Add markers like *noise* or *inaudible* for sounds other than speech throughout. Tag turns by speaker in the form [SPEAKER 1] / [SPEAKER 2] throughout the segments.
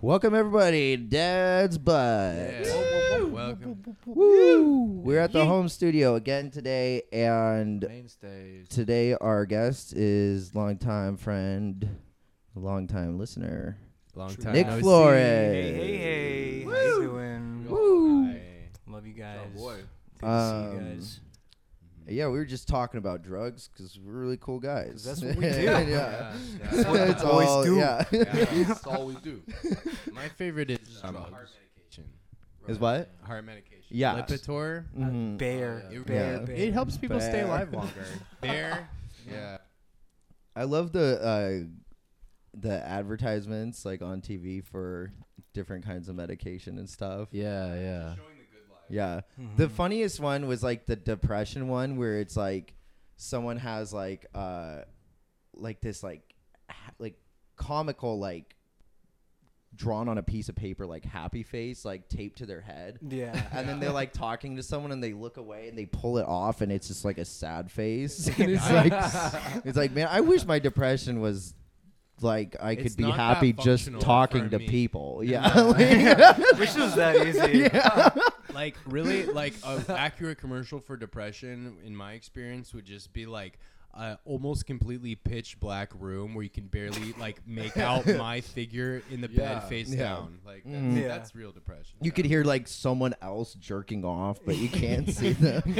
[SPEAKER 1] Welcome everybody, to Dad's Butt.
[SPEAKER 2] Welcome.
[SPEAKER 1] Woo! We're at the home studio again today, and
[SPEAKER 2] Main stage.
[SPEAKER 1] today our guest is longtime friend, longtime listener,
[SPEAKER 2] Long
[SPEAKER 3] True.
[SPEAKER 2] time.
[SPEAKER 1] Nick
[SPEAKER 2] no see.
[SPEAKER 1] Flores.
[SPEAKER 3] Hey, hey, hey. How you doing?
[SPEAKER 1] Woo.
[SPEAKER 2] Hi.
[SPEAKER 3] Love you guys.
[SPEAKER 2] Oh, boy.
[SPEAKER 3] Good to see
[SPEAKER 1] Um,
[SPEAKER 3] you guys. Mm-hmm.
[SPEAKER 1] Yeah, we were just talking about drugs because we're really cool guys. *laughs*
[SPEAKER 3] That's what we do. *laughs*
[SPEAKER 1] yeah.
[SPEAKER 2] Yeah, that's
[SPEAKER 3] what
[SPEAKER 1] It's
[SPEAKER 3] the boys
[SPEAKER 1] all-
[SPEAKER 3] do. *laughs*
[SPEAKER 1] Yeah.
[SPEAKER 2] Yeah, that's all we do. *laughs* My favorite is um, heart medication.
[SPEAKER 1] Is what?
[SPEAKER 2] Heart medication.
[SPEAKER 1] Yeah.
[SPEAKER 2] Lipitor.
[SPEAKER 3] Uh,
[SPEAKER 2] Oh,
[SPEAKER 1] Mhm.
[SPEAKER 3] Bear,
[SPEAKER 2] yeah.
[SPEAKER 3] bear,
[SPEAKER 1] Yeah.
[SPEAKER 3] bear.
[SPEAKER 4] It helps people stay
[SPEAKER 1] Bear. *laughs*
[SPEAKER 4] alive longer.
[SPEAKER 2] Bear. Yeah.
[SPEAKER 1] I love the uh, the advertisements like on TV for different kinds of medication and stuff.
[SPEAKER 2] Yeah, yeah.
[SPEAKER 1] Yeah. The
[SPEAKER 2] Mm-hmm.
[SPEAKER 1] funniest one was like the depression one where it's like someone has like uh like this like ha- like comical like drawn on a piece of paper like happy face like taped to their head. *laughs*
[SPEAKER 3] Yeah.
[SPEAKER 1] And then they're like talking to someone and they look away and they pull it off and it's just like a sad face. *laughs* And it's like it's like man, I wish my depression was like I could
[SPEAKER 2] It's
[SPEAKER 1] be
[SPEAKER 2] not that
[SPEAKER 1] happy just
[SPEAKER 2] functional
[SPEAKER 1] talking
[SPEAKER 2] for
[SPEAKER 1] to
[SPEAKER 2] me. *laughs*
[SPEAKER 1] people. Yeah. *laughs* Like-
[SPEAKER 3] Which is that easy.
[SPEAKER 2] like really like
[SPEAKER 1] *laughs*
[SPEAKER 2] an accurate commercial for depression in my experience would just be like a almost completely pitch black room where you can barely
[SPEAKER 1] *laughs*
[SPEAKER 2] like make out my figure in the bed
[SPEAKER 3] Yeah.
[SPEAKER 2] face
[SPEAKER 1] Yeah.
[SPEAKER 2] down like that's,
[SPEAKER 3] Mm. Yeah.
[SPEAKER 2] that's real depression
[SPEAKER 1] You could hear like someone else jerking off, but you can't see them. *laughs*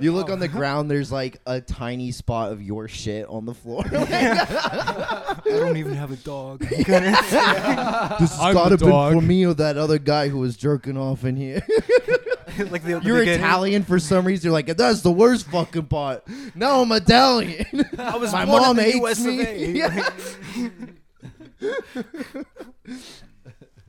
[SPEAKER 1] You look on the ground, there's like a tiny spot of your shit on the floor.
[SPEAKER 3] I don't even have a dog. I'm gonna-
[SPEAKER 1] *laughs* this has
[SPEAKER 2] I'm
[SPEAKER 1] gotta
[SPEAKER 2] the
[SPEAKER 1] be
[SPEAKER 2] dog.
[SPEAKER 1] for me or that other guy who was jerking off in here. *laughs*
[SPEAKER 3] like the, the
[SPEAKER 1] You're
[SPEAKER 3] beginning.
[SPEAKER 1] Italian for some reason. You're like, that's the worst fucking part. No, I'm Italian.
[SPEAKER 3] I was
[SPEAKER 1] My
[SPEAKER 3] born
[SPEAKER 1] mom
[SPEAKER 3] in the
[SPEAKER 1] hates
[SPEAKER 3] US
[SPEAKER 1] me.
[SPEAKER 3] of
[SPEAKER 1] *laughs*
[SPEAKER 3] A.
[SPEAKER 1] Yeah.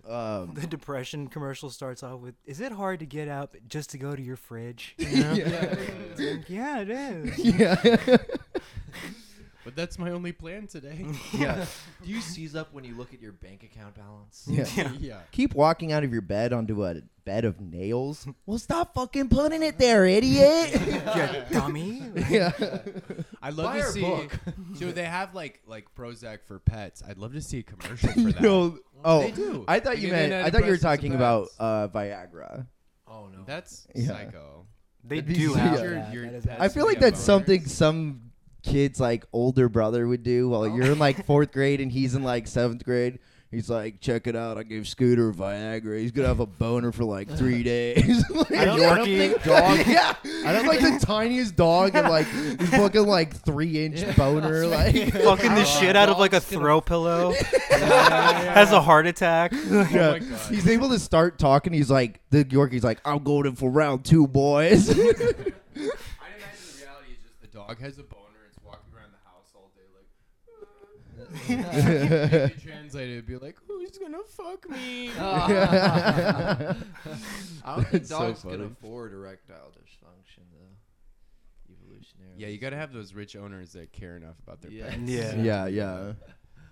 [SPEAKER 1] um,
[SPEAKER 3] *laughs* the depression commercial starts off with, "Is it hard to get up just to go to
[SPEAKER 1] *laughs*
[SPEAKER 3] your fridge?" It's like, yeah, it is.
[SPEAKER 1] yeah.
[SPEAKER 2] *laughs*
[SPEAKER 1] Um,
[SPEAKER 2] but that's my only
[SPEAKER 1] *laughs*
[SPEAKER 2] plan today *laughs*
[SPEAKER 5] *laughs*
[SPEAKER 1] yeah.
[SPEAKER 5] Do you seize up when you look at your bank account balance?
[SPEAKER 1] Yeah.
[SPEAKER 3] *laughs* Yeah.
[SPEAKER 2] yeah
[SPEAKER 1] Keep walking out of your bed onto a bed of nails. Well, stop fucking putting it there, idiot.
[SPEAKER 3] Yeah, dummy.
[SPEAKER 1] *laughs* yeah.
[SPEAKER 2] i love
[SPEAKER 5] Buy
[SPEAKER 2] to
[SPEAKER 5] our
[SPEAKER 2] see
[SPEAKER 5] book.
[SPEAKER 2] *laughs*
[SPEAKER 1] *laughs*
[SPEAKER 2] so they have like like prozac for pets i'd love to see a commercial
[SPEAKER 1] *laughs*
[SPEAKER 2] for that
[SPEAKER 1] No. Oh,
[SPEAKER 2] They do.
[SPEAKER 1] I thought
[SPEAKER 2] They
[SPEAKER 1] you
[SPEAKER 2] do
[SPEAKER 1] meant. I thought you were
[SPEAKER 2] antidepressants and
[SPEAKER 1] talking about
[SPEAKER 2] pads.
[SPEAKER 1] uh, Viagra.
[SPEAKER 5] Oh no.
[SPEAKER 2] that's
[SPEAKER 1] Yeah.
[SPEAKER 2] psycho
[SPEAKER 3] They
[SPEAKER 1] That'd be
[SPEAKER 3] do
[SPEAKER 1] sick.
[SPEAKER 3] have
[SPEAKER 1] Your-
[SPEAKER 3] that.
[SPEAKER 2] your
[SPEAKER 3] That is
[SPEAKER 2] pets
[SPEAKER 1] I feel like
[SPEAKER 2] Yeah,
[SPEAKER 1] that's
[SPEAKER 2] Viagra.
[SPEAKER 1] something some kids like older brother would do while you're in like *laughs* fourth grade and he's in like seventh grade. He's like, check it out. I gave Scooter Viagra. He's gonna have a boner for like *laughs* three days. Like,
[SPEAKER 3] A Yorkie.
[SPEAKER 1] dog. *laughs* yeah, I don't like the tiniest dog and like this fucking like three inch *laughs* boner. Like,
[SPEAKER 3] *laughs* fucking the
[SPEAKER 2] Oh,
[SPEAKER 3] shit out of like a throw pillow. *laughs* Has a heart attack. *laughs*
[SPEAKER 1] Yeah.
[SPEAKER 2] my God.
[SPEAKER 1] Oh He's able to start talking. He's like, the Yorkie's like, I'm going in for round two, *laughs* boys.
[SPEAKER 2] I imagine the reality is just the dog has a boner. It's walking around the house all day, *laughs*
[SPEAKER 1] *laughs*
[SPEAKER 2] like. If you translate it, it'd be like, "Who's gonna fuck *laughs* me?"
[SPEAKER 5] I don't think *laughs*
[SPEAKER 1] That's so
[SPEAKER 5] dogs can
[SPEAKER 1] funny.
[SPEAKER 5] afford erectile dysfunction though. Evolutionary.
[SPEAKER 2] yeah, you gotta have those rich owners that care enough about their
[SPEAKER 5] Yeah.
[SPEAKER 2] pets.
[SPEAKER 3] Yeah.
[SPEAKER 1] yeah, yeah.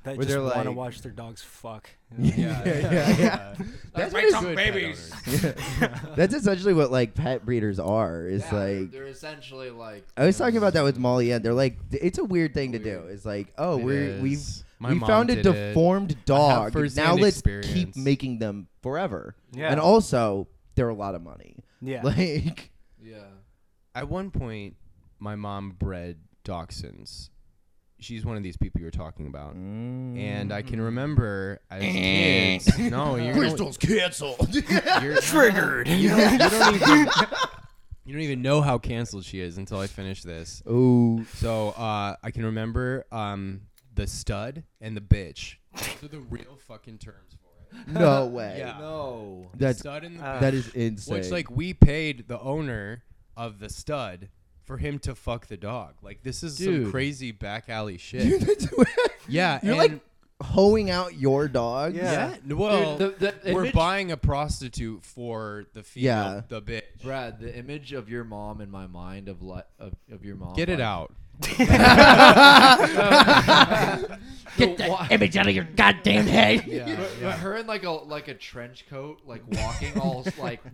[SPEAKER 3] That
[SPEAKER 1] Where
[SPEAKER 3] just
[SPEAKER 1] they're
[SPEAKER 3] want to
[SPEAKER 1] like-
[SPEAKER 3] watch their dogs fuck.
[SPEAKER 2] *laughs* Yeah,
[SPEAKER 1] yeah, yeah. That's, what it's-
[SPEAKER 2] Good pet owners.
[SPEAKER 1] *laughs* that's essentially what like pet breeders are. Is
[SPEAKER 5] Yeah, they're-
[SPEAKER 1] like Uh,
[SPEAKER 5] they're essentially like.
[SPEAKER 1] I was talking about that with Molly and they're like it's a weird thing to do.
[SPEAKER 5] Weird.
[SPEAKER 1] It's like, oh,
[SPEAKER 2] It
[SPEAKER 1] we're we've
[SPEAKER 2] is. My
[SPEAKER 1] we
[SPEAKER 2] mom
[SPEAKER 1] found a
[SPEAKER 2] did it.
[SPEAKER 1] deformed dog. Now
[SPEAKER 2] firsthand
[SPEAKER 1] let's keep
[SPEAKER 2] experience.
[SPEAKER 1] making them forever.
[SPEAKER 3] Yeah.
[SPEAKER 1] And also, they're a lot of money.
[SPEAKER 3] Yeah.
[SPEAKER 2] *laughs*
[SPEAKER 1] Like
[SPEAKER 5] Yeah.
[SPEAKER 2] At one point, my mom bred dachshunds. She's one of these people you were talking about, and I can remember *laughs* as kids. no, you're
[SPEAKER 1] Crystal's canceled. *laughs*
[SPEAKER 2] you're,
[SPEAKER 3] Triggered.
[SPEAKER 2] you don't even you don't even know how canceled she is until I finish this.
[SPEAKER 1] Ooh.
[SPEAKER 2] So uh, I can remember um, the stud and the bitch. Those are the real fucking terms for it. *laughs*
[SPEAKER 1] No way.
[SPEAKER 2] Yeah.
[SPEAKER 5] No.
[SPEAKER 1] That's
[SPEAKER 2] stud and the
[SPEAKER 3] Uh,
[SPEAKER 2] bitch.
[SPEAKER 1] that is insane.
[SPEAKER 2] Which
[SPEAKER 1] *laughs*
[SPEAKER 2] like we paid the owner of the stud for him to fuck the dog. Like this is some
[SPEAKER 5] Dude.
[SPEAKER 2] crazy back
[SPEAKER 5] *laughs*
[SPEAKER 2] alley
[SPEAKER 1] You're
[SPEAKER 2] shit.
[SPEAKER 1] not doing-
[SPEAKER 2] yeah,
[SPEAKER 1] You're
[SPEAKER 2] and-
[SPEAKER 1] like hoeing out your dogs.
[SPEAKER 3] Yeah.
[SPEAKER 2] yeah. Well,
[SPEAKER 5] Dude, the- the
[SPEAKER 2] we're
[SPEAKER 5] image-
[SPEAKER 2] buying a prostitute for the
[SPEAKER 1] Yeah.
[SPEAKER 2] female, the bitch.
[SPEAKER 5] Brad, the image of your mom in my mind of li- of, of your mom.
[SPEAKER 2] Get it
[SPEAKER 5] like-
[SPEAKER 2] out.
[SPEAKER 5] Get that
[SPEAKER 1] image out of your goddamn
[SPEAKER 5] *laughs*
[SPEAKER 1] head.
[SPEAKER 2] Yeah,
[SPEAKER 5] But,
[SPEAKER 2] yeah.
[SPEAKER 5] but her in like a like a trench coat, like walking all *laughs* like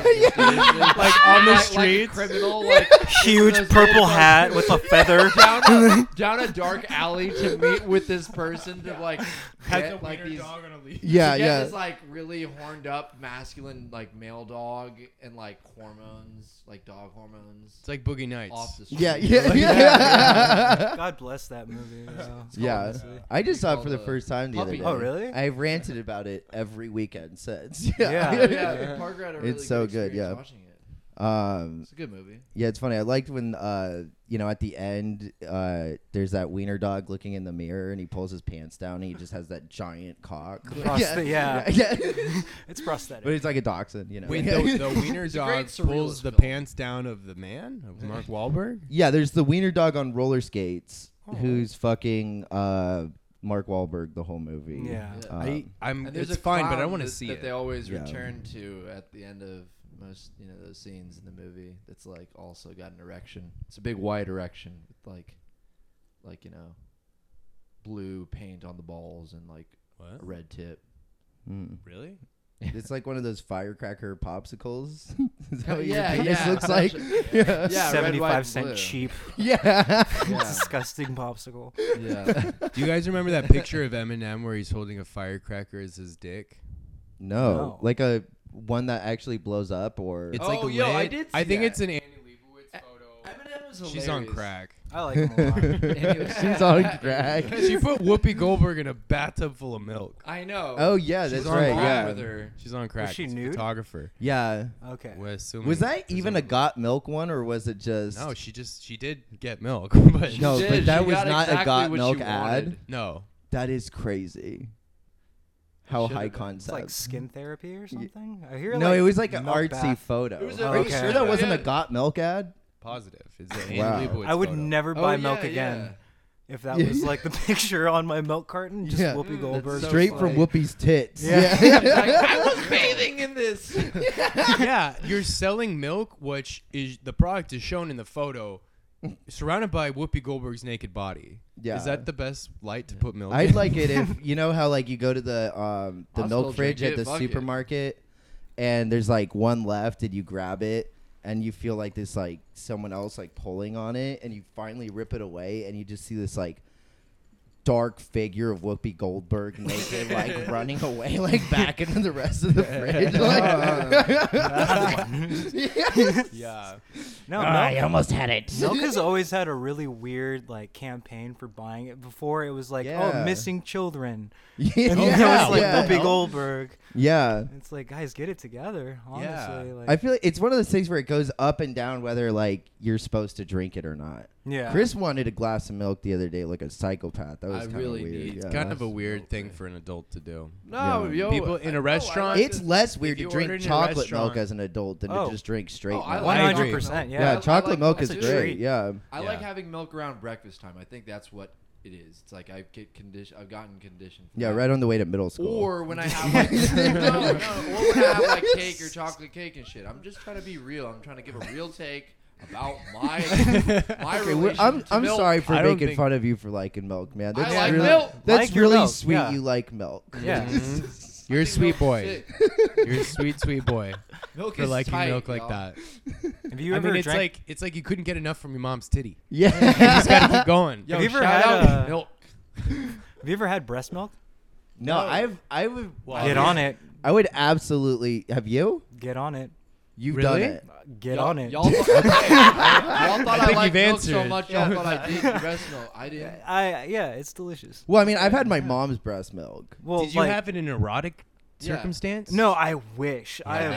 [SPEAKER 1] *laughs*
[SPEAKER 5] like
[SPEAKER 2] on the
[SPEAKER 5] like
[SPEAKER 2] streets.
[SPEAKER 5] a criminal, like
[SPEAKER 3] Huge purple hat with a *laughs* feather.
[SPEAKER 5] *laughs* down
[SPEAKER 1] *laughs*
[SPEAKER 5] a, down a dark alley to meet with this person to like
[SPEAKER 2] Had
[SPEAKER 5] get
[SPEAKER 2] the
[SPEAKER 5] like
[SPEAKER 2] wiener
[SPEAKER 5] these
[SPEAKER 2] dog on a
[SPEAKER 5] leave.
[SPEAKER 1] Yeah,
[SPEAKER 5] you get
[SPEAKER 1] yeah.
[SPEAKER 5] This like really horned up, masculine, like male dog, and like hormones, like dog hormones,
[SPEAKER 2] It's like Boogie Nights.
[SPEAKER 5] off the
[SPEAKER 1] *laughs*
[SPEAKER 5] street.
[SPEAKER 1] Yeah, yeah, yeah.
[SPEAKER 3] God bless that movie. you know.
[SPEAKER 1] Yeah,
[SPEAKER 3] Honestly.
[SPEAKER 1] I just saw it
[SPEAKER 5] called
[SPEAKER 1] for the
[SPEAKER 5] a
[SPEAKER 1] first time the
[SPEAKER 5] puppy.
[SPEAKER 1] other day.
[SPEAKER 3] Oh, really?
[SPEAKER 1] I've ranted about it every weekend since.
[SPEAKER 3] Yeah.
[SPEAKER 5] yeah, yeah. Parker had a really
[SPEAKER 1] It's so good,
[SPEAKER 5] experience
[SPEAKER 1] yeah.
[SPEAKER 5] watching
[SPEAKER 1] *laughs*
[SPEAKER 5] it.
[SPEAKER 1] Um,
[SPEAKER 5] It's a good movie.
[SPEAKER 1] yeah, it's funny. I liked when uh, you know, at the end, uh, there's that wiener dog looking in the mirror, and he pulls his pants down, and he just has that giant cock.
[SPEAKER 3] Prostate,
[SPEAKER 1] *laughs*
[SPEAKER 3] yeah.
[SPEAKER 1] yeah. yeah.
[SPEAKER 3] It's
[SPEAKER 1] but
[SPEAKER 3] prosthetic.
[SPEAKER 1] it's like a dachshund, you know.
[SPEAKER 5] *laughs*
[SPEAKER 2] Wait, the, the wiener
[SPEAKER 5] a great
[SPEAKER 2] dog pulls
[SPEAKER 5] surrealist
[SPEAKER 2] the
[SPEAKER 5] film.
[SPEAKER 2] pants down of the man of
[SPEAKER 5] *laughs*
[SPEAKER 2] Mark Wahlberg.
[SPEAKER 1] *laughs* Yeah, there's the wiener dog on roller skates who's fucking uh, Mark Wahlberg the whole movie.
[SPEAKER 3] Yeah.
[SPEAKER 5] Yeah.
[SPEAKER 1] Um,
[SPEAKER 2] I, I'm.
[SPEAKER 5] And there's
[SPEAKER 2] It's
[SPEAKER 5] a
[SPEAKER 2] fine, but I
[SPEAKER 5] clown
[SPEAKER 2] want to
[SPEAKER 5] that-
[SPEAKER 2] see
[SPEAKER 5] that
[SPEAKER 2] it.
[SPEAKER 5] they always
[SPEAKER 1] Yeah.
[SPEAKER 5] return to at the end of most, you know, those scenes in the movie. That's like also got an erection. It's a big white erection with like, like you know, blue paint on the balls and like
[SPEAKER 2] What?
[SPEAKER 5] a red tip.
[SPEAKER 2] *laughs*
[SPEAKER 1] mm.
[SPEAKER 2] Really?
[SPEAKER 1] It's like one of those firecracker popsicles. *laughs* Is
[SPEAKER 5] Oh,
[SPEAKER 1] that what your
[SPEAKER 5] yeah,
[SPEAKER 1] penis
[SPEAKER 5] yeah,
[SPEAKER 1] looks like? *laughs* Yeah.
[SPEAKER 5] Yeah, red, white, and
[SPEAKER 3] Seventy-five cent
[SPEAKER 5] blue.
[SPEAKER 3] cheap, *laughs*
[SPEAKER 1] Yeah. *laughs*
[SPEAKER 5] Yeah,
[SPEAKER 3] disgusting popsicle.
[SPEAKER 2] *laughs* *laughs*
[SPEAKER 5] yeah.
[SPEAKER 2] Do you guys remember that picture of Eminem where he's holding a firecracker as his dick?
[SPEAKER 1] No,
[SPEAKER 3] No.
[SPEAKER 1] like a one that actually blows up, or *laughs*
[SPEAKER 2] It's
[SPEAKER 5] Oh,
[SPEAKER 2] like
[SPEAKER 5] yo, I
[SPEAKER 2] lit.
[SPEAKER 5] did
[SPEAKER 2] I
[SPEAKER 5] see
[SPEAKER 2] think
[SPEAKER 5] that.
[SPEAKER 2] it's an Annie Leibovitz photo.
[SPEAKER 5] Eminem was
[SPEAKER 2] She's on
[SPEAKER 5] hilarious. *laughs*
[SPEAKER 2] crack.
[SPEAKER 1] *laughs*
[SPEAKER 3] I like them a lot.
[SPEAKER 1] she's on crack.
[SPEAKER 2] she put Whoopi Goldberg in a bathtub full of milk.
[SPEAKER 5] I know.
[SPEAKER 1] *laughs* Oh yeah, that's
[SPEAKER 5] She's on
[SPEAKER 1] right.
[SPEAKER 5] Law
[SPEAKER 1] Yeah,
[SPEAKER 5] with her.
[SPEAKER 2] She's on crack.
[SPEAKER 3] she
[SPEAKER 2] It's a
[SPEAKER 3] nude?
[SPEAKER 2] Photographer.
[SPEAKER 1] yeah.
[SPEAKER 3] Okay.
[SPEAKER 2] We're assuming-
[SPEAKER 1] Was that even a
[SPEAKER 2] presumably.
[SPEAKER 1] got milk one, or was it just
[SPEAKER 2] No, she just she did get milk, *laughs* but
[SPEAKER 1] No,
[SPEAKER 5] She
[SPEAKER 1] but
[SPEAKER 5] did.
[SPEAKER 1] that
[SPEAKER 5] She
[SPEAKER 1] was
[SPEAKER 5] got
[SPEAKER 1] not a
[SPEAKER 5] exactly
[SPEAKER 1] got
[SPEAKER 5] what
[SPEAKER 1] milk
[SPEAKER 5] she
[SPEAKER 1] ad.
[SPEAKER 5] wanted.
[SPEAKER 2] no.
[SPEAKER 1] That is crazy. How
[SPEAKER 5] Should've
[SPEAKER 1] high
[SPEAKER 5] been. It's
[SPEAKER 1] concept.
[SPEAKER 3] It's like skin therapy or something. I hear.
[SPEAKER 1] no,
[SPEAKER 3] like,
[SPEAKER 1] it was like an
[SPEAKER 3] milk
[SPEAKER 1] artsy
[SPEAKER 3] bath.
[SPEAKER 1] photo.
[SPEAKER 5] It was a-
[SPEAKER 3] Are you Okay.
[SPEAKER 1] sure
[SPEAKER 3] sure
[SPEAKER 1] that
[SPEAKER 5] that
[SPEAKER 1] wasn't a
[SPEAKER 5] yeah.
[SPEAKER 1] got milk ad?
[SPEAKER 2] Positive. It's an Annie
[SPEAKER 1] Wow.
[SPEAKER 2] Leibovitz
[SPEAKER 3] I would
[SPEAKER 2] photo.
[SPEAKER 3] never
[SPEAKER 5] Oh,
[SPEAKER 3] buy
[SPEAKER 5] yeah,
[SPEAKER 3] milk again.
[SPEAKER 5] yeah.
[SPEAKER 3] If that
[SPEAKER 1] Yeah.
[SPEAKER 3] was like the *laughs* picture on my milk carton, just
[SPEAKER 1] Yeah.
[SPEAKER 3] Whoopi
[SPEAKER 5] Mm,
[SPEAKER 3] Goldberg.
[SPEAKER 5] that's so
[SPEAKER 1] Straight
[SPEAKER 5] funny.
[SPEAKER 1] from Whoopi's tits. *laughs*
[SPEAKER 3] Yeah.
[SPEAKER 5] Like, I was bathing in this.
[SPEAKER 2] *laughs* yeah, you're selling milk, which is the product is shown in the photo, surrounded by Whoopi Goldberg's naked body.
[SPEAKER 1] Yeah.
[SPEAKER 2] is that the best light to put milk?
[SPEAKER 1] I'd
[SPEAKER 2] in? *laughs*
[SPEAKER 1] like it if you know how like you go to the um the
[SPEAKER 5] I'll
[SPEAKER 1] milk
[SPEAKER 5] still
[SPEAKER 1] fridge at
[SPEAKER 5] drink
[SPEAKER 1] the
[SPEAKER 5] it, fuck it.
[SPEAKER 1] supermarket and there's like one left and you grab it and you feel like this like someone else like pulling on it and you finally rip it away and you just see this like dark figure of Whoopi Goldberg naked
[SPEAKER 3] *laughs*
[SPEAKER 1] like running away like back into the rest of the fridge. *laughs*
[SPEAKER 3] *laughs*
[SPEAKER 1] Like,
[SPEAKER 2] yeah.
[SPEAKER 3] No,
[SPEAKER 1] I
[SPEAKER 3] milk,
[SPEAKER 1] almost had it.
[SPEAKER 3] milk has always had a really weird like campaign for buying it. Before it was like,
[SPEAKER 1] Yeah.
[SPEAKER 3] oh, missing children,
[SPEAKER 1] *laughs* yeah.
[SPEAKER 3] and then it was like
[SPEAKER 1] yeah.
[SPEAKER 3] Whoopi Goldberg.
[SPEAKER 1] yeah.
[SPEAKER 3] It's like, guys, get it together. Honestly,
[SPEAKER 2] Yeah.
[SPEAKER 3] like,
[SPEAKER 1] I feel like it's one of those things where it goes up and down whether like you're supposed to drink it or not.
[SPEAKER 3] yeah.
[SPEAKER 1] Chris wanted a glass of milk the other day like a psychopath. That was
[SPEAKER 5] I
[SPEAKER 1] kind
[SPEAKER 5] really
[SPEAKER 1] of weird.
[SPEAKER 5] need-
[SPEAKER 1] yeah.
[SPEAKER 2] Kind of a weird
[SPEAKER 5] Okay.
[SPEAKER 2] thing for an adult to do.
[SPEAKER 5] No,
[SPEAKER 1] Yeah.
[SPEAKER 5] yo,
[SPEAKER 2] People in a
[SPEAKER 5] I- no, I
[SPEAKER 2] restaurant-
[SPEAKER 5] like
[SPEAKER 1] it's less weird to
[SPEAKER 2] you order
[SPEAKER 1] drink
[SPEAKER 2] in a
[SPEAKER 1] chocolate
[SPEAKER 2] restaurant-
[SPEAKER 1] milk as an adult than
[SPEAKER 3] Oh.
[SPEAKER 1] to just drink straight.
[SPEAKER 5] Oh, I
[SPEAKER 1] milk.
[SPEAKER 5] like
[SPEAKER 2] I
[SPEAKER 5] milk.
[SPEAKER 2] agree.
[SPEAKER 3] 100%,
[SPEAKER 1] yeah,
[SPEAKER 3] I- I
[SPEAKER 1] chocolate
[SPEAKER 5] like
[SPEAKER 1] milk
[SPEAKER 5] milk.
[SPEAKER 1] is
[SPEAKER 3] That's
[SPEAKER 1] great.
[SPEAKER 3] a treat.
[SPEAKER 1] Yeah.
[SPEAKER 5] I like
[SPEAKER 2] Yeah.
[SPEAKER 5] having milk around breakfast time. I think that's what it is. It's like I get condition. I've gotten conditioned. for
[SPEAKER 1] Yeah,
[SPEAKER 5] that.
[SPEAKER 1] right on the way to middle school.
[SPEAKER 5] Or when I have like,
[SPEAKER 2] *laughs*
[SPEAKER 5] no, no, *laughs* or when I have like cake or chocolate cake and shit. I'm just trying to be real. I'm trying to give a real take about my
[SPEAKER 2] *laughs*
[SPEAKER 5] my
[SPEAKER 1] Okay, we're-
[SPEAKER 5] relation
[SPEAKER 1] I'm
[SPEAKER 5] to
[SPEAKER 1] I'm
[SPEAKER 5] milk.
[SPEAKER 1] sorry for
[SPEAKER 2] I don't
[SPEAKER 1] making
[SPEAKER 2] think-
[SPEAKER 1] fun of you for liking milk, man.
[SPEAKER 5] I
[SPEAKER 1] That's
[SPEAKER 5] like
[SPEAKER 1] really,
[SPEAKER 5] milk.
[SPEAKER 1] That's
[SPEAKER 3] Like your
[SPEAKER 1] really
[SPEAKER 3] milk,
[SPEAKER 1] sweet.
[SPEAKER 3] yeah.
[SPEAKER 1] You like milk. *laughs*
[SPEAKER 3] Yeah.
[SPEAKER 5] I
[SPEAKER 2] You're a
[SPEAKER 5] think
[SPEAKER 2] sweet
[SPEAKER 5] milk's
[SPEAKER 2] boy.
[SPEAKER 5] sick.
[SPEAKER 2] You're a sweet, sweet
[SPEAKER 5] *laughs*
[SPEAKER 2] boy
[SPEAKER 5] Milk
[SPEAKER 2] for
[SPEAKER 5] is
[SPEAKER 2] liking
[SPEAKER 5] tight,
[SPEAKER 2] milk like
[SPEAKER 5] y'all.
[SPEAKER 2] that.
[SPEAKER 3] Have you
[SPEAKER 2] I
[SPEAKER 3] ever
[SPEAKER 2] mean, it's
[SPEAKER 3] drank?
[SPEAKER 2] like it's like you couldn't get enough from your
[SPEAKER 1] *laughs*
[SPEAKER 2] mom's titty.
[SPEAKER 1] *laughs*
[SPEAKER 2] You
[SPEAKER 1] Yeah.
[SPEAKER 2] just gotta keep going.
[SPEAKER 5] Yo,
[SPEAKER 3] Have you ever
[SPEAKER 5] shout
[SPEAKER 3] had,
[SPEAKER 5] out
[SPEAKER 2] *laughs*
[SPEAKER 3] uh,
[SPEAKER 5] milk.
[SPEAKER 3] have you ever had breast milk?
[SPEAKER 1] no, I've I would
[SPEAKER 2] Well,
[SPEAKER 3] get
[SPEAKER 2] I mean-
[SPEAKER 3] on it.
[SPEAKER 1] I would absolutely. Have you?
[SPEAKER 3] Get on it.
[SPEAKER 1] You've
[SPEAKER 2] Really?
[SPEAKER 1] done it.
[SPEAKER 3] Get
[SPEAKER 5] y'all,
[SPEAKER 3] on it.
[SPEAKER 5] Y'all, *laughs* thought- okay. y'all thought
[SPEAKER 2] I
[SPEAKER 5] I,
[SPEAKER 2] think
[SPEAKER 5] liked
[SPEAKER 2] you've
[SPEAKER 5] milk so
[SPEAKER 2] answered.
[SPEAKER 5] much. Y'all
[SPEAKER 2] *laughs*
[SPEAKER 5] thought I did the breast milk. I didn't.
[SPEAKER 3] *laughs* I yeah, it's delicious.
[SPEAKER 1] Well, I mean, I've had my mom's breast milk.
[SPEAKER 3] Well,
[SPEAKER 2] Did you
[SPEAKER 3] like,
[SPEAKER 2] have it in an erotic
[SPEAKER 5] Yeah.
[SPEAKER 2] circumstance?
[SPEAKER 3] No, I wish. I
[SPEAKER 2] Yeah,
[SPEAKER 3] I,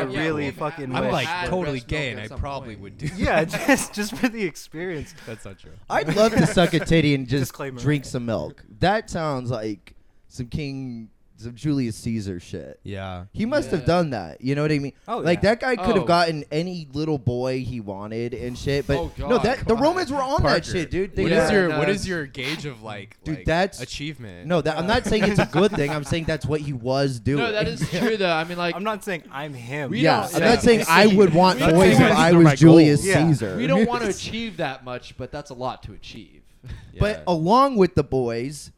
[SPEAKER 2] that's-
[SPEAKER 5] yeah,
[SPEAKER 3] really
[SPEAKER 5] well,
[SPEAKER 3] fucking
[SPEAKER 5] I
[SPEAKER 2] I'm
[SPEAKER 3] wish.
[SPEAKER 2] like
[SPEAKER 5] Had
[SPEAKER 2] totally
[SPEAKER 5] breast
[SPEAKER 2] gay,
[SPEAKER 5] milk
[SPEAKER 2] and
[SPEAKER 5] at
[SPEAKER 2] I
[SPEAKER 5] some
[SPEAKER 2] probably
[SPEAKER 5] point.
[SPEAKER 2] would do.
[SPEAKER 3] yeah, *laughs*
[SPEAKER 2] *laughs*
[SPEAKER 5] *laughs*
[SPEAKER 3] just just for the experience.
[SPEAKER 2] that's not true.
[SPEAKER 1] I'd love to suck a titty and just
[SPEAKER 3] Disclaimer.
[SPEAKER 1] drink some milk. That sounds like some King, some Julius Caesar shit.
[SPEAKER 2] Yeah.
[SPEAKER 1] He must have
[SPEAKER 5] Yeah.
[SPEAKER 1] done that. You know what I mean?
[SPEAKER 3] Oh,
[SPEAKER 1] like
[SPEAKER 3] yeah.
[SPEAKER 1] that guy could have
[SPEAKER 5] Oh.
[SPEAKER 1] gotten any little boy he wanted and shit. But
[SPEAKER 5] Oh,
[SPEAKER 1] no,
[SPEAKER 5] God,
[SPEAKER 1] that the
[SPEAKER 5] God.
[SPEAKER 1] Romans were on that
[SPEAKER 2] Parker,
[SPEAKER 1] shit, dude.
[SPEAKER 2] What is
[SPEAKER 5] Yeah.
[SPEAKER 2] your
[SPEAKER 5] No,
[SPEAKER 2] What
[SPEAKER 5] it's-
[SPEAKER 2] is your gauge
[SPEAKER 1] *sighs*
[SPEAKER 2] of like,
[SPEAKER 1] Dude,
[SPEAKER 2] like,
[SPEAKER 1] that's-
[SPEAKER 2] achievement?
[SPEAKER 1] no, that, I'm not saying it's a good thing. I'm saying that's what he was doing.
[SPEAKER 5] No, that
[SPEAKER 1] *laughs*
[SPEAKER 3] *laughs*
[SPEAKER 5] is true though. I mean, like,
[SPEAKER 3] I'm not saying I'm him.
[SPEAKER 5] We
[SPEAKER 1] yeah,
[SPEAKER 5] don't
[SPEAKER 1] I'm
[SPEAKER 5] say-
[SPEAKER 1] not saying I would want
[SPEAKER 5] We don't
[SPEAKER 1] boys if
[SPEAKER 5] say those
[SPEAKER 1] I
[SPEAKER 2] are my
[SPEAKER 1] was Julius
[SPEAKER 3] goals. Yeah.
[SPEAKER 1] Caesar.
[SPEAKER 5] we don't
[SPEAKER 3] *laughs*
[SPEAKER 5] want to achieve that much, but that's a lot to achieve. *laughs*
[SPEAKER 1] But oh, along with the boys,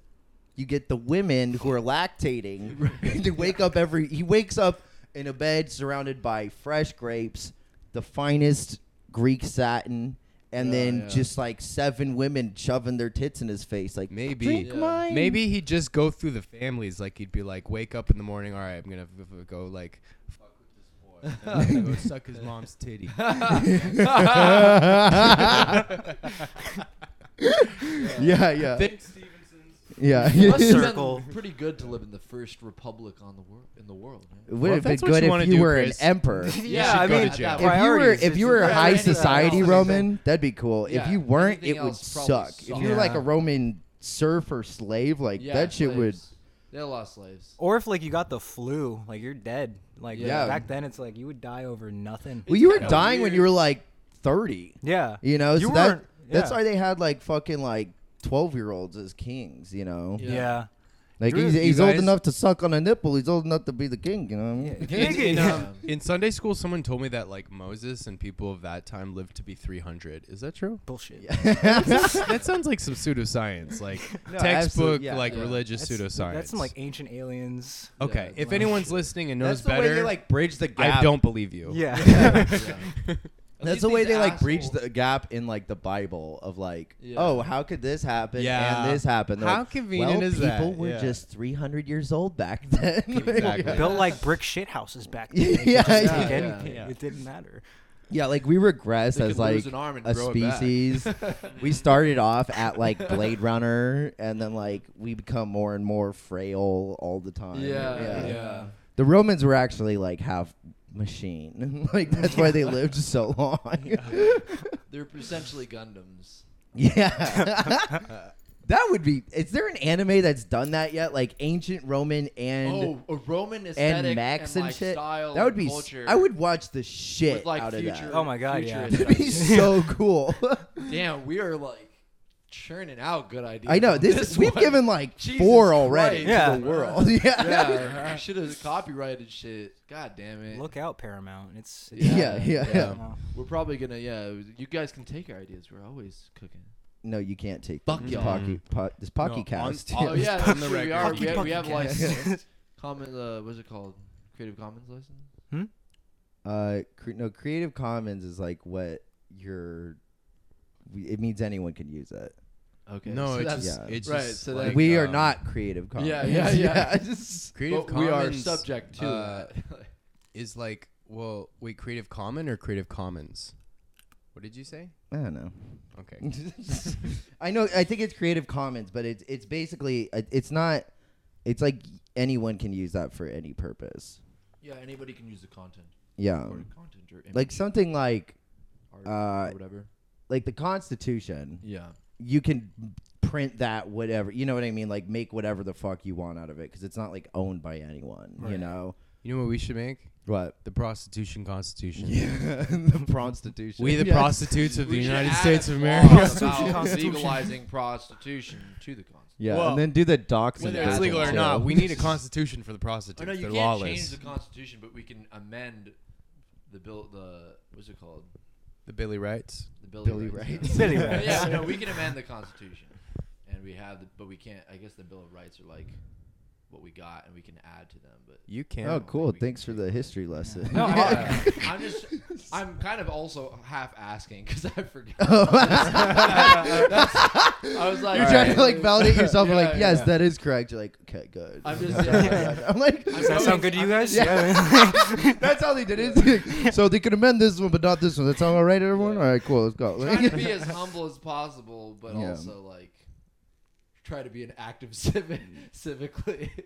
[SPEAKER 1] you get the women who are lactating.
[SPEAKER 2] *laughs*
[SPEAKER 1] they wake up every. He wakes up in a bed surrounded by fresh grapes, the finest Greek satin, and
[SPEAKER 5] Yeah,
[SPEAKER 1] then
[SPEAKER 5] yeah.
[SPEAKER 1] just like seven women shoving their tits in his face, like
[SPEAKER 2] Maybe.
[SPEAKER 1] drink
[SPEAKER 5] Yeah.
[SPEAKER 1] mine. *laughs*
[SPEAKER 2] Maybe *laughs* he'd just go through the families. Like he'd be like, wake up in the morning. All right, I'm gonna f- f- go like fuck with this boy.
[SPEAKER 1] *laughs*
[SPEAKER 2] And then I'm gonna go suck his mom's titty. *laughs*
[SPEAKER 1] yeah, yeah,
[SPEAKER 2] Think Stevenson's.
[SPEAKER 1] yeah. *laughs*
[SPEAKER 5] Must have been
[SPEAKER 3] Circle.
[SPEAKER 5] pretty good to live in the first republic on the world in the world.
[SPEAKER 1] It
[SPEAKER 5] Right?
[SPEAKER 1] would
[SPEAKER 2] Well,
[SPEAKER 1] have
[SPEAKER 2] if
[SPEAKER 1] been
[SPEAKER 2] that's what
[SPEAKER 1] good
[SPEAKER 2] you
[SPEAKER 1] if
[SPEAKER 2] wanna
[SPEAKER 1] you
[SPEAKER 2] do,
[SPEAKER 1] were
[SPEAKER 2] Chris.
[SPEAKER 1] an
[SPEAKER 2] *laughs*
[SPEAKER 1] emperor.
[SPEAKER 2] Yeah,
[SPEAKER 5] I
[SPEAKER 2] should go
[SPEAKER 5] mean,
[SPEAKER 2] to jail.
[SPEAKER 5] that-
[SPEAKER 1] If you were
[SPEAKER 3] Priorities,
[SPEAKER 1] if you
[SPEAKER 3] it's
[SPEAKER 1] were
[SPEAKER 3] just- uh,
[SPEAKER 1] a high
[SPEAKER 5] Yeah, anything
[SPEAKER 1] society
[SPEAKER 5] else.
[SPEAKER 1] Roman, that'd be cool. If
[SPEAKER 5] Yeah,
[SPEAKER 1] you weren't,
[SPEAKER 5] anything
[SPEAKER 1] it would
[SPEAKER 5] else probably
[SPEAKER 1] suck. If you were like
[SPEAKER 3] Yeah.
[SPEAKER 1] a Roman serf or slave, like
[SPEAKER 5] Yeah,
[SPEAKER 1] that shit would.
[SPEAKER 5] slaves. They had a lot of slaves.
[SPEAKER 3] Or if like you got the flu, like you're dead. Like
[SPEAKER 5] Yeah.
[SPEAKER 3] back then, it's like you would die over nothing.
[SPEAKER 1] Well, you were
[SPEAKER 2] kinda
[SPEAKER 1] dying when you were like thirty.
[SPEAKER 3] yeah.
[SPEAKER 1] You know,
[SPEAKER 3] You
[SPEAKER 1] so that
[SPEAKER 3] weren't-
[SPEAKER 1] that's
[SPEAKER 3] yeah.
[SPEAKER 1] why they had like fucking like twelve year olds as kings. You know,
[SPEAKER 5] Yeah.
[SPEAKER 3] Yeah.
[SPEAKER 1] like
[SPEAKER 2] Drew,
[SPEAKER 1] he's,
[SPEAKER 2] you
[SPEAKER 1] he's old
[SPEAKER 2] guys-
[SPEAKER 1] enough to suck on a nipple. He's old enough to be the king. You know, what I mean?
[SPEAKER 3] Yeah.
[SPEAKER 2] In,
[SPEAKER 3] Nigga,
[SPEAKER 2] in,
[SPEAKER 3] yeah.
[SPEAKER 2] um, in Sunday school, someone told me that like Moses and people of that time lived to be 300. Is
[SPEAKER 1] *laughs*
[SPEAKER 2] that true?
[SPEAKER 3] Bullshit.
[SPEAKER 2] that sounds like some pseudoscience, like
[SPEAKER 1] No,
[SPEAKER 2] textbook,
[SPEAKER 1] absolute- yeah.
[SPEAKER 2] like
[SPEAKER 5] Yeah.
[SPEAKER 2] religious
[SPEAKER 3] That's,
[SPEAKER 2] pseudoscience.
[SPEAKER 3] That's some like ancient aliens.
[SPEAKER 2] okay,
[SPEAKER 5] Yeah,
[SPEAKER 2] if
[SPEAKER 5] wow.
[SPEAKER 2] anyone's listening and
[SPEAKER 1] that's
[SPEAKER 2] knows
[SPEAKER 1] the way
[SPEAKER 2] better,
[SPEAKER 1] they like bridge the gap.
[SPEAKER 2] I don't believe you.
[SPEAKER 5] *laughs*
[SPEAKER 3] Yeah.
[SPEAKER 1] *laughs* That's the way they like breach the gap in like the Bible of like,
[SPEAKER 5] Yeah.
[SPEAKER 1] oh, how could this happen
[SPEAKER 2] Yeah.
[SPEAKER 1] and this happen? They're
[SPEAKER 2] How
[SPEAKER 1] like,
[SPEAKER 2] convenient
[SPEAKER 1] well,
[SPEAKER 2] is
[SPEAKER 1] people
[SPEAKER 2] that?
[SPEAKER 1] were
[SPEAKER 2] Yeah.
[SPEAKER 1] just 300 years old back *laughs* then.
[SPEAKER 2] *laughs* Exactly.
[SPEAKER 1] yeah.
[SPEAKER 3] Built like brick shit houses back then. They could
[SPEAKER 1] Yeah,
[SPEAKER 3] just take
[SPEAKER 5] yeah,
[SPEAKER 3] anything.
[SPEAKER 2] yeah.
[SPEAKER 3] It didn't matter.
[SPEAKER 1] *laughs* Yeah, like we regress
[SPEAKER 5] They
[SPEAKER 1] as
[SPEAKER 5] could
[SPEAKER 1] like
[SPEAKER 5] lose an arm and
[SPEAKER 1] a
[SPEAKER 5] grow it back.
[SPEAKER 1] species.
[SPEAKER 5] *laughs*
[SPEAKER 1] we started off at like Blade Runner, and then like we become more and more frail all the time.
[SPEAKER 5] yeah, yeah.
[SPEAKER 1] The Romans were actually like half machine. *laughs* like that's why they lived so long.
[SPEAKER 5] *laughs* They're essentially Gundams.
[SPEAKER 1] Yeah.
[SPEAKER 5] *laughs*
[SPEAKER 1] that would be is there an anime that's done that yet? Like ancient Roman and
[SPEAKER 5] oh, a Roman aesthetic
[SPEAKER 1] and Max and,
[SPEAKER 5] like,
[SPEAKER 1] shit?
[SPEAKER 5] Style
[SPEAKER 1] that would
[SPEAKER 5] and
[SPEAKER 1] be s-
[SPEAKER 5] Oh, culture
[SPEAKER 1] I would watch the shit
[SPEAKER 5] with like
[SPEAKER 1] out
[SPEAKER 5] future.
[SPEAKER 1] of that.
[SPEAKER 3] Oh my God, yeah.
[SPEAKER 1] *laughs*
[SPEAKER 5] futuristic. *laughs*
[SPEAKER 1] That'd be *laughs* so cool.
[SPEAKER 5] Damn, we are like churning out good ideas.
[SPEAKER 1] I know.
[SPEAKER 5] on
[SPEAKER 1] This, we've
[SPEAKER 5] one.
[SPEAKER 1] given like
[SPEAKER 5] Jesus
[SPEAKER 1] four already
[SPEAKER 5] Christ.
[SPEAKER 1] to
[SPEAKER 3] Yeah.
[SPEAKER 1] the world. *laughs* Yeah.
[SPEAKER 5] *laughs* Yeah, should have copyrighted shit. God damn it.
[SPEAKER 3] Look out, Paramount. It's.
[SPEAKER 1] Yeah, yeah, yeah.
[SPEAKER 3] No.
[SPEAKER 5] We're probably gonna. Yeah, you guys can take our ideas. We're always cooking.
[SPEAKER 1] No, you can't take
[SPEAKER 5] Fuck
[SPEAKER 1] this
[SPEAKER 5] y'all.
[SPEAKER 1] Pocky, po- this Pocky
[SPEAKER 2] No,
[SPEAKER 1] cast.
[SPEAKER 2] on-
[SPEAKER 5] Oh yeah,
[SPEAKER 2] on
[SPEAKER 5] that's
[SPEAKER 2] the
[SPEAKER 5] true. we
[SPEAKER 2] record.
[SPEAKER 5] are. We
[SPEAKER 3] Fucking
[SPEAKER 5] have, we have
[SPEAKER 3] podcast.
[SPEAKER 5] *laughs* license. Common. Uh, what's it called? Creative Commons license.
[SPEAKER 1] *laughs* Uh, cre- no, Creative Commons is like what your. It means anyone can use it.
[SPEAKER 5] Okay.
[SPEAKER 2] No,
[SPEAKER 5] so
[SPEAKER 2] it's
[SPEAKER 5] that's
[SPEAKER 2] just,
[SPEAKER 1] yeah.
[SPEAKER 2] it's
[SPEAKER 5] Right,
[SPEAKER 2] just
[SPEAKER 5] so
[SPEAKER 2] like,
[SPEAKER 5] that-
[SPEAKER 1] we are
[SPEAKER 2] um,
[SPEAKER 1] not Creative Commons.
[SPEAKER 5] uh, yeah,
[SPEAKER 1] *laughs*
[SPEAKER 5] yeah.
[SPEAKER 1] just-
[SPEAKER 2] Creative
[SPEAKER 5] but
[SPEAKER 2] Commons.
[SPEAKER 5] we are subject to
[SPEAKER 2] uh,
[SPEAKER 5] that.
[SPEAKER 2] Is like well, wait, Creative Common or Creative Commons? What did you say?
[SPEAKER 1] I don't know. Mm.
[SPEAKER 2] Okay.
[SPEAKER 1] *laughs* I know. I think it's Creative Commons, but it's it's basically uh, it's not. It's like anyone can use that for any purpose.
[SPEAKER 5] *laughs* yeah, anybody can use the content.
[SPEAKER 1] Yeah,
[SPEAKER 5] or content or image
[SPEAKER 1] Um, like something like
[SPEAKER 5] art
[SPEAKER 1] uh,
[SPEAKER 5] or whatever.
[SPEAKER 1] like the Constitution.
[SPEAKER 5] Yeah.
[SPEAKER 1] You can print that whatever you know what I mean. Like make whatever the fuck you want out of it because it's not like owned by anyone. You
[SPEAKER 5] Right.
[SPEAKER 1] know
[SPEAKER 2] You know what we should make?
[SPEAKER 1] what?
[SPEAKER 2] The prostitution constitution.
[SPEAKER 1] Yeah, *laughs* the prostitution.
[SPEAKER 2] We the
[SPEAKER 1] Yeah.
[SPEAKER 2] prostitutes of the
[SPEAKER 5] We should
[SPEAKER 2] United
[SPEAKER 5] add
[SPEAKER 2] States of
[SPEAKER 5] laws
[SPEAKER 2] America. *laughs*
[SPEAKER 5] *laughs* about
[SPEAKER 3] Constitution.
[SPEAKER 5] legalizing prostitution to the constitution.
[SPEAKER 1] Yeah,
[SPEAKER 2] Well,
[SPEAKER 1] and then do the docs.
[SPEAKER 5] whether
[SPEAKER 2] Whether it's
[SPEAKER 5] Yeah.
[SPEAKER 2] legal or
[SPEAKER 5] Yeah.
[SPEAKER 2] not, we
[SPEAKER 5] *laughs*
[SPEAKER 2] need a constitution for the prostitutes.
[SPEAKER 5] Oh no, you
[SPEAKER 2] They're
[SPEAKER 5] can't
[SPEAKER 2] lawless.
[SPEAKER 5] change the constitution, but we can amend the bill. The what's it called?
[SPEAKER 2] the Billy rights.
[SPEAKER 5] The Billy,
[SPEAKER 1] Billy
[SPEAKER 5] Rights.
[SPEAKER 1] Rights.
[SPEAKER 3] Billy
[SPEAKER 5] Yeah.
[SPEAKER 3] Rights.
[SPEAKER 5] yeah, no, we can amend the constitution, and we have, the, but we can't. I guess the Bill of Rights are like what we got, and we can add to them. But
[SPEAKER 2] You
[SPEAKER 1] *laughs*
[SPEAKER 2] can.
[SPEAKER 1] Oh,
[SPEAKER 2] not
[SPEAKER 1] cool! Thanks for the history lesson.
[SPEAKER 5] no,
[SPEAKER 1] *laughs*
[SPEAKER 3] Yeah.
[SPEAKER 5] I, am just. I'm kind of also half asking because I forgot.
[SPEAKER 1] *laughs*
[SPEAKER 5] I was like,
[SPEAKER 1] Oh. You're trying to
[SPEAKER 5] alright.
[SPEAKER 1] like validate yourself.
[SPEAKER 5] Yeah,
[SPEAKER 1] like, yes,
[SPEAKER 5] yeah.
[SPEAKER 1] that is correct. You're like, okay, good. *laughs*
[SPEAKER 5] I'm just-
[SPEAKER 1] Sorry,
[SPEAKER 5] yeah.
[SPEAKER 1] God. I'm like,
[SPEAKER 5] I'm
[SPEAKER 3] Does that
[SPEAKER 5] so
[SPEAKER 3] sound good to you
[SPEAKER 5] I'm
[SPEAKER 3] guys?
[SPEAKER 1] *laughs*
[SPEAKER 5] just- *laughs*
[SPEAKER 1] that's how they did it. *laughs* so they could amend this one, but not this one. That sound all right, everyone?
[SPEAKER 5] Yeah.
[SPEAKER 1] All right, cool. Let's go.
[SPEAKER 5] trying
[SPEAKER 1] *laughs*
[SPEAKER 5] to be as humble as possible, but
[SPEAKER 1] Yeah.
[SPEAKER 5] also like try to be an active *laughs* civic civically.
[SPEAKER 3] *laughs*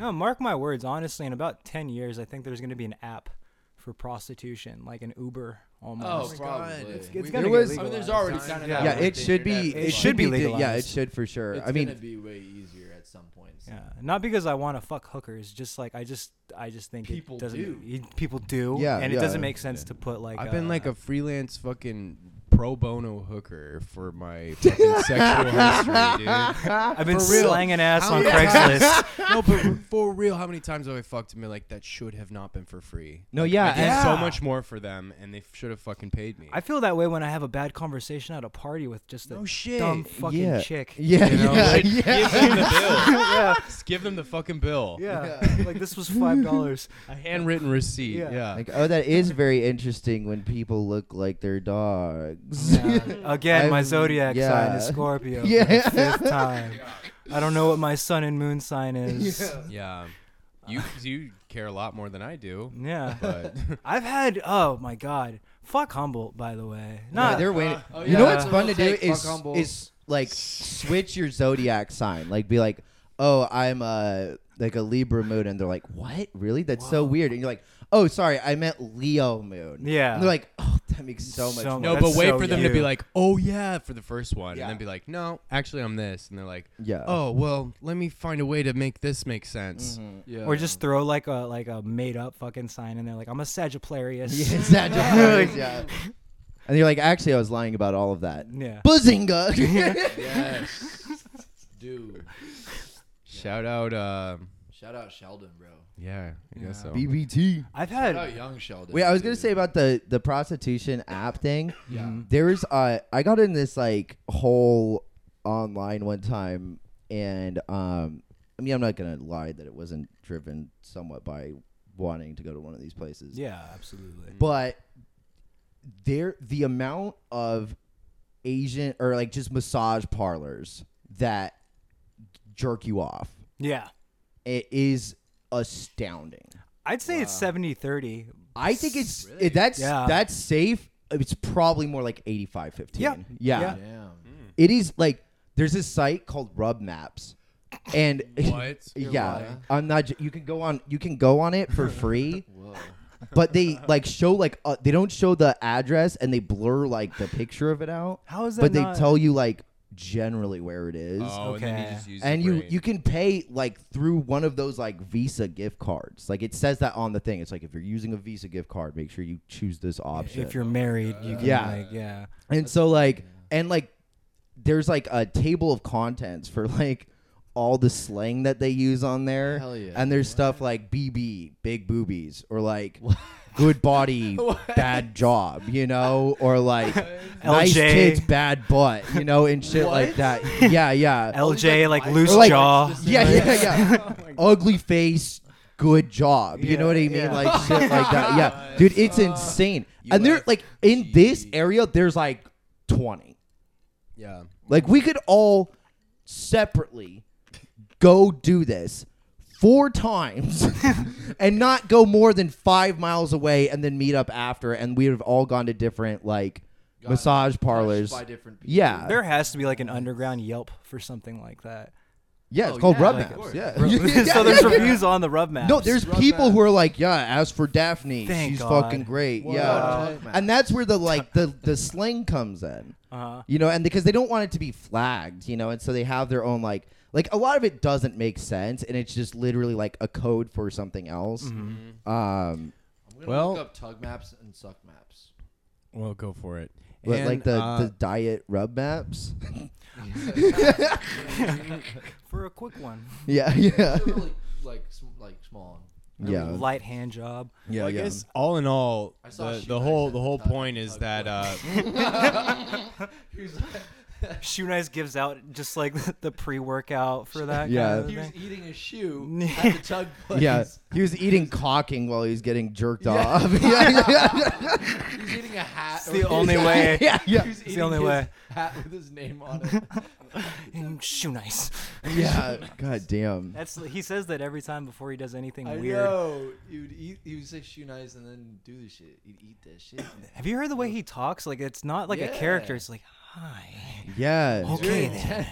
[SPEAKER 3] No, mark my words. Honestly, in about ten years, I think there's going to be an app for prostitution, like an Uber almost.
[SPEAKER 5] Oh, probably. It's-
[SPEAKER 3] it's
[SPEAKER 1] gonna was-
[SPEAKER 5] I mean, there's
[SPEAKER 3] legalized.
[SPEAKER 5] already kind of
[SPEAKER 2] Yeah,
[SPEAKER 1] yeah, it
[SPEAKER 5] the
[SPEAKER 1] should be.
[SPEAKER 5] internet,
[SPEAKER 1] It
[SPEAKER 5] but
[SPEAKER 1] should be.
[SPEAKER 3] be
[SPEAKER 1] di- Yeah, it
[SPEAKER 3] legalized.
[SPEAKER 1] should for sure.
[SPEAKER 5] It's
[SPEAKER 1] I mean,
[SPEAKER 5] gonna be way easier at some points.
[SPEAKER 3] Yeah, not because I want to fuck hookers. Just like I just, I just think
[SPEAKER 5] People
[SPEAKER 3] it doesn't.
[SPEAKER 5] do.
[SPEAKER 3] it- people do.
[SPEAKER 1] Yeah,
[SPEAKER 3] and
[SPEAKER 1] yeah.
[SPEAKER 3] it doesn't make sense to put like.
[SPEAKER 2] I've been
[SPEAKER 3] uh,
[SPEAKER 2] like a freelance fucking pro bono hooker for my
[SPEAKER 3] *laughs*
[SPEAKER 2] fucking sexual history, dude.
[SPEAKER 3] I've been
[SPEAKER 2] for real.
[SPEAKER 3] slanging ass
[SPEAKER 2] How
[SPEAKER 3] on
[SPEAKER 2] many
[SPEAKER 3] Craigslist. *laughs*
[SPEAKER 2] No, but for real, how many times have I fucked and been like, that should have not been for free?
[SPEAKER 1] No,
[SPEAKER 2] Like,
[SPEAKER 1] yeah,
[SPEAKER 2] I did
[SPEAKER 5] *laughs*
[SPEAKER 1] and-
[SPEAKER 2] so
[SPEAKER 3] Yeah.
[SPEAKER 2] much more for them, and they should have fucking paid me.
[SPEAKER 3] I feel that way when I have a bad conversation at a party with just a
[SPEAKER 2] No shit.
[SPEAKER 3] dumb fucking
[SPEAKER 1] yeah,
[SPEAKER 3] chick. *laughs*
[SPEAKER 1] yeah,
[SPEAKER 3] you know?
[SPEAKER 1] yeah,
[SPEAKER 3] Like,
[SPEAKER 2] Give
[SPEAKER 1] yeah.
[SPEAKER 2] them the bill.
[SPEAKER 3] yeah,
[SPEAKER 2] Just give them the fucking bill.
[SPEAKER 3] yeah, *laughs* Like this was five dollars.
[SPEAKER 2] A handwritten receipt. Yeah.
[SPEAKER 3] Yeah.
[SPEAKER 1] Like, oh, that is very interesting when people look like their dog. drugs. *laughs*
[SPEAKER 3] Yeah. Again, my
[SPEAKER 1] I'm-
[SPEAKER 3] zodiac sign is
[SPEAKER 1] yeah. *laughs*
[SPEAKER 3] Scorpio. for
[SPEAKER 1] Yeah.
[SPEAKER 3] the fifth time. I don't know what my sun and
[SPEAKER 1] *laughs*
[SPEAKER 3] moon sign is. Yeah.
[SPEAKER 2] Yeah. You
[SPEAKER 3] uh,
[SPEAKER 2] you care a lot more than I do.
[SPEAKER 3] *laughs*
[SPEAKER 2] But
[SPEAKER 3] I've had oh my god. Fuck Humboldt, by the way.
[SPEAKER 1] Yeah,
[SPEAKER 3] Not
[SPEAKER 1] they're waiting.
[SPEAKER 5] oh,
[SPEAKER 1] You know
[SPEAKER 3] yeah.
[SPEAKER 1] what's fun to
[SPEAKER 5] Take
[SPEAKER 1] do
[SPEAKER 5] fuck
[SPEAKER 1] is
[SPEAKER 5] humble.
[SPEAKER 1] is like switch your zodiac sign. Like be like, oh, I'm a like a Libra moon, and they're like, what? Really? That's so weird. And you're like, oh, sorry, I meant Leo moon.
[SPEAKER 3] Yeah.
[SPEAKER 1] And they're like, oh, that makes so much.
[SPEAKER 3] So
[SPEAKER 1] more.
[SPEAKER 2] no,
[SPEAKER 3] That's
[SPEAKER 2] but wait
[SPEAKER 3] so
[SPEAKER 2] for them to be
[SPEAKER 3] you.
[SPEAKER 2] like, oh yeah, for the first one,
[SPEAKER 1] Yeah.
[SPEAKER 2] and then be like, no, actually I'm this, and they're like,
[SPEAKER 1] Yeah.
[SPEAKER 2] oh Mm-hmm. well, let me find a way to make this make sense.
[SPEAKER 1] Mhm.
[SPEAKER 5] Yeah.
[SPEAKER 3] or just throw like a like a made up fucking sign in there like I'm a Sagittarius.
[SPEAKER 1] *laughs*
[SPEAKER 3] *laughs*
[SPEAKER 1] Yeah, Sagittarius.
[SPEAKER 5] *laughs*
[SPEAKER 1] yeah. And you're like, actually, I was lying about all of that.
[SPEAKER 3] Yeah.
[SPEAKER 5] *laughs*
[SPEAKER 1] Bazinga. *laughs*
[SPEAKER 5] yes. Dude.
[SPEAKER 2] Shout out, uh,
[SPEAKER 5] Shout out Sheldon, bro.
[SPEAKER 2] yeah, I
[SPEAKER 3] Yeah.
[SPEAKER 2] guess so.
[SPEAKER 1] BBT.
[SPEAKER 3] I've
[SPEAKER 1] Oh,
[SPEAKER 5] Shout
[SPEAKER 3] had
[SPEAKER 5] out young Sheldon.
[SPEAKER 1] Wait, I was gonna
[SPEAKER 5] dude.
[SPEAKER 1] say about the the prostitution app thing.
[SPEAKER 5] Yeah.
[SPEAKER 3] Mm-hmm.
[SPEAKER 1] There's uh I got in this like whole online one time and um I mean I'm not gonna lie that it wasn't driven somewhat by wanting to go to one of these places.
[SPEAKER 3] Yeah, absolutely.
[SPEAKER 1] But there the amount of Asian or like just massage parlors that jerk you off
[SPEAKER 3] Yeah.
[SPEAKER 1] it is astounding.
[SPEAKER 3] I'd say it's 70-30.
[SPEAKER 1] I think it's
[SPEAKER 5] Really?
[SPEAKER 1] it- that's
[SPEAKER 3] Yeah.
[SPEAKER 1] that's safe. It's probably more like 85 15.
[SPEAKER 3] Yeah.
[SPEAKER 1] Yeah.
[SPEAKER 3] Yeah.
[SPEAKER 5] Damn.
[SPEAKER 1] It is like there's this site called Rub Maps. And
[SPEAKER 2] *laughs* *coughs*
[SPEAKER 1] *laughs*
[SPEAKER 2] What? *laughs*
[SPEAKER 1] yeah,
[SPEAKER 5] lying.
[SPEAKER 1] I'm not j- you can go on you can go on it for free,
[SPEAKER 5] Whoa.
[SPEAKER 1] but
[SPEAKER 3] *laughs*
[SPEAKER 1] they like show like uh, they don't show the address and they blur like the picture of it out,
[SPEAKER 3] How is that
[SPEAKER 1] but they
[SPEAKER 3] not-
[SPEAKER 1] tell you like generally where it is.
[SPEAKER 2] Oh, and then you
[SPEAKER 3] Okay.
[SPEAKER 2] just use
[SPEAKER 1] And
[SPEAKER 2] your
[SPEAKER 1] you,
[SPEAKER 2] brain.
[SPEAKER 1] you can pay like through one of those like Visa gift cards. Like it says that on the thing. It's like if you're using a Visa gift card, make sure you choose this option.
[SPEAKER 3] if you're married, you can
[SPEAKER 1] Yeah.
[SPEAKER 3] like yeah.
[SPEAKER 1] and so like and like there's like a table of contents for *laughs* like all the slang that they use on there.
[SPEAKER 5] Hell yeah.
[SPEAKER 1] And there's stuff like BB, big boobies, or like good
[SPEAKER 5] *laughs*
[SPEAKER 1] body, bad job, you know, or like nice
[SPEAKER 3] LJ.
[SPEAKER 1] kids, bad butt, you know, and shit like
[SPEAKER 5] What?
[SPEAKER 1] that. Yeah,
[SPEAKER 5] *laughs*
[SPEAKER 1] yeah.
[SPEAKER 3] LJ like loose
[SPEAKER 1] Or, like,
[SPEAKER 3] jaw.
[SPEAKER 1] Yeah, yeah,
[SPEAKER 5] Oh
[SPEAKER 1] yeah. *laughs* Ugly face, good job. You
[SPEAKER 3] Yeah,
[SPEAKER 1] know what I mean?
[SPEAKER 3] yeah.
[SPEAKER 1] Like shit
[SPEAKER 5] *laughs*
[SPEAKER 1] like that. Yeah. Dude, it's
[SPEAKER 5] Uh,
[SPEAKER 1] insane. And they're like in
[SPEAKER 5] E.
[SPEAKER 1] this area, there's like twenty.
[SPEAKER 2] yeah.
[SPEAKER 1] Like we could all separately go do this four times *laughs* and not go more than five miles away and then meet up after and we'd have all gone to different like
[SPEAKER 5] Got
[SPEAKER 1] massage parlors.
[SPEAKER 5] Parlors. By different people.
[SPEAKER 1] Yeah.
[SPEAKER 3] There has to be like an underground Yelp for something like that.
[SPEAKER 1] Yeah, it's
[SPEAKER 5] Oh,
[SPEAKER 1] called
[SPEAKER 5] yeah,
[SPEAKER 1] rub
[SPEAKER 5] of
[SPEAKER 1] maps. *laughs*
[SPEAKER 5] course.
[SPEAKER 1] Yeah. *laughs*
[SPEAKER 3] *laughs* so there's reviews on the rub maps.
[SPEAKER 1] No, there's
[SPEAKER 5] Rub
[SPEAKER 1] people
[SPEAKER 5] map.
[SPEAKER 1] who are like, yeah, as for Daphne,
[SPEAKER 3] Thank
[SPEAKER 1] she's
[SPEAKER 3] God.
[SPEAKER 1] fucking great.
[SPEAKER 5] What?
[SPEAKER 1] Yeah.
[SPEAKER 5] Wow.
[SPEAKER 1] And that's where the like the the slang comes in.
[SPEAKER 3] uh
[SPEAKER 1] You know, and because they don't want it to be flagged, you know, and so they have their own like like a lot of it doesn't make sense and it's just literally like a code for something else. Um
[SPEAKER 5] I'm gonna
[SPEAKER 2] Well-
[SPEAKER 5] look up tug maps and suck
[SPEAKER 1] *laughs*
[SPEAKER 5] maps.
[SPEAKER 2] Well, go for it.
[SPEAKER 1] but,
[SPEAKER 2] And,
[SPEAKER 1] like the,
[SPEAKER 2] uh,
[SPEAKER 1] the diet rub maps. *laughs*
[SPEAKER 3] for a quick one.
[SPEAKER 1] yeah, yeah.
[SPEAKER 5] They're really like sm- like
[SPEAKER 3] *laughs*
[SPEAKER 5] small.
[SPEAKER 1] *laughs* Yeah.
[SPEAKER 3] Light hand job.
[SPEAKER 1] Yeah,
[SPEAKER 2] I
[SPEAKER 1] yeah.
[SPEAKER 2] guess all in all,
[SPEAKER 5] I saw
[SPEAKER 2] the,
[SPEAKER 5] she
[SPEAKER 2] the
[SPEAKER 5] likes
[SPEAKER 2] whole
[SPEAKER 5] that
[SPEAKER 2] the whole
[SPEAKER 5] topic.
[SPEAKER 2] point is that uh,
[SPEAKER 5] He's *laughs* like,
[SPEAKER 3] Shoe Nice gives out just like *laughs* the pre-workout for that.
[SPEAKER 1] Yeah.
[SPEAKER 3] Kind of
[SPEAKER 5] he was
[SPEAKER 3] *laughs* thing.
[SPEAKER 5] eating
[SPEAKER 3] *laughs*
[SPEAKER 5] a shoe at the
[SPEAKER 1] *laughs*
[SPEAKER 5] tug place.
[SPEAKER 1] Yeah. He was eating cocking while he was getting jerked off. *laughs* yeah, yeah, *laughs*
[SPEAKER 5] He was eating a hat.
[SPEAKER 3] It's the only
[SPEAKER 5] *laughs*
[SPEAKER 3] way.
[SPEAKER 1] yeah, yeah.
[SPEAKER 5] He was
[SPEAKER 3] the
[SPEAKER 5] eating
[SPEAKER 3] only
[SPEAKER 5] his
[SPEAKER 3] way.
[SPEAKER 5] Hat with his name on
[SPEAKER 3] *laughs*
[SPEAKER 5] it.
[SPEAKER 3] Mm, Shoe Nice.
[SPEAKER 1] Yeah. God damn.
[SPEAKER 3] *laughs* That's he says that every time before he does anything
[SPEAKER 5] I
[SPEAKER 3] weird.
[SPEAKER 5] know. He would eat. He would say shoe nice and then do this shit. He'd eat
[SPEAKER 3] *laughs*
[SPEAKER 5] that shit.
[SPEAKER 3] Have you heard the way he talks? Like it's not like a character.
[SPEAKER 5] Yeah.
[SPEAKER 3] It's like hi.
[SPEAKER 1] Yeah.
[SPEAKER 3] Okay
[SPEAKER 5] Dude.
[SPEAKER 3] then.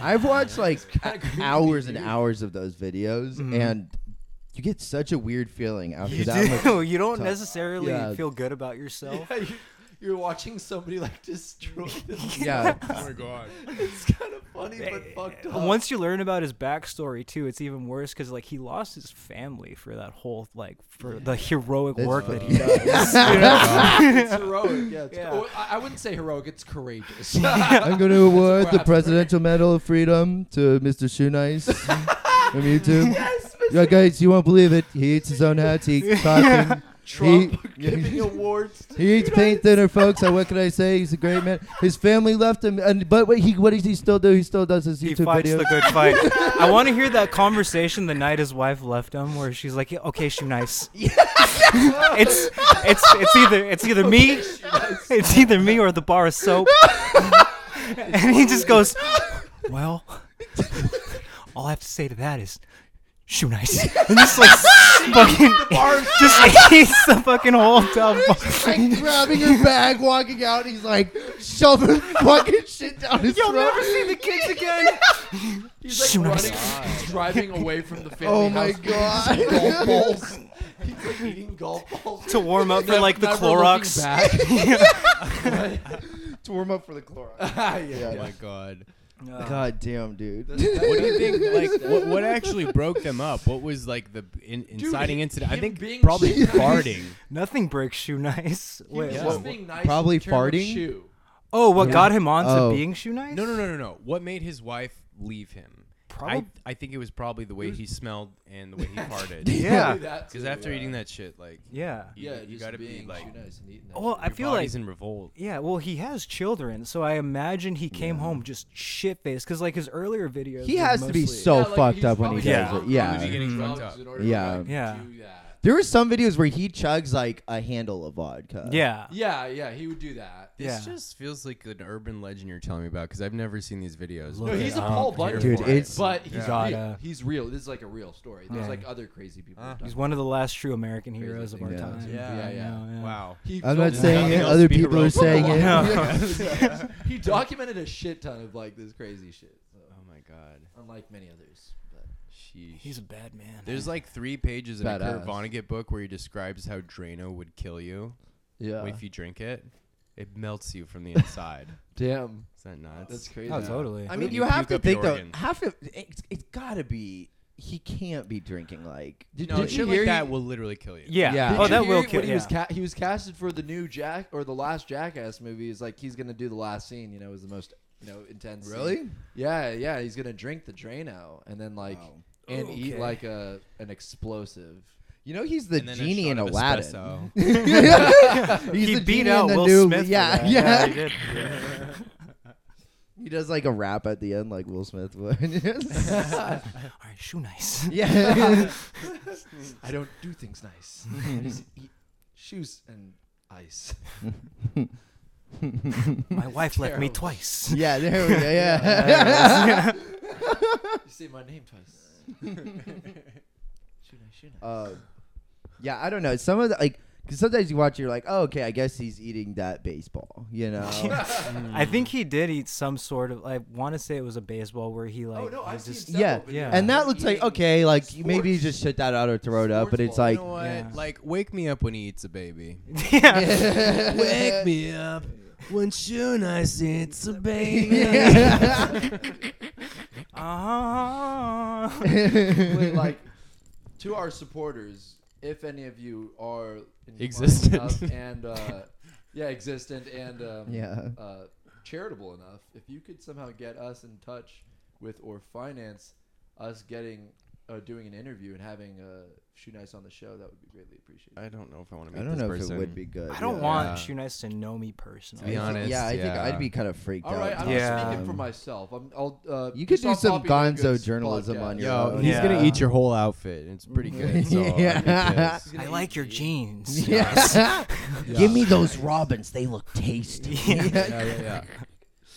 [SPEAKER 1] I've watched like
[SPEAKER 5] kinda creepy,
[SPEAKER 1] hours and
[SPEAKER 5] dude.
[SPEAKER 1] hours of those videos,
[SPEAKER 3] Mhm.
[SPEAKER 1] and you get such a weird feeling after
[SPEAKER 3] You,
[SPEAKER 1] that. much-
[SPEAKER 3] do. *laughs* you don't
[SPEAKER 1] talk.
[SPEAKER 3] necessarily
[SPEAKER 1] Yeah.
[SPEAKER 3] feel good about yourself.
[SPEAKER 5] *laughs* Yeah, you, you're watching somebody like destroy.
[SPEAKER 3] *laughs*
[SPEAKER 5] This.
[SPEAKER 1] yeah,
[SPEAKER 2] *laughs* oh my god,
[SPEAKER 5] It's kind of funny but fucked up.
[SPEAKER 3] Once you learn about his backstory too, it's even worse because like he lost his family for that whole like for the heroic
[SPEAKER 1] That's
[SPEAKER 3] work that
[SPEAKER 1] fucked *laughs*
[SPEAKER 3] he does.
[SPEAKER 5] *laughs* it's heroic. Yeah. It's,
[SPEAKER 3] Yeah.
[SPEAKER 5] oh, I, I wouldn't say heroic.
[SPEAKER 3] *laughs*
[SPEAKER 5] It's courageous. *laughs*
[SPEAKER 1] I'm going to award the
[SPEAKER 5] grasp.
[SPEAKER 1] Presidential Medal of Freedom to Mr. Shoe Nice
[SPEAKER 3] *laughs* *laughs*
[SPEAKER 1] from YouTube. Yeah, guys, you won't believe it. He eats his own hat. He eats cotton.
[SPEAKER 5] Trump
[SPEAKER 1] He- *laughs*
[SPEAKER 5] giving awards. To
[SPEAKER 1] He eats paint thinner, folks. So what can I say? He's a great man. His family left him, and but what he what does he still do? He still does his
[SPEAKER 3] He
[SPEAKER 1] YouTube
[SPEAKER 3] fights
[SPEAKER 1] videos. *laughs*
[SPEAKER 3] the good *laughs* fight. I want to hear that conversation the night his wife left him, where she's like, "Yeah, "Okay, shoe nice." it's it's it's either it's either me, it's either me or the bar of *laughs* soap, and he just goes, "Well, all I have to say to that is." Shoe nice, and just *laughs* like fucking, *laughs* just eats the fucking whole tub. *laughs*
[SPEAKER 1] like grabbing her bag, walking out. He's like shoving *laughs* fucking shit down his
[SPEAKER 3] You'll
[SPEAKER 1] throat.
[SPEAKER 3] never see the kids again.
[SPEAKER 5] He's like
[SPEAKER 3] Shoot
[SPEAKER 5] running,
[SPEAKER 3] us.
[SPEAKER 5] he's driving away from the family
[SPEAKER 1] Oh my
[SPEAKER 5] house. *laughs*
[SPEAKER 1] god! *laughs*
[SPEAKER 5] Golf balls. He's like eating golf
[SPEAKER 3] *laughs*
[SPEAKER 5] balls.
[SPEAKER 3] to warm up for like the
[SPEAKER 5] Never looking
[SPEAKER 3] Clorox.
[SPEAKER 5] back. *laughs*
[SPEAKER 1] to warm up for the Clorox.
[SPEAKER 5] Ah, yeah.
[SPEAKER 2] Oh my *laughs* god.
[SPEAKER 1] *laughs* God damn, dude.
[SPEAKER 2] What do you think? Like, what, what actually broke them up? What was like the in, inciting incident? I
[SPEAKER 5] him
[SPEAKER 2] think
[SPEAKER 5] being
[SPEAKER 2] probably *laughs*
[SPEAKER 5] shit.
[SPEAKER 2] farting.
[SPEAKER 3] Nothing breaks shoe nice.
[SPEAKER 5] He was
[SPEAKER 3] Wait,
[SPEAKER 2] Yeah.
[SPEAKER 3] what-
[SPEAKER 5] just being nice
[SPEAKER 1] Probably
[SPEAKER 5] in terms of
[SPEAKER 1] farting?
[SPEAKER 5] shoe.
[SPEAKER 3] Oh, what got him onto
[SPEAKER 1] Oh.
[SPEAKER 3] being shoe nice?
[SPEAKER 2] No, no, no, no, no. What made his wife leave him? I,
[SPEAKER 3] Prob-
[SPEAKER 2] I think it was probably the way he smelled and the *laughs* way he farted.
[SPEAKER 3] Yeah.
[SPEAKER 5] Do that
[SPEAKER 2] Because
[SPEAKER 5] too,
[SPEAKER 2] after
[SPEAKER 5] yeah.
[SPEAKER 2] eating that shit, like,
[SPEAKER 3] Yeah.
[SPEAKER 2] you,
[SPEAKER 5] yeah,
[SPEAKER 2] you
[SPEAKER 5] just
[SPEAKER 2] gotta be
[SPEAKER 5] being
[SPEAKER 2] like,
[SPEAKER 5] shoe nice and eating that.
[SPEAKER 3] Well, I
[SPEAKER 2] your
[SPEAKER 3] feel like
[SPEAKER 2] body's in revolt.
[SPEAKER 3] yeah. Well, he has children, so I imagine he came home just shit faced because like his earlier videos.
[SPEAKER 1] He
[SPEAKER 3] were
[SPEAKER 1] has to be
[SPEAKER 3] mostly-
[SPEAKER 1] so fucked up when he
[SPEAKER 3] probably
[SPEAKER 1] does it.
[SPEAKER 3] getting drunk.
[SPEAKER 2] He was
[SPEAKER 1] Yeah.
[SPEAKER 2] getting
[SPEAKER 3] Mhm.
[SPEAKER 2] drugged up.
[SPEAKER 1] Yeah.
[SPEAKER 3] Yeah.
[SPEAKER 1] There were some videos where he chugs like a handle of vodka.
[SPEAKER 3] Yeah.
[SPEAKER 5] Yeah, yeah, he would do that.
[SPEAKER 3] Yeah.
[SPEAKER 2] This just feels like an urban legend you're telling me about because I've never seen these videos.
[SPEAKER 5] No,
[SPEAKER 3] Look
[SPEAKER 5] he's a *laughs*
[SPEAKER 3] it
[SPEAKER 5] Paul
[SPEAKER 3] up.
[SPEAKER 5] Bunyan,
[SPEAKER 1] Dude,
[SPEAKER 5] for
[SPEAKER 1] it's-
[SPEAKER 5] it, but he's
[SPEAKER 3] Gotta-
[SPEAKER 5] real. He's real. This is like a real story. There's
[SPEAKER 3] Yeah.
[SPEAKER 5] like other crazy people. who've done
[SPEAKER 3] He's
[SPEAKER 5] it.
[SPEAKER 3] one of the last true American heroes of our
[SPEAKER 1] Yeah.
[SPEAKER 3] time.
[SPEAKER 5] Yeah,
[SPEAKER 3] I
[SPEAKER 5] yeah.
[SPEAKER 3] know,
[SPEAKER 2] Wow.
[SPEAKER 5] He
[SPEAKER 1] I'm not
[SPEAKER 5] filmed-
[SPEAKER 1] saying it.
[SPEAKER 2] Yeah.
[SPEAKER 1] Other people are saying it.
[SPEAKER 2] *laughs*
[SPEAKER 5] *laughs* he documented a shit ton of like this crazy shit. So,
[SPEAKER 2] Oh my god.
[SPEAKER 5] unlike many others, but
[SPEAKER 2] Sheesh.
[SPEAKER 3] He's a bad man.
[SPEAKER 5] *laughs*
[SPEAKER 2] There's like three pages in a Kurt
[SPEAKER 5] Badass.
[SPEAKER 2] Vonnegut book where he describes how Drano would kill you
[SPEAKER 5] yeah,
[SPEAKER 2] if you drink it. It melts you from the inside.
[SPEAKER 5] damn,
[SPEAKER 2] Is that
[SPEAKER 5] that's
[SPEAKER 2] nuts?
[SPEAKER 5] crazy.
[SPEAKER 3] oh, totally.
[SPEAKER 1] I
[SPEAKER 2] What
[SPEAKER 1] mean,
[SPEAKER 2] if
[SPEAKER 1] you
[SPEAKER 2] you
[SPEAKER 1] have
[SPEAKER 2] puke
[SPEAKER 1] to
[SPEAKER 2] up your
[SPEAKER 1] think though.
[SPEAKER 2] organ?
[SPEAKER 1] Have to. It's, it's gotta be. He can't be drinking like.
[SPEAKER 5] Did,
[SPEAKER 2] no,
[SPEAKER 5] did
[SPEAKER 2] shit
[SPEAKER 5] you
[SPEAKER 2] like
[SPEAKER 5] hear
[SPEAKER 2] that
[SPEAKER 5] he-
[SPEAKER 2] will literally kill you.
[SPEAKER 3] yeah.
[SPEAKER 1] Yeah.
[SPEAKER 5] Did
[SPEAKER 3] Oh,
[SPEAKER 5] you
[SPEAKER 3] that
[SPEAKER 5] hear
[SPEAKER 3] will
[SPEAKER 5] when
[SPEAKER 3] kill.
[SPEAKER 5] He
[SPEAKER 3] Yeah.
[SPEAKER 5] was ca- he was casted for the new Jack or the last Jackass movie. Is like he's gonna do the last scene. You know, is the most you know intense. scene. Yeah, yeah. He's gonna drink the Drano and then like
[SPEAKER 1] Wow.
[SPEAKER 5] and eat
[SPEAKER 3] Okay.
[SPEAKER 5] like a an explosive.
[SPEAKER 1] You know he's the
[SPEAKER 2] And then a
[SPEAKER 1] genie
[SPEAKER 2] shot
[SPEAKER 1] in
[SPEAKER 2] of
[SPEAKER 1] *laughs* Aladdin.
[SPEAKER 2] espresso. *laughs*
[SPEAKER 1] he's
[SPEAKER 3] He
[SPEAKER 1] the
[SPEAKER 3] beat
[SPEAKER 1] genie
[SPEAKER 3] out
[SPEAKER 1] in the
[SPEAKER 3] Will
[SPEAKER 1] new-
[SPEAKER 3] Smith. for
[SPEAKER 1] Yeah,
[SPEAKER 3] that.
[SPEAKER 1] yeah.
[SPEAKER 3] he did. Yeah.
[SPEAKER 1] *laughs* He does like a rap at the end, like Will Smith would. *laughs*
[SPEAKER 3] All right, shoe nice.
[SPEAKER 1] yeah. *laughs*
[SPEAKER 5] I don't do things *laughs* nice. I just eat shoes and ice.
[SPEAKER 3] My wife left me
[SPEAKER 5] terrible.
[SPEAKER 3] twice.
[SPEAKER 1] yeah. There we go.
[SPEAKER 3] *laughs*
[SPEAKER 1] Yeah.
[SPEAKER 5] *laughs* You say my name twice. *laughs* shoe nice, shoe nice.
[SPEAKER 1] Uh, yeah. I don't know. Some of the like. 'cause sometimes you watch, you're like, oh, okay, I guess he's eating that baseball, you
[SPEAKER 5] *laughs*
[SPEAKER 1] know?
[SPEAKER 3] I think he did eat some sort of. I want to say it was a baseball where he like.
[SPEAKER 5] oh no,
[SPEAKER 3] he
[SPEAKER 5] I've
[SPEAKER 3] just,
[SPEAKER 5] seen
[SPEAKER 1] yeah,
[SPEAKER 5] several videos
[SPEAKER 3] yeah.
[SPEAKER 5] of
[SPEAKER 1] And that
[SPEAKER 5] him
[SPEAKER 1] looks like,
[SPEAKER 5] eating-
[SPEAKER 1] okay, like maybe he
[SPEAKER 5] sports-
[SPEAKER 1] just shut that out or throw it up, but it's
[SPEAKER 5] sports ball.
[SPEAKER 1] like,
[SPEAKER 2] You know what?
[SPEAKER 3] Yeah.
[SPEAKER 2] Like, wake me up when he eats a baby.
[SPEAKER 3] *laughs*
[SPEAKER 2] *laughs*
[SPEAKER 3] yeah.
[SPEAKER 2] wake me up when Shunice eats a baby.
[SPEAKER 1] *laughs* *laughs*
[SPEAKER 3] Ah.
[SPEAKER 5] Wait, like to our supporters, if any of you are in- are
[SPEAKER 1] *laughs*
[SPEAKER 2] Existent.
[SPEAKER 5] enough and uh, yeah, existent and um,
[SPEAKER 1] Yeah.
[SPEAKER 5] uh, charitable enough, if you could somehow get us in touch with or finance us getting uh, doing an interview and having uh, Shoe Nice on the show, that would be greatly appreciated.
[SPEAKER 2] I don't know if I want to
[SPEAKER 1] I
[SPEAKER 2] meet
[SPEAKER 1] don't
[SPEAKER 2] this
[SPEAKER 1] know
[SPEAKER 2] person.
[SPEAKER 1] if it would be good.
[SPEAKER 3] I don't
[SPEAKER 1] yeah.
[SPEAKER 3] want
[SPEAKER 2] Yeah.
[SPEAKER 3] Shoe Nice to know me
[SPEAKER 2] To
[SPEAKER 3] personally.
[SPEAKER 2] be honest,
[SPEAKER 1] yeah, I think
[SPEAKER 2] yeah.
[SPEAKER 1] I'd be kind of freaked
[SPEAKER 5] All
[SPEAKER 1] out.
[SPEAKER 5] right, I'm
[SPEAKER 3] Yeah.
[SPEAKER 5] speaking
[SPEAKER 1] *laughs*
[SPEAKER 5] for myself. I'm, I'll, uh,
[SPEAKER 1] You could
[SPEAKER 5] just
[SPEAKER 1] do
[SPEAKER 5] off
[SPEAKER 1] some
[SPEAKER 5] Bobby
[SPEAKER 1] gonzo
[SPEAKER 5] Logan's
[SPEAKER 1] journalism on
[SPEAKER 5] podcast.
[SPEAKER 1] your
[SPEAKER 2] Yo,
[SPEAKER 1] own.
[SPEAKER 2] he's gonna
[SPEAKER 3] Yeah.
[SPEAKER 2] eat your whole outfit. It's pretty good.
[SPEAKER 1] *laughs*
[SPEAKER 2] So
[SPEAKER 1] Mm-hmm. Yeah.
[SPEAKER 2] yeah.
[SPEAKER 5] He's gonna
[SPEAKER 3] I
[SPEAKER 5] eat
[SPEAKER 3] like your
[SPEAKER 5] meat.
[SPEAKER 3] jeans.
[SPEAKER 1] *laughs*
[SPEAKER 3] *laughs*
[SPEAKER 1] Yeah. Give me those robins. They look
[SPEAKER 3] *laughs*
[SPEAKER 1] tasty.
[SPEAKER 2] yeah, Oh, yeah, yeah.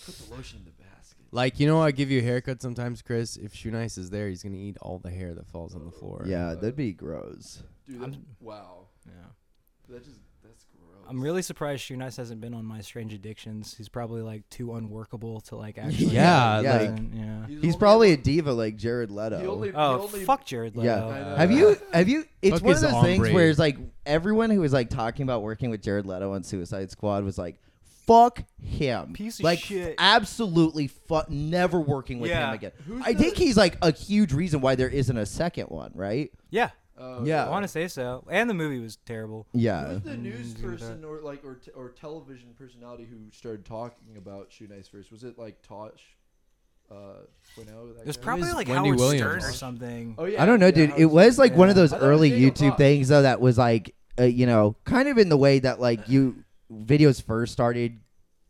[SPEAKER 5] Put the lotion in the basket.
[SPEAKER 2] Like you know, I give you a haircut sometimes, Chris. If Shoe Nice is there, he's gonna eat all the hair that falls on the floor.
[SPEAKER 1] Yeah, that'd be gross.
[SPEAKER 5] Dude, that,
[SPEAKER 3] I'm-
[SPEAKER 5] wow.
[SPEAKER 3] Yeah.
[SPEAKER 5] That just that's gross.
[SPEAKER 3] I'm really surprised Shoe Nice hasn't been on my Strange Addictions. He's probably like too unworkable to like actually.
[SPEAKER 2] Yeah,
[SPEAKER 1] Yeah.
[SPEAKER 3] like, yeah.
[SPEAKER 1] He's
[SPEAKER 5] only
[SPEAKER 1] probably a
[SPEAKER 5] ever-
[SPEAKER 1] diva like Jared
[SPEAKER 5] he
[SPEAKER 1] Leto.
[SPEAKER 5] only, he
[SPEAKER 3] Oh,
[SPEAKER 5] only-
[SPEAKER 3] fuck Jared Leto.
[SPEAKER 1] yeah.
[SPEAKER 5] I know.
[SPEAKER 1] have you? Have you? It's
[SPEAKER 2] Fuck
[SPEAKER 1] one of
[SPEAKER 2] his
[SPEAKER 1] those things
[SPEAKER 2] ombre.
[SPEAKER 1] where it's like everyone who was like talking about working with Jared Leto on Suicide Squad was like, "Fuck him,
[SPEAKER 3] Piece of
[SPEAKER 1] like
[SPEAKER 3] shit.
[SPEAKER 1] absolutely, fu- never working with
[SPEAKER 3] Yeah.
[SPEAKER 1] him again."
[SPEAKER 5] Who's
[SPEAKER 1] I
[SPEAKER 5] the-
[SPEAKER 1] think he's like a huge reason why there isn't a second one, right?
[SPEAKER 3] Yeah.
[SPEAKER 5] Oh,
[SPEAKER 1] Yeah.
[SPEAKER 3] I want to say so. And the movie was terrible.
[SPEAKER 1] Yeah,
[SPEAKER 5] Who's the news
[SPEAKER 3] Mm, give me that.
[SPEAKER 5] person or like or, t- or television personality who started talking about Shoe Nice first? Was it like Tosh? Uh, you know, that
[SPEAKER 3] It was
[SPEAKER 5] guy?
[SPEAKER 3] probably
[SPEAKER 2] is
[SPEAKER 3] like
[SPEAKER 2] Wendy
[SPEAKER 3] Howard
[SPEAKER 2] Williams?
[SPEAKER 3] Stern or something.
[SPEAKER 5] Oh yeah.
[SPEAKER 1] I don't know,
[SPEAKER 5] yeah,
[SPEAKER 1] dude.
[SPEAKER 5] Howard
[SPEAKER 1] It was
[SPEAKER 5] Stern.
[SPEAKER 1] like one of
[SPEAKER 5] Yeah.
[SPEAKER 1] those
[SPEAKER 5] I thought it was
[SPEAKER 1] early
[SPEAKER 5] Daniel
[SPEAKER 1] YouTube
[SPEAKER 5] Tosh.
[SPEAKER 1] things though that was like uh, you know, kind of in the way that like you videos first started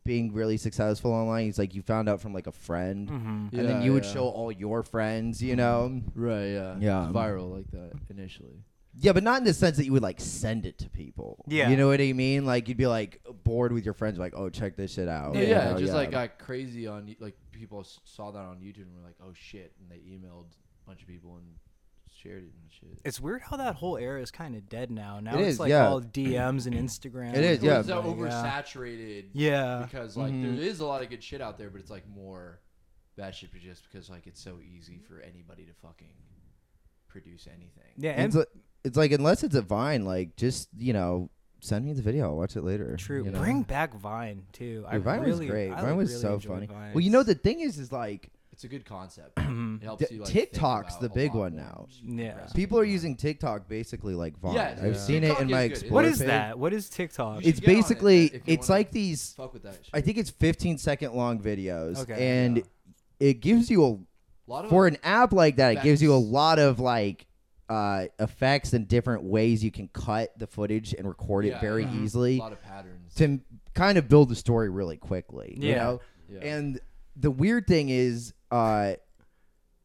[SPEAKER 1] being really successful online. It's like you found out from like a friend,
[SPEAKER 3] hmm
[SPEAKER 1] and then
[SPEAKER 5] Yeah,
[SPEAKER 1] you would
[SPEAKER 5] yeah.
[SPEAKER 1] show all your friends. You know,
[SPEAKER 5] Right. Yeah.
[SPEAKER 1] Yeah.
[SPEAKER 5] It's viral like that initially.
[SPEAKER 1] yeah, but not in the sense that you would like send it to people.
[SPEAKER 3] Yeah.
[SPEAKER 1] you know what I mean. Like you'd be like bored with your friends, like, oh, check this shit out.
[SPEAKER 5] yeah,
[SPEAKER 1] you
[SPEAKER 5] yeah,
[SPEAKER 1] know,
[SPEAKER 5] it just like got crazy on y- like people s- saw that on YouTube and were like, "Oh shit!" and they emailed a bunch of people and shared it and shit.
[SPEAKER 3] It's weird how that whole era is kind of dead now. Now
[SPEAKER 1] It
[SPEAKER 3] it's
[SPEAKER 1] is,
[SPEAKER 3] like
[SPEAKER 1] yeah.
[SPEAKER 3] all DMs and Instagram.
[SPEAKER 1] It is,
[SPEAKER 5] It's
[SPEAKER 1] yeah.
[SPEAKER 5] so
[SPEAKER 3] Yeah.
[SPEAKER 5] uh, oversaturated
[SPEAKER 3] Yeah.
[SPEAKER 5] because like
[SPEAKER 1] Mhm.
[SPEAKER 5] there is a lot of good shit out there, but it's like more bad shit just because like it's so easy for anybody to fucking produce anything.
[SPEAKER 3] Yeah.
[SPEAKER 1] And
[SPEAKER 3] And
[SPEAKER 1] it's, like, it's like unless it's a Vine, like just you know, send me the video. I'll watch it later.
[SPEAKER 3] true.
[SPEAKER 1] you know?
[SPEAKER 3] Bring back Vine too. I
[SPEAKER 1] Dude, Vine
[SPEAKER 3] really,
[SPEAKER 1] was great.
[SPEAKER 3] I
[SPEAKER 1] Vine was
[SPEAKER 3] really
[SPEAKER 1] so
[SPEAKER 3] enjoyed
[SPEAKER 1] funny.
[SPEAKER 3] Vine.
[SPEAKER 1] Well, you know the thing is, is like
[SPEAKER 5] It's a
[SPEAKER 1] *clears throat*
[SPEAKER 5] good concept. it helps
[SPEAKER 1] D-
[SPEAKER 5] you. Like,
[SPEAKER 1] TikTok's the big one now.
[SPEAKER 3] Yeah.
[SPEAKER 1] people are using TikTok basically like Vine.
[SPEAKER 5] Yeah,
[SPEAKER 1] I've
[SPEAKER 2] yeah.
[SPEAKER 1] seen
[SPEAKER 5] TikTok
[SPEAKER 1] it in
[SPEAKER 5] is
[SPEAKER 1] my
[SPEAKER 5] good. It-
[SPEAKER 1] explore
[SPEAKER 3] what is
[SPEAKER 1] page.
[SPEAKER 3] that? What is TikTok?
[SPEAKER 5] You
[SPEAKER 1] It's
[SPEAKER 5] should get on it,
[SPEAKER 1] basically
[SPEAKER 5] if you
[SPEAKER 1] it's
[SPEAKER 5] wanna-
[SPEAKER 1] like these
[SPEAKER 5] Fuck with that. Shit.
[SPEAKER 1] I think it's 15 second long videos
[SPEAKER 3] Okay,
[SPEAKER 1] and
[SPEAKER 5] yeah.
[SPEAKER 1] it gives you a
[SPEAKER 5] a lot of
[SPEAKER 1] for an app like that it gives you a
[SPEAKER 5] Effects.
[SPEAKER 1] lot of like uh, effects and different ways you can cut the footage and record it
[SPEAKER 5] Yeah,
[SPEAKER 1] very
[SPEAKER 5] yeah. a
[SPEAKER 1] easily
[SPEAKER 5] lot of patterns.
[SPEAKER 1] to m- kind of build the story really quickly you
[SPEAKER 3] Yeah.
[SPEAKER 1] know
[SPEAKER 5] yeah.
[SPEAKER 1] and the weird thing is, uh,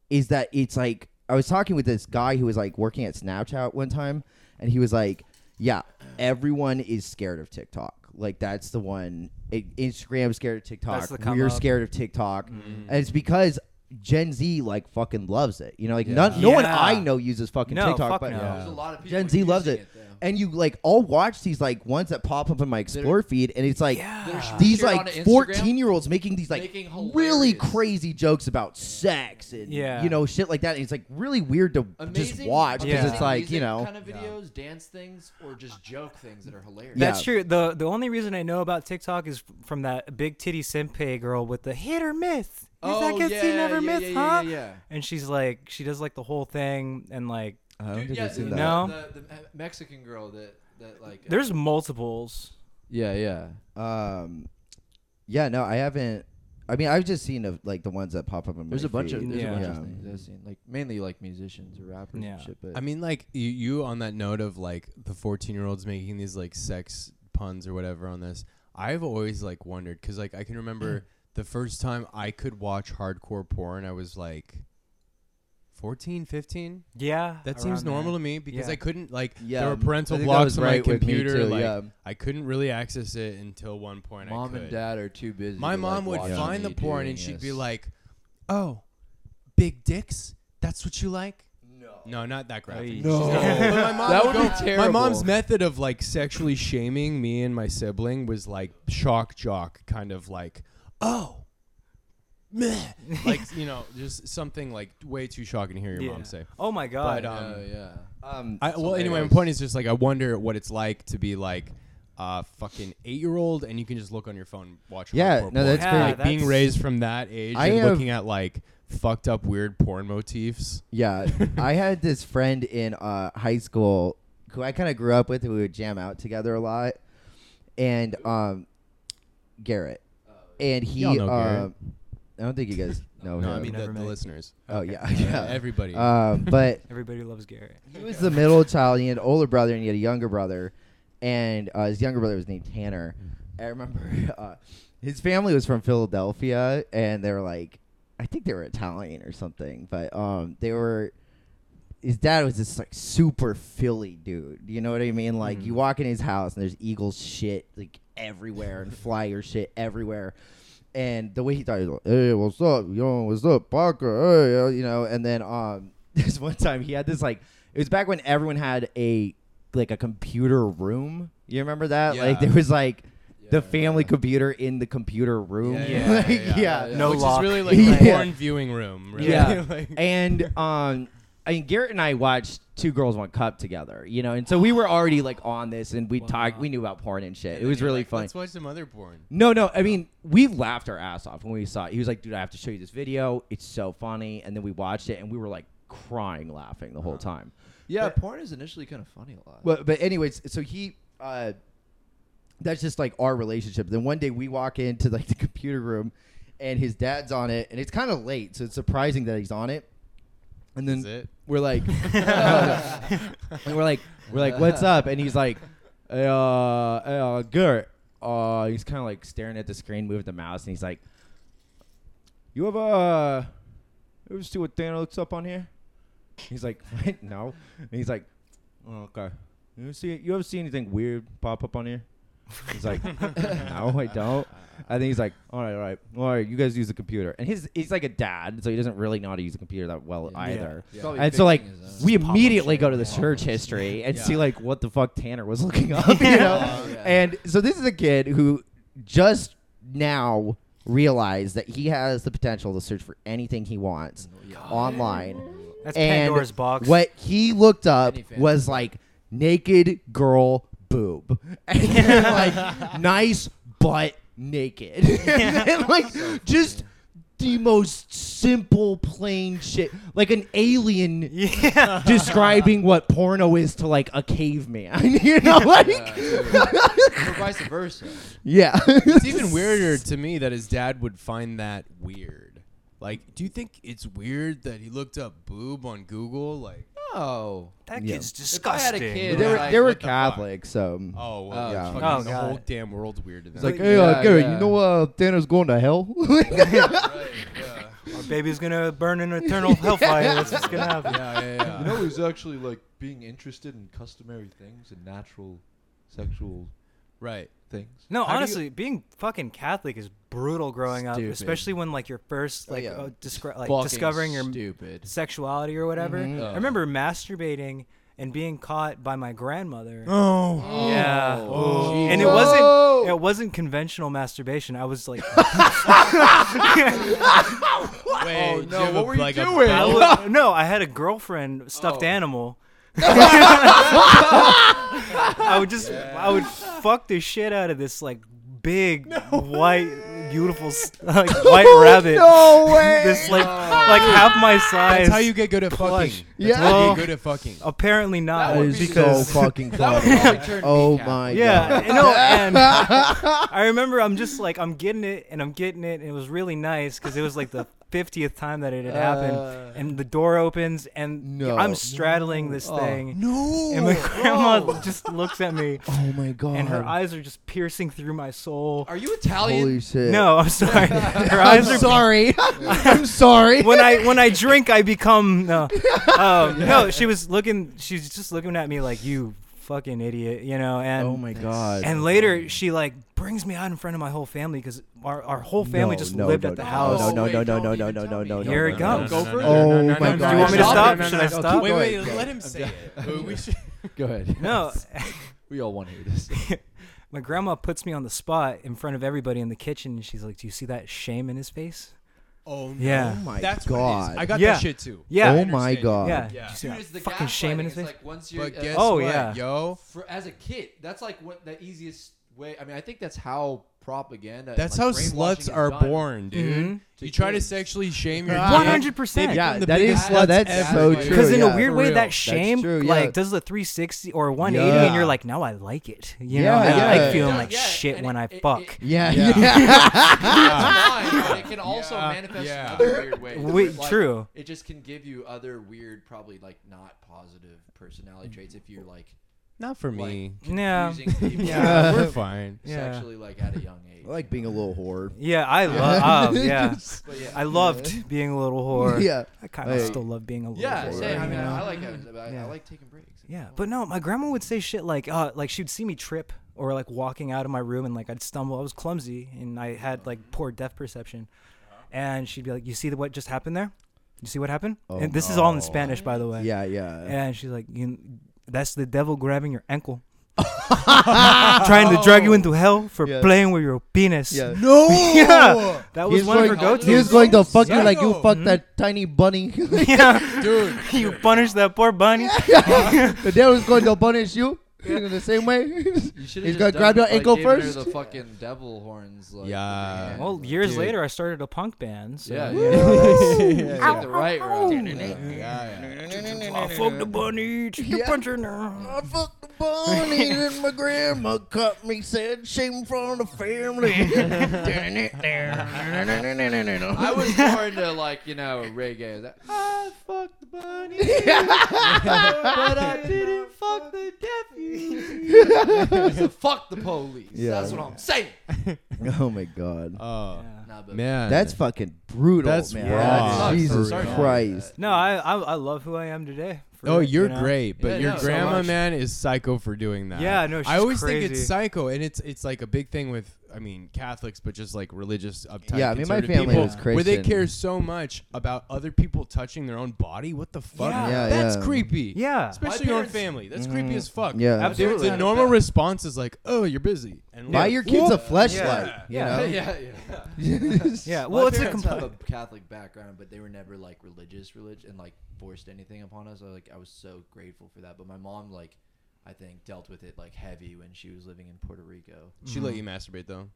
[SPEAKER 1] is that it's like I was talking with this guy who was like working at Snapchat one time, and he was like, "Yeah, everyone is scared of TikTok. Like that's the one. I- Instagram's scared of
[SPEAKER 3] That's the
[SPEAKER 1] TikTok.
[SPEAKER 3] come
[SPEAKER 1] We're
[SPEAKER 3] up. Mm-hmm.
[SPEAKER 1] scared of TikTok, and it's because." Gen Z like fucking loves it, you know. Like
[SPEAKER 5] Yeah.
[SPEAKER 1] none, no one
[SPEAKER 3] Yeah.
[SPEAKER 1] I know uses fucking
[SPEAKER 3] No,
[SPEAKER 1] TikTok,
[SPEAKER 3] fuck
[SPEAKER 1] but
[SPEAKER 3] no.
[SPEAKER 5] There's a lot of people
[SPEAKER 1] Gen Z loves
[SPEAKER 5] using
[SPEAKER 1] it.
[SPEAKER 5] though.
[SPEAKER 1] and you like all watch these like ones that pop up in my explore feed, and it's like
[SPEAKER 3] Yeah.
[SPEAKER 1] these
[SPEAKER 5] shared
[SPEAKER 1] like
[SPEAKER 5] onto Instagram,
[SPEAKER 1] 14 year olds making these like
[SPEAKER 5] making
[SPEAKER 1] really
[SPEAKER 5] hilarious-
[SPEAKER 1] crazy jokes about sex and
[SPEAKER 3] Yeah.
[SPEAKER 1] you know shit like that and it's like really weird to
[SPEAKER 5] Amazing,
[SPEAKER 1] just watch because
[SPEAKER 3] amazing
[SPEAKER 1] it's like you
[SPEAKER 5] music
[SPEAKER 1] know
[SPEAKER 5] kind of videos, dance things, or just joke things that are hilarious.
[SPEAKER 1] Yeah.
[SPEAKER 3] That's true. the The only reason I know about TikTok is from that big titty simpay girl with the hit or miss. Is
[SPEAKER 5] Oh,
[SPEAKER 3] that good? she never miss, huh? And she's like, she does like the whole thing, and like,
[SPEAKER 1] I don't
[SPEAKER 5] Dude,
[SPEAKER 1] think
[SPEAKER 5] yeah,
[SPEAKER 1] I've seen
[SPEAKER 5] the,
[SPEAKER 1] that.
[SPEAKER 3] No.
[SPEAKER 5] The, the, the Mexican girl that that like. uh,
[SPEAKER 3] there's multiples.
[SPEAKER 5] yeah, yeah.
[SPEAKER 1] um yeah no I haven't I mean I've just seen of like the ones that pop up in my
[SPEAKER 5] There's a bunch of
[SPEAKER 1] feed.
[SPEAKER 5] there's
[SPEAKER 3] Yeah.
[SPEAKER 5] a bunch
[SPEAKER 1] Yeah.
[SPEAKER 5] of things I've seen, like mainly like musicians or rappers
[SPEAKER 3] Yeah.
[SPEAKER 5] and shit. But
[SPEAKER 2] I mean, like you, you on that note of like the fourteen-year-olds making these like sex puns or whatever on this. I've always like wondered because like I can
[SPEAKER 1] Mm.
[SPEAKER 2] remember the first time I could watch hardcore porn. I was like 14, 15.
[SPEAKER 3] Yeah,
[SPEAKER 2] That seems
[SPEAKER 3] around
[SPEAKER 2] normal
[SPEAKER 3] there.
[SPEAKER 2] to me because
[SPEAKER 3] Yeah.
[SPEAKER 2] I couldn't like
[SPEAKER 1] Yeah,
[SPEAKER 2] there were parental
[SPEAKER 1] I think that
[SPEAKER 2] blocks
[SPEAKER 1] was
[SPEAKER 2] on
[SPEAKER 1] right
[SPEAKER 2] my
[SPEAKER 1] with me
[SPEAKER 2] computer.
[SPEAKER 1] too,
[SPEAKER 2] like
[SPEAKER 1] yeah.
[SPEAKER 2] I couldn't really access it until one point. I
[SPEAKER 5] mom
[SPEAKER 2] could.
[SPEAKER 5] and dad are too busy.
[SPEAKER 2] My
[SPEAKER 5] to,
[SPEAKER 2] mom
[SPEAKER 5] like,
[SPEAKER 2] would
[SPEAKER 5] watch
[SPEAKER 2] find
[SPEAKER 5] me
[SPEAKER 2] the porn
[SPEAKER 5] doing
[SPEAKER 2] and she'd be
[SPEAKER 5] *laughs* this.
[SPEAKER 2] like, "Oh, big dicks. That's what you like." No, not that graphic. "Oh,
[SPEAKER 3] No.
[SPEAKER 2] But
[SPEAKER 5] *laughs*
[SPEAKER 2] my mom
[SPEAKER 5] That
[SPEAKER 2] would
[SPEAKER 5] would be
[SPEAKER 2] go- My
[SPEAKER 5] terrible.
[SPEAKER 2] mom's method of like sexually shaming me and my sibling was like shock jock, kind of like, oh, meh. like you know, just something like way too shocking to hear your
[SPEAKER 3] Yeah.
[SPEAKER 2] mom say.
[SPEAKER 3] Oh my god.
[SPEAKER 2] But, um,
[SPEAKER 5] Oh yeah.
[SPEAKER 1] um
[SPEAKER 2] I, well,
[SPEAKER 5] Somebody
[SPEAKER 2] anyway, my
[SPEAKER 5] else.
[SPEAKER 2] point is just like I wonder what it's like to be like a fucking eight year old and you can just look on your phone, and watch.
[SPEAKER 1] Yeah, no,
[SPEAKER 2] hardcore porn.
[SPEAKER 1] that's
[SPEAKER 3] Yeah,
[SPEAKER 1] pretty-
[SPEAKER 2] like being
[SPEAKER 3] that's-
[SPEAKER 2] raised from that age
[SPEAKER 1] I
[SPEAKER 2] and
[SPEAKER 1] have-
[SPEAKER 2] looking at like fucked up weird porn motifs.
[SPEAKER 1] Yeah, I
[SPEAKER 2] *laughs*
[SPEAKER 1] had this friend in uh, high school who I kind of grew up with. Who we would jam out together a lot, and um, Garrett, and he.
[SPEAKER 2] Y'all know Garrett.
[SPEAKER 1] um, I don't think you guys know
[SPEAKER 2] no,
[SPEAKER 1] him.
[SPEAKER 2] I mean
[SPEAKER 3] Never
[SPEAKER 2] the, the
[SPEAKER 3] mind.
[SPEAKER 2] listeners.
[SPEAKER 1] oh yeah, yeah.
[SPEAKER 2] everybody.
[SPEAKER 1] Um,
[SPEAKER 2] *laughs*
[SPEAKER 1] but
[SPEAKER 3] Everybody loves Garrett.
[SPEAKER 1] he was the middle child. He had an older brother and he had a younger brother, and uh, his younger brother was named Tanner.
[SPEAKER 2] Mm.
[SPEAKER 1] I remember *laughs* uh, his family was from Philadelphia, and they were like, I think they were Italian or something, but um, they were. His dad was this like super Philly dude. You know what I mean? Like
[SPEAKER 3] Mm.
[SPEAKER 1] you walk in his house and there's Eagles shit like everywhere and Flyer shit everywhere. And the way he thought, he was like, "Hey, what's up? Yo, what's up, Parker? Hey, uh," you know." And then um, *laughs* this one time he had this like it was back when everyone had a like a computer room. You remember that? Like
[SPEAKER 2] Yeah.
[SPEAKER 1] there was like
[SPEAKER 5] Yeah.
[SPEAKER 1] the family computer in the computer room. *laughs*
[SPEAKER 3] Yeah,
[SPEAKER 1] Like,
[SPEAKER 5] yeah, yeah.
[SPEAKER 3] No
[SPEAKER 2] Which
[SPEAKER 3] lock.
[SPEAKER 2] is really like a
[SPEAKER 1] *laughs* Yeah.
[SPEAKER 2] porn viewing room. Really.
[SPEAKER 1] Yeah.
[SPEAKER 2] *laughs* Like-
[SPEAKER 1] *laughs* and um I mean Garrett and I watched Two Girls One Cup together, you know, and so we were already like on this and we talked we knew about porn and shit. it
[SPEAKER 2] and
[SPEAKER 1] was
[SPEAKER 2] you're
[SPEAKER 1] really
[SPEAKER 2] like,
[SPEAKER 1] fun.
[SPEAKER 2] Let's watch some other porn.
[SPEAKER 1] No, no. I mean, we laughed our ass off when we saw it. He was like, "Dude, I have to show you this video. It's so funny." And then we watched it, and we were like crying, laughing the whole
[SPEAKER 2] Uh-huh.
[SPEAKER 1] time.
[SPEAKER 5] Yeah,
[SPEAKER 1] But-
[SPEAKER 5] porn is initially kind of funny a *laughs* lot.
[SPEAKER 1] Well, but anyways, so he, uh, that's just like our relationship. Then one day we walk into like *laughs* the computer room, and his dad's on it, and it's kind of late, so it's surprising that he's on it. And then
[SPEAKER 2] *laughs* Is it?
[SPEAKER 1] we're like, *laughs*
[SPEAKER 2] yeah, *laughs*
[SPEAKER 1] and we're like, We're like, "What's up?" And he's like, "Hey, uh, hey, uh, Gert." Uh, he's kind of like staring at the screen, moving the mouse, and he's like, "You ever, uh, you ever see what Dana looks up on here?" He's like, *laughs* "What? No." And he's like, oh, "Okay." You ever see? You ever see anything weird pop up on here? He's like, *laughs* "No, I don't." And then he's like, "All right, all right, all right. You guys use the computer." And his he's like a dad, so he doesn't really know how to use a computer that well
[SPEAKER 5] Yeah.
[SPEAKER 1] either.
[SPEAKER 5] He's probably
[SPEAKER 1] And so like
[SPEAKER 5] fixing his own.
[SPEAKER 1] we
[SPEAKER 3] pop-up
[SPEAKER 1] immediately
[SPEAKER 3] shit.
[SPEAKER 1] go to the
[SPEAKER 5] Yeah.
[SPEAKER 1] search history and
[SPEAKER 2] Yeah.
[SPEAKER 1] see like what the fuck Tanner was *laughs* looking
[SPEAKER 5] *laughs*
[SPEAKER 1] up, you know.
[SPEAKER 5] Oh, yeah.
[SPEAKER 1] And so this is a kid who just now realized that he has the potential to search for anything he wants
[SPEAKER 5] Yeah.
[SPEAKER 1] online.
[SPEAKER 3] That's
[SPEAKER 1] and
[SPEAKER 3] Pandora's box.
[SPEAKER 1] What he looked up
[SPEAKER 5] Any fan.
[SPEAKER 1] was like naked girl boob, *laughs* and then,
[SPEAKER 5] *laughs*
[SPEAKER 1] like nice butt naked, *laughs* and then, like just the most simple plain shit, like an alien
[SPEAKER 3] *laughs* Yeah.
[SPEAKER 1] describing what porno is to like a caveman. *laughs* you know,
[SPEAKER 5] Yeah,
[SPEAKER 1] like
[SPEAKER 5] totally. Uh, or vice versa.
[SPEAKER 1] yeah.
[SPEAKER 3] *laughs*
[SPEAKER 2] It's even weirder to me that his dad would find that weird. Like, do you think it's weird that he looked up boob on Google? Like,
[SPEAKER 5] Oh,
[SPEAKER 3] That
[SPEAKER 1] Yeah.
[SPEAKER 3] kid's
[SPEAKER 5] If I had a
[SPEAKER 3] disgusting.
[SPEAKER 5] kid-
[SPEAKER 1] They
[SPEAKER 3] uh,
[SPEAKER 1] were,
[SPEAKER 5] Like,
[SPEAKER 1] they were
[SPEAKER 2] what the fuck?
[SPEAKER 1] Catholic, so
[SPEAKER 2] oh,
[SPEAKER 5] Oh,
[SPEAKER 2] well, yeah.
[SPEAKER 1] yeah.
[SPEAKER 2] fucking
[SPEAKER 3] Oh,
[SPEAKER 2] the
[SPEAKER 3] God.
[SPEAKER 2] whole damn world's weird. in
[SPEAKER 1] it's
[SPEAKER 2] that.
[SPEAKER 3] Oh,
[SPEAKER 1] like, hey, uh,
[SPEAKER 5] Yeah,
[SPEAKER 1] Gary,
[SPEAKER 5] yeah.
[SPEAKER 1] you know, uh, Tanner's going to hell. *laughs*
[SPEAKER 2] Right, yeah.
[SPEAKER 3] Our baby's gonna burn in eternal hellfire. That's what's gonna happen.
[SPEAKER 2] yeah, yeah, yeah.
[SPEAKER 5] you know he's actually like being interested in customary things and natural sexual
[SPEAKER 2] right.
[SPEAKER 5] things.
[SPEAKER 3] No,
[SPEAKER 2] How do you-
[SPEAKER 3] honestly, being fucking Catholic is brutal growing
[SPEAKER 5] Stupid.
[SPEAKER 3] up, especially when like you're first
[SPEAKER 5] Oh,
[SPEAKER 3] like
[SPEAKER 5] yeah.
[SPEAKER 3] uh, discre-
[SPEAKER 5] Fucking
[SPEAKER 3] like discovering your
[SPEAKER 5] stupid.
[SPEAKER 3] sexuality or whatever. I remember masturbating and being caught by my grandmother.
[SPEAKER 2] Oh.
[SPEAKER 3] Yeah.
[SPEAKER 2] *laughs*
[SPEAKER 5] Oh,
[SPEAKER 3] Ooh. And it
[SPEAKER 5] Jesus.
[SPEAKER 1] Whoa.
[SPEAKER 3] wasn't it wasn't conventional masturbation. I was like
[SPEAKER 2] Wait,
[SPEAKER 5] Oh,
[SPEAKER 2] do
[SPEAKER 5] no,
[SPEAKER 2] you have
[SPEAKER 5] what
[SPEAKER 2] a-
[SPEAKER 5] were you
[SPEAKER 2] like a
[SPEAKER 5] doing?
[SPEAKER 3] I
[SPEAKER 2] belt?
[SPEAKER 3] was- no, I had a girlfriend stuffed
[SPEAKER 2] Oh.
[SPEAKER 3] animal. I would just I would fuck the shit out of this like big white beautiful s- *laughs* like white
[SPEAKER 1] *laughs*
[SPEAKER 3] rabbit.
[SPEAKER 1] No way.
[SPEAKER 3] This like like half my size.
[SPEAKER 2] That's how you get good at fucking. That's
[SPEAKER 1] Yeah.
[SPEAKER 2] how you
[SPEAKER 3] Well-
[SPEAKER 2] get good at fucking.
[SPEAKER 3] Apparently not
[SPEAKER 5] That would be
[SPEAKER 3] because *laughs*
[SPEAKER 1] so fucking
[SPEAKER 5] That
[SPEAKER 1] funny.
[SPEAKER 5] would probably turn
[SPEAKER 1] *laughs* oh
[SPEAKER 5] me
[SPEAKER 1] my *laughs*
[SPEAKER 3] Yeah,
[SPEAKER 1] god.
[SPEAKER 3] and no, and I remember I'm just like I'm getting it and I'm getting it, and it was really nice because it was like the fiftieth time that it had
[SPEAKER 5] Uh.
[SPEAKER 3] happened, and the door opens and
[SPEAKER 1] No.
[SPEAKER 3] I'm strattling this
[SPEAKER 1] *laughs*
[SPEAKER 5] Oh.
[SPEAKER 3] thing,
[SPEAKER 2] No.
[SPEAKER 3] and my grandma just looks at me,
[SPEAKER 1] Oh my god.
[SPEAKER 3] and her eyes are just piercing through my soul.
[SPEAKER 5] Are you Italian?
[SPEAKER 1] Holy shit.
[SPEAKER 3] No, I'm sorry,
[SPEAKER 1] *laughs*
[SPEAKER 3] her
[SPEAKER 1] I'm
[SPEAKER 3] eyes are. *laughs*
[SPEAKER 1] sorry. *laughs* I'm sorry.
[SPEAKER 3] When I when I drink, I become
[SPEAKER 1] *laughs*
[SPEAKER 3] no, um, no. She was looking. She's just looking at me like you fucking idiot, you know. And
[SPEAKER 1] oh my god.
[SPEAKER 3] And later, she like brings me out in front of my whole family because our, our whole family
[SPEAKER 1] No,
[SPEAKER 3] just
[SPEAKER 1] no,
[SPEAKER 3] lived
[SPEAKER 1] no,
[SPEAKER 3] at the
[SPEAKER 1] no,
[SPEAKER 3] house.
[SPEAKER 1] No, no,
[SPEAKER 5] Wait,
[SPEAKER 1] no, no,
[SPEAKER 5] don't
[SPEAKER 1] no, no,
[SPEAKER 5] even
[SPEAKER 1] no,
[SPEAKER 5] tell
[SPEAKER 1] no,
[SPEAKER 5] me.
[SPEAKER 1] no.
[SPEAKER 3] Here
[SPEAKER 1] no,
[SPEAKER 3] it goes.
[SPEAKER 1] no, no.
[SPEAKER 5] Go for it?
[SPEAKER 1] Oh my
[SPEAKER 3] Do you want me to
[SPEAKER 1] God.
[SPEAKER 3] stop?
[SPEAKER 1] No, no,
[SPEAKER 3] Should
[SPEAKER 1] no,
[SPEAKER 3] I
[SPEAKER 1] no,
[SPEAKER 3] stop?
[SPEAKER 1] keep
[SPEAKER 2] Wait,
[SPEAKER 1] going.
[SPEAKER 2] wait, let him say it. Wait, we should-
[SPEAKER 5] Go ahead.
[SPEAKER 3] No, *laughs*
[SPEAKER 5] We all want to hear
[SPEAKER 2] *laughs*
[SPEAKER 5] this.
[SPEAKER 3] my grandma puts me on the spot in front of everybody in the kitchen, and she's like, "Do you see that shame in his face?"
[SPEAKER 2] Oh no.
[SPEAKER 3] Yeah.
[SPEAKER 1] Oh my
[SPEAKER 2] That's what it
[SPEAKER 1] God.
[SPEAKER 2] is. I got
[SPEAKER 3] Yeah.
[SPEAKER 2] that shit too.
[SPEAKER 3] Yeah.
[SPEAKER 1] Oh my
[SPEAKER 2] understand.
[SPEAKER 1] god.
[SPEAKER 3] Yeah.
[SPEAKER 2] Yeah.
[SPEAKER 3] Do you see
[SPEAKER 5] Soon
[SPEAKER 3] that
[SPEAKER 5] as the
[SPEAKER 3] fucking shame in his
[SPEAKER 5] gaslighting is,
[SPEAKER 3] face?
[SPEAKER 5] Like once you're, uh,
[SPEAKER 2] But guess
[SPEAKER 3] Oh,
[SPEAKER 2] what,
[SPEAKER 3] yeah.
[SPEAKER 2] yo?
[SPEAKER 5] for, as a kid, that's like what the easiest way. I mean, I think that's how propaganda. and,
[SPEAKER 2] That's
[SPEAKER 5] like,
[SPEAKER 2] how
[SPEAKER 5] brainwashing
[SPEAKER 2] sluts
[SPEAKER 5] is
[SPEAKER 2] are
[SPEAKER 5] done.
[SPEAKER 2] born, dude.
[SPEAKER 1] Mm-hmm.
[SPEAKER 3] Mhm.
[SPEAKER 2] You try to sexually shame your
[SPEAKER 1] Yeah.
[SPEAKER 2] kid,
[SPEAKER 3] 100%.
[SPEAKER 2] they
[SPEAKER 1] Yeah,
[SPEAKER 2] become the
[SPEAKER 1] that is
[SPEAKER 2] biggest
[SPEAKER 1] slut.
[SPEAKER 2] sluts
[SPEAKER 1] That's so
[SPEAKER 2] ever.
[SPEAKER 1] true.
[SPEAKER 3] Because in
[SPEAKER 1] yeah,
[SPEAKER 3] a weird
[SPEAKER 2] for
[SPEAKER 3] way,
[SPEAKER 2] real.
[SPEAKER 3] that
[SPEAKER 2] That's
[SPEAKER 3] shame
[SPEAKER 1] true, yeah.
[SPEAKER 3] like does the 360 or 180,
[SPEAKER 1] Yeah.
[SPEAKER 3] and you're like, "Now I like it." You know,
[SPEAKER 1] Yeah,
[SPEAKER 3] I
[SPEAKER 1] yeah.
[SPEAKER 3] like feeling
[SPEAKER 5] Yeah,
[SPEAKER 3] like
[SPEAKER 5] yeah,
[SPEAKER 3] shit
[SPEAKER 5] and
[SPEAKER 3] when
[SPEAKER 5] it-
[SPEAKER 3] I
[SPEAKER 5] it-
[SPEAKER 3] fuck.
[SPEAKER 5] it-
[SPEAKER 1] Yeah.
[SPEAKER 2] Yeah.
[SPEAKER 5] It's fine, but it can
[SPEAKER 2] *laughs*
[SPEAKER 5] also
[SPEAKER 2] Yeah.
[SPEAKER 5] manifest
[SPEAKER 2] Yeah.
[SPEAKER 5] in other weird ways.
[SPEAKER 3] Wait,
[SPEAKER 5] Like,
[SPEAKER 3] true.
[SPEAKER 5] It just can give you other weird, probably like not positive personality traits if you're like
[SPEAKER 2] Not for me.
[SPEAKER 3] yeah,
[SPEAKER 5] using
[SPEAKER 3] *laughs*
[SPEAKER 5] people
[SPEAKER 1] Yeah. *laughs*
[SPEAKER 2] we're fine.
[SPEAKER 3] Yeah.
[SPEAKER 5] *laughs* sexually like at a young age.
[SPEAKER 1] I like being a little whore.
[SPEAKER 3] yeah,
[SPEAKER 1] *laughs*
[SPEAKER 3] I love. Oh, yeah,
[SPEAKER 5] But yeah.
[SPEAKER 3] I loved being a little whore.
[SPEAKER 1] Yeah.
[SPEAKER 3] I kind of
[SPEAKER 1] Like-
[SPEAKER 3] still love being a little
[SPEAKER 5] yeah,
[SPEAKER 3] whore.
[SPEAKER 5] same. I
[SPEAKER 3] you
[SPEAKER 5] mean,
[SPEAKER 3] know?
[SPEAKER 5] I like having, but I, I
[SPEAKER 3] Yeah.
[SPEAKER 5] like taking breaks.
[SPEAKER 3] Yeah, but no, my grandma would say shit like, uh, like she'd see me trip or like walking out of my room and like I'd stumble. I was clumsy and I had like poor depth perception, and she'd be like, "You see what just happened there? You see what happened?"
[SPEAKER 1] Oh,
[SPEAKER 3] and this is all in
[SPEAKER 1] no.
[SPEAKER 3] Spanish, by the way.
[SPEAKER 1] Yeah, yeah.
[SPEAKER 3] And she's like, you, "That's the devil grabbing your
[SPEAKER 1] *laughs*
[SPEAKER 3] ankle, trying to
[SPEAKER 1] Oh.
[SPEAKER 3] drag you into hell for
[SPEAKER 1] Yeah.
[SPEAKER 3] playing with your penis."
[SPEAKER 1] Yeah.
[SPEAKER 2] No.
[SPEAKER 3] *laughs* Yeah. that was
[SPEAKER 1] He's
[SPEAKER 3] one of her
[SPEAKER 1] going-
[SPEAKER 3] go-tos.
[SPEAKER 1] He was going to fuck you
[SPEAKER 2] Yeah.
[SPEAKER 1] like you
[SPEAKER 2] Mhm.
[SPEAKER 1] fucked that tiny bunny.
[SPEAKER 3] *laughs* yeah, *laughs*
[SPEAKER 2] Dude,
[SPEAKER 3] you punished that poor bunny.
[SPEAKER 1] the devil is *laughs* going to punish you in the same way.
[SPEAKER 5] You should
[SPEAKER 1] He's gonna grab your ankle first.
[SPEAKER 5] The fucking devil horns. Like,
[SPEAKER 2] Yeah.
[SPEAKER 5] with your
[SPEAKER 3] Well,
[SPEAKER 5] hand,
[SPEAKER 3] years
[SPEAKER 2] Dude.
[SPEAKER 3] later, I started a punk band. So.
[SPEAKER 2] *laughs*
[SPEAKER 3] *laughs*
[SPEAKER 5] Yeah.
[SPEAKER 2] Yeah.
[SPEAKER 5] Take the right route. Yeah.
[SPEAKER 3] I fucked the bunny. Took the
[SPEAKER 1] Yeah.
[SPEAKER 3] punch in her.
[SPEAKER 5] *laughs*
[SPEAKER 1] I fucked the bunny and my grandma cut me, said shame from the family.
[SPEAKER 5] I was more into like
[SPEAKER 3] *laughs*
[SPEAKER 5] you know reggae. That, I fucked the bunny, but I didn't fuck fuck the deputies. fuck the police.
[SPEAKER 1] Yeah.
[SPEAKER 5] That's what I'm saying.
[SPEAKER 1] Oh my god.
[SPEAKER 2] Oh
[SPEAKER 5] *laughs* Nah, but
[SPEAKER 2] man,
[SPEAKER 1] That's fucking brutal,
[SPEAKER 2] That's
[SPEAKER 1] man.
[SPEAKER 2] raw.
[SPEAKER 5] Sucks.
[SPEAKER 1] Jesus
[SPEAKER 5] Sorry.
[SPEAKER 1] Christ.
[SPEAKER 3] No, I, I I love who I am today. for
[SPEAKER 2] Oh,
[SPEAKER 3] it, you
[SPEAKER 2] you're
[SPEAKER 3] know?
[SPEAKER 2] great, but
[SPEAKER 5] Yeah,
[SPEAKER 2] your
[SPEAKER 5] no, so
[SPEAKER 2] grandma
[SPEAKER 5] much.
[SPEAKER 2] man is psycho for doing that.
[SPEAKER 3] Yeah, no, she's
[SPEAKER 2] I always think
[SPEAKER 3] crazy.
[SPEAKER 2] it's psycho, and it's it's like a big thing with I mean Catholics, but just like religious uptight.
[SPEAKER 1] Yeah, I mean, my
[SPEAKER 2] conservative
[SPEAKER 1] family
[SPEAKER 2] people,
[SPEAKER 1] was
[SPEAKER 2] where they
[SPEAKER 1] Christian.
[SPEAKER 2] care so much about other people touching their own body. What the fuck?
[SPEAKER 3] Yeah.
[SPEAKER 1] Yeah,
[SPEAKER 2] that's
[SPEAKER 1] yeah. Mm-hmm.
[SPEAKER 2] creepy.
[SPEAKER 3] Yeah.
[SPEAKER 2] especially
[SPEAKER 5] My
[SPEAKER 2] your own
[SPEAKER 5] parents-
[SPEAKER 2] family. That's creepy as fuck.
[SPEAKER 1] Yeah.
[SPEAKER 2] They-
[SPEAKER 3] Absolutely.
[SPEAKER 2] The normal response is like, "Oh, you're busy," and
[SPEAKER 1] Buy
[SPEAKER 2] like,
[SPEAKER 1] your kids a
[SPEAKER 2] whoop.
[SPEAKER 1] fleshlight.
[SPEAKER 3] Yeah.
[SPEAKER 1] You know? *laughs*
[SPEAKER 5] *laughs* yeah, yeah.
[SPEAKER 3] Yeah,
[SPEAKER 5] My
[SPEAKER 3] well, it's a
[SPEAKER 5] parents
[SPEAKER 3] complete.
[SPEAKER 5] have a Catholic background, but they were never like religious, religion, and like forced anything upon us. I like I was so grateful for that. But my mom, like, I think dealt with it like heavy when she was living in Puerto Rico.
[SPEAKER 2] She let you masturbate though.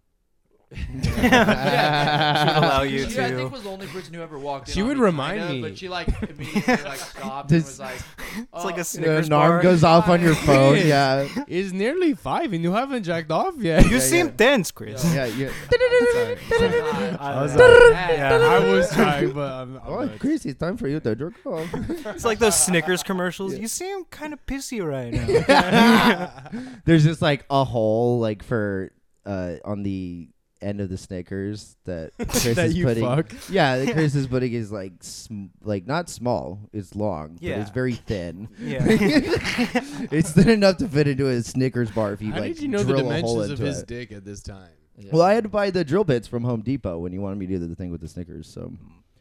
[SPEAKER 3] Should
[SPEAKER 5] *laughs*
[SPEAKER 3] allow you
[SPEAKER 5] She, I think,
[SPEAKER 3] to.
[SPEAKER 5] was the only person who ever walked. In
[SPEAKER 2] She
[SPEAKER 5] on
[SPEAKER 2] would
[SPEAKER 5] vagina,
[SPEAKER 2] remind me.
[SPEAKER 5] but she like immediately like stopped and
[SPEAKER 1] This-
[SPEAKER 5] was like,
[SPEAKER 3] It's like
[SPEAKER 5] "Oh,
[SPEAKER 3] a
[SPEAKER 1] You know,
[SPEAKER 3] Snickers
[SPEAKER 1] an
[SPEAKER 3] bar.
[SPEAKER 1] arm goes off on your
[SPEAKER 2] *laughs*
[SPEAKER 1] phone.
[SPEAKER 2] Yes.
[SPEAKER 1] Yeah.
[SPEAKER 2] It's nearly five, and you haven't jacked off
[SPEAKER 3] *laughs*
[SPEAKER 2] yet.
[SPEAKER 3] You seem dense, Chris.
[SPEAKER 1] Yeah.
[SPEAKER 2] *laughs*
[SPEAKER 1] You,
[SPEAKER 5] "Oh,
[SPEAKER 3] *laughs*
[SPEAKER 5] God."
[SPEAKER 3] I
[SPEAKER 2] was
[SPEAKER 3] don't know.
[SPEAKER 2] like-
[SPEAKER 3] Yeah.
[SPEAKER 2] I was trying, but I'm, I'm
[SPEAKER 1] oh,
[SPEAKER 2] not.
[SPEAKER 1] Chris, it's time for you to jerk
[SPEAKER 2] *laughs*
[SPEAKER 1] off.
[SPEAKER 5] *laughs*
[SPEAKER 3] It's like those Snickers commercials. You seem kind of pissy right now.
[SPEAKER 1] There's just like a hole like for uh on the end of the Snickers that Chris
[SPEAKER 2] *laughs* that
[SPEAKER 1] is
[SPEAKER 2] you
[SPEAKER 1] putting.
[SPEAKER 2] fuck.
[SPEAKER 1] Yeah,
[SPEAKER 2] *laughs*
[SPEAKER 1] that Chris is putting is like sm- like not small. It's long, but it's
[SPEAKER 3] Yeah.
[SPEAKER 1] very
[SPEAKER 2] *laughs*
[SPEAKER 1] thin. *laughs*
[SPEAKER 3] Yeah.
[SPEAKER 1] it's thin enough to fit into a Snickers bar if you
[SPEAKER 2] How
[SPEAKER 1] like
[SPEAKER 2] did you know the
[SPEAKER 1] drill a hole
[SPEAKER 2] dimensions
[SPEAKER 1] into
[SPEAKER 2] of his
[SPEAKER 1] it.
[SPEAKER 2] dick at this time?
[SPEAKER 5] Yeah.
[SPEAKER 1] Well, I had to buy the drill bits from Home Depot when you wanted me to do the thing with the Snickers. So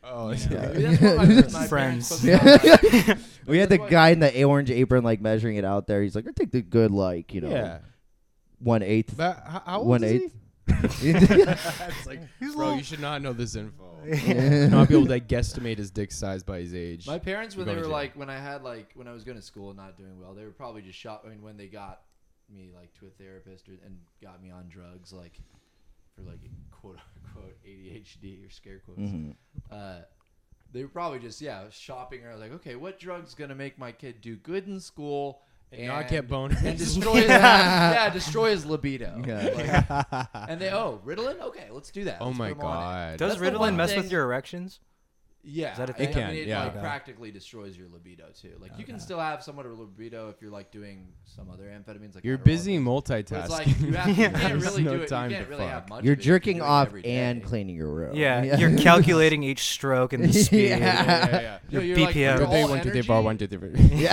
[SPEAKER 2] Oh, *laughs*
[SPEAKER 1] Yeah. *laughs*
[SPEAKER 5] That's what my- my parents
[SPEAKER 3] Friends.
[SPEAKER 5] *laughs* put me on.
[SPEAKER 1] we had the
[SPEAKER 5] why-
[SPEAKER 1] guy in the orange apron like measuring it out there. He's like, I take the good like you
[SPEAKER 2] *laughs*
[SPEAKER 1] know one eighth. *laughs*
[SPEAKER 2] But *laughs* how, how old
[SPEAKER 1] One
[SPEAKER 2] is
[SPEAKER 1] eighth.
[SPEAKER 2] he?
[SPEAKER 1] Mhm.
[SPEAKER 2] *laughs* it's
[SPEAKER 5] *laughs*
[SPEAKER 2] like,
[SPEAKER 3] He's
[SPEAKER 2] bro,
[SPEAKER 3] little.
[SPEAKER 2] you should not know this info. not be able to guesstimate his dick size by his age. *laughs*
[SPEAKER 5] My parents, when
[SPEAKER 2] Go
[SPEAKER 5] they
[SPEAKER 2] to
[SPEAKER 5] were
[SPEAKER 2] jail.
[SPEAKER 5] like, when I had like, when I was going to school and not doing well, they were probably just shocked. I mean, when they got me like to a therapist or, and got me on drugs, like for like quote *laughs* unquote ADHD or scare quotes,
[SPEAKER 1] Mhm.
[SPEAKER 5] uh, they were probably just yeah shopping around like, okay, what drugs gonna make my kid do good in school
[SPEAKER 2] And not get boners.
[SPEAKER 5] and
[SPEAKER 2] *laughs*
[SPEAKER 5] destroy his, yeah destroy his libido.
[SPEAKER 1] Yeah.
[SPEAKER 5] Like, and they oh Ritalin, okay, let's do that.
[SPEAKER 2] oh
[SPEAKER 5] Let's
[SPEAKER 2] my
[SPEAKER 5] put him on it.
[SPEAKER 2] god.
[SPEAKER 3] Does
[SPEAKER 5] That's the one
[SPEAKER 3] Ritalin mess
[SPEAKER 5] thing-
[SPEAKER 3] with your erections?
[SPEAKER 5] Yeah,
[SPEAKER 3] that a
[SPEAKER 5] I-
[SPEAKER 3] thing?
[SPEAKER 5] I
[SPEAKER 2] It can,
[SPEAKER 5] mean, it
[SPEAKER 2] yeah.
[SPEAKER 5] like
[SPEAKER 2] Okay.
[SPEAKER 5] practically destroys your libido too. Like you can still have somewhat of a libido if you're like doing some other amphetamines. Like
[SPEAKER 2] You're
[SPEAKER 5] Adderall.
[SPEAKER 2] busy
[SPEAKER 5] But
[SPEAKER 2] multitasking.
[SPEAKER 5] it's like you,
[SPEAKER 2] *laughs*
[SPEAKER 5] have, you can't
[SPEAKER 2] There's
[SPEAKER 5] really
[SPEAKER 2] no
[SPEAKER 5] do it.
[SPEAKER 2] time
[SPEAKER 5] you can't
[SPEAKER 2] to
[SPEAKER 5] really
[SPEAKER 2] fuck.
[SPEAKER 5] have much.
[SPEAKER 1] You're
[SPEAKER 5] of it if
[SPEAKER 1] jerking
[SPEAKER 5] doing it
[SPEAKER 1] off
[SPEAKER 5] every day.
[SPEAKER 1] and cleaning your room.
[SPEAKER 3] Yeah,
[SPEAKER 1] *laughs*
[SPEAKER 3] you're calculating each stroke and the speed.
[SPEAKER 1] Yeah.
[SPEAKER 2] yeah, yeah, *laughs* yeah.
[SPEAKER 5] No,
[SPEAKER 3] Your
[SPEAKER 5] you're, like,
[SPEAKER 3] BPM.
[SPEAKER 5] you're
[SPEAKER 2] Good day,
[SPEAKER 5] all
[SPEAKER 2] one, two, three,
[SPEAKER 5] energy,
[SPEAKER 2] four, one, two,
[SPEAKER 1] *laughs*
[SPEAKER 2] three.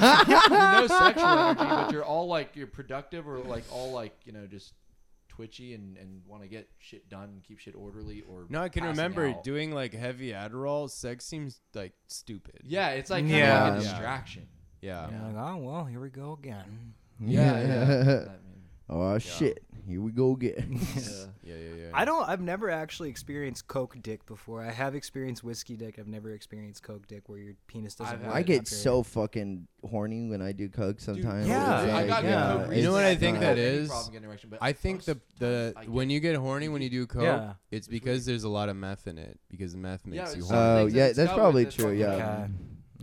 [SPEAKER 5] you're no sexual energy, but you're all like you're productive or like all like you know just twitchy and and want to get shit done and keep shit orderly or
[SPEAKER 2] No, I can
[SPEAKER 5] passing
[SPEAKER 2] remember
[SPEAKER 5] out.
[SPEAKER 2] doing like heavy Adderall. Sex seems like stupid.
[SPEAKER 5] Yeah, it's like kinda
[SPEAKER 3] Yeah.
[SPEAKER 5] like a
[SPEAKER 2] Yeah.
[SPEAKER 5] distraction.
[SPEAKER 2] Yeah.
[SPEAKER 3] You're like, oh well, here we go again.
[SPEAKER 5] Yeah, yeah. I mean,
[SPEAKER 1] oh shit! Here we go again. *laughs*
[SPEAKER 5] yeah.
[SPEAKER 2] Yeah, yeah, yeah.
[SPEAKER 3] I don't. I've never actually experienced coke dick before. I have experienced whiskey dick. I've never experienced coke dick, where your penis doesn't.
[SPEAKER 5] I've-
[SPEAKER 1] *laughs*
[SPEAKER 3] work
[SPEAKER 1] I
[SPEAKER 3] at
[SPEAKER 1] get
[SPEAKER 3] that period.
[SPEAKER 1] so fucking horny when I do coke sometimes.
[SPEAKER 3] yeah.
[SPEAKER 1] It's
[SPEAKER 3] I
[SPEAKER 1] like,
[SPEAKER 3] got
[SPEAKER 1] yeah,
[SPEAKER 3] coke
[SPEAKER 1] it's
[SPEAKER 2] You know what I think
[SPEAKER 1] not-
[SPEAKER 2] that
[SPEAKER 5] I have any
[SPEAKER 2] is?
[SPEAKER 5] problem getting erection, but
[SPEAKER 2] I think the
[SPEAKER 5] most
[SPEAKER 2] the
[SPEAKER 5] times I
[SPEAKER 2] when
[SPEAKER 5] get-
[SPEAKER 2] you get horny when you do coke,
[SPEAKER 3] Yeah.
[SPEAKER 2] it's because there's a lot of meth in it because meth
[SPEAKER 5] Yeah,
[SPEAKER 2] makes you
[SPEAKER 5] it's
[SPEAKER 2] horny.
[SPEAKER 1] Oh
[SPEAKER 5] things that
[SPEAKER 1] yeah,
[SPEAKER 5] it's
[SPEAKER 1] that's
[SPEAKER 5] covered
[SPEAKER 1] probably
[SPEAKER 5] that's
[SPEAKER 1] true.
[SPEAKER 5] fucking
[SPEAKER 1] Yeah.
[SPEAKER 3] Okay.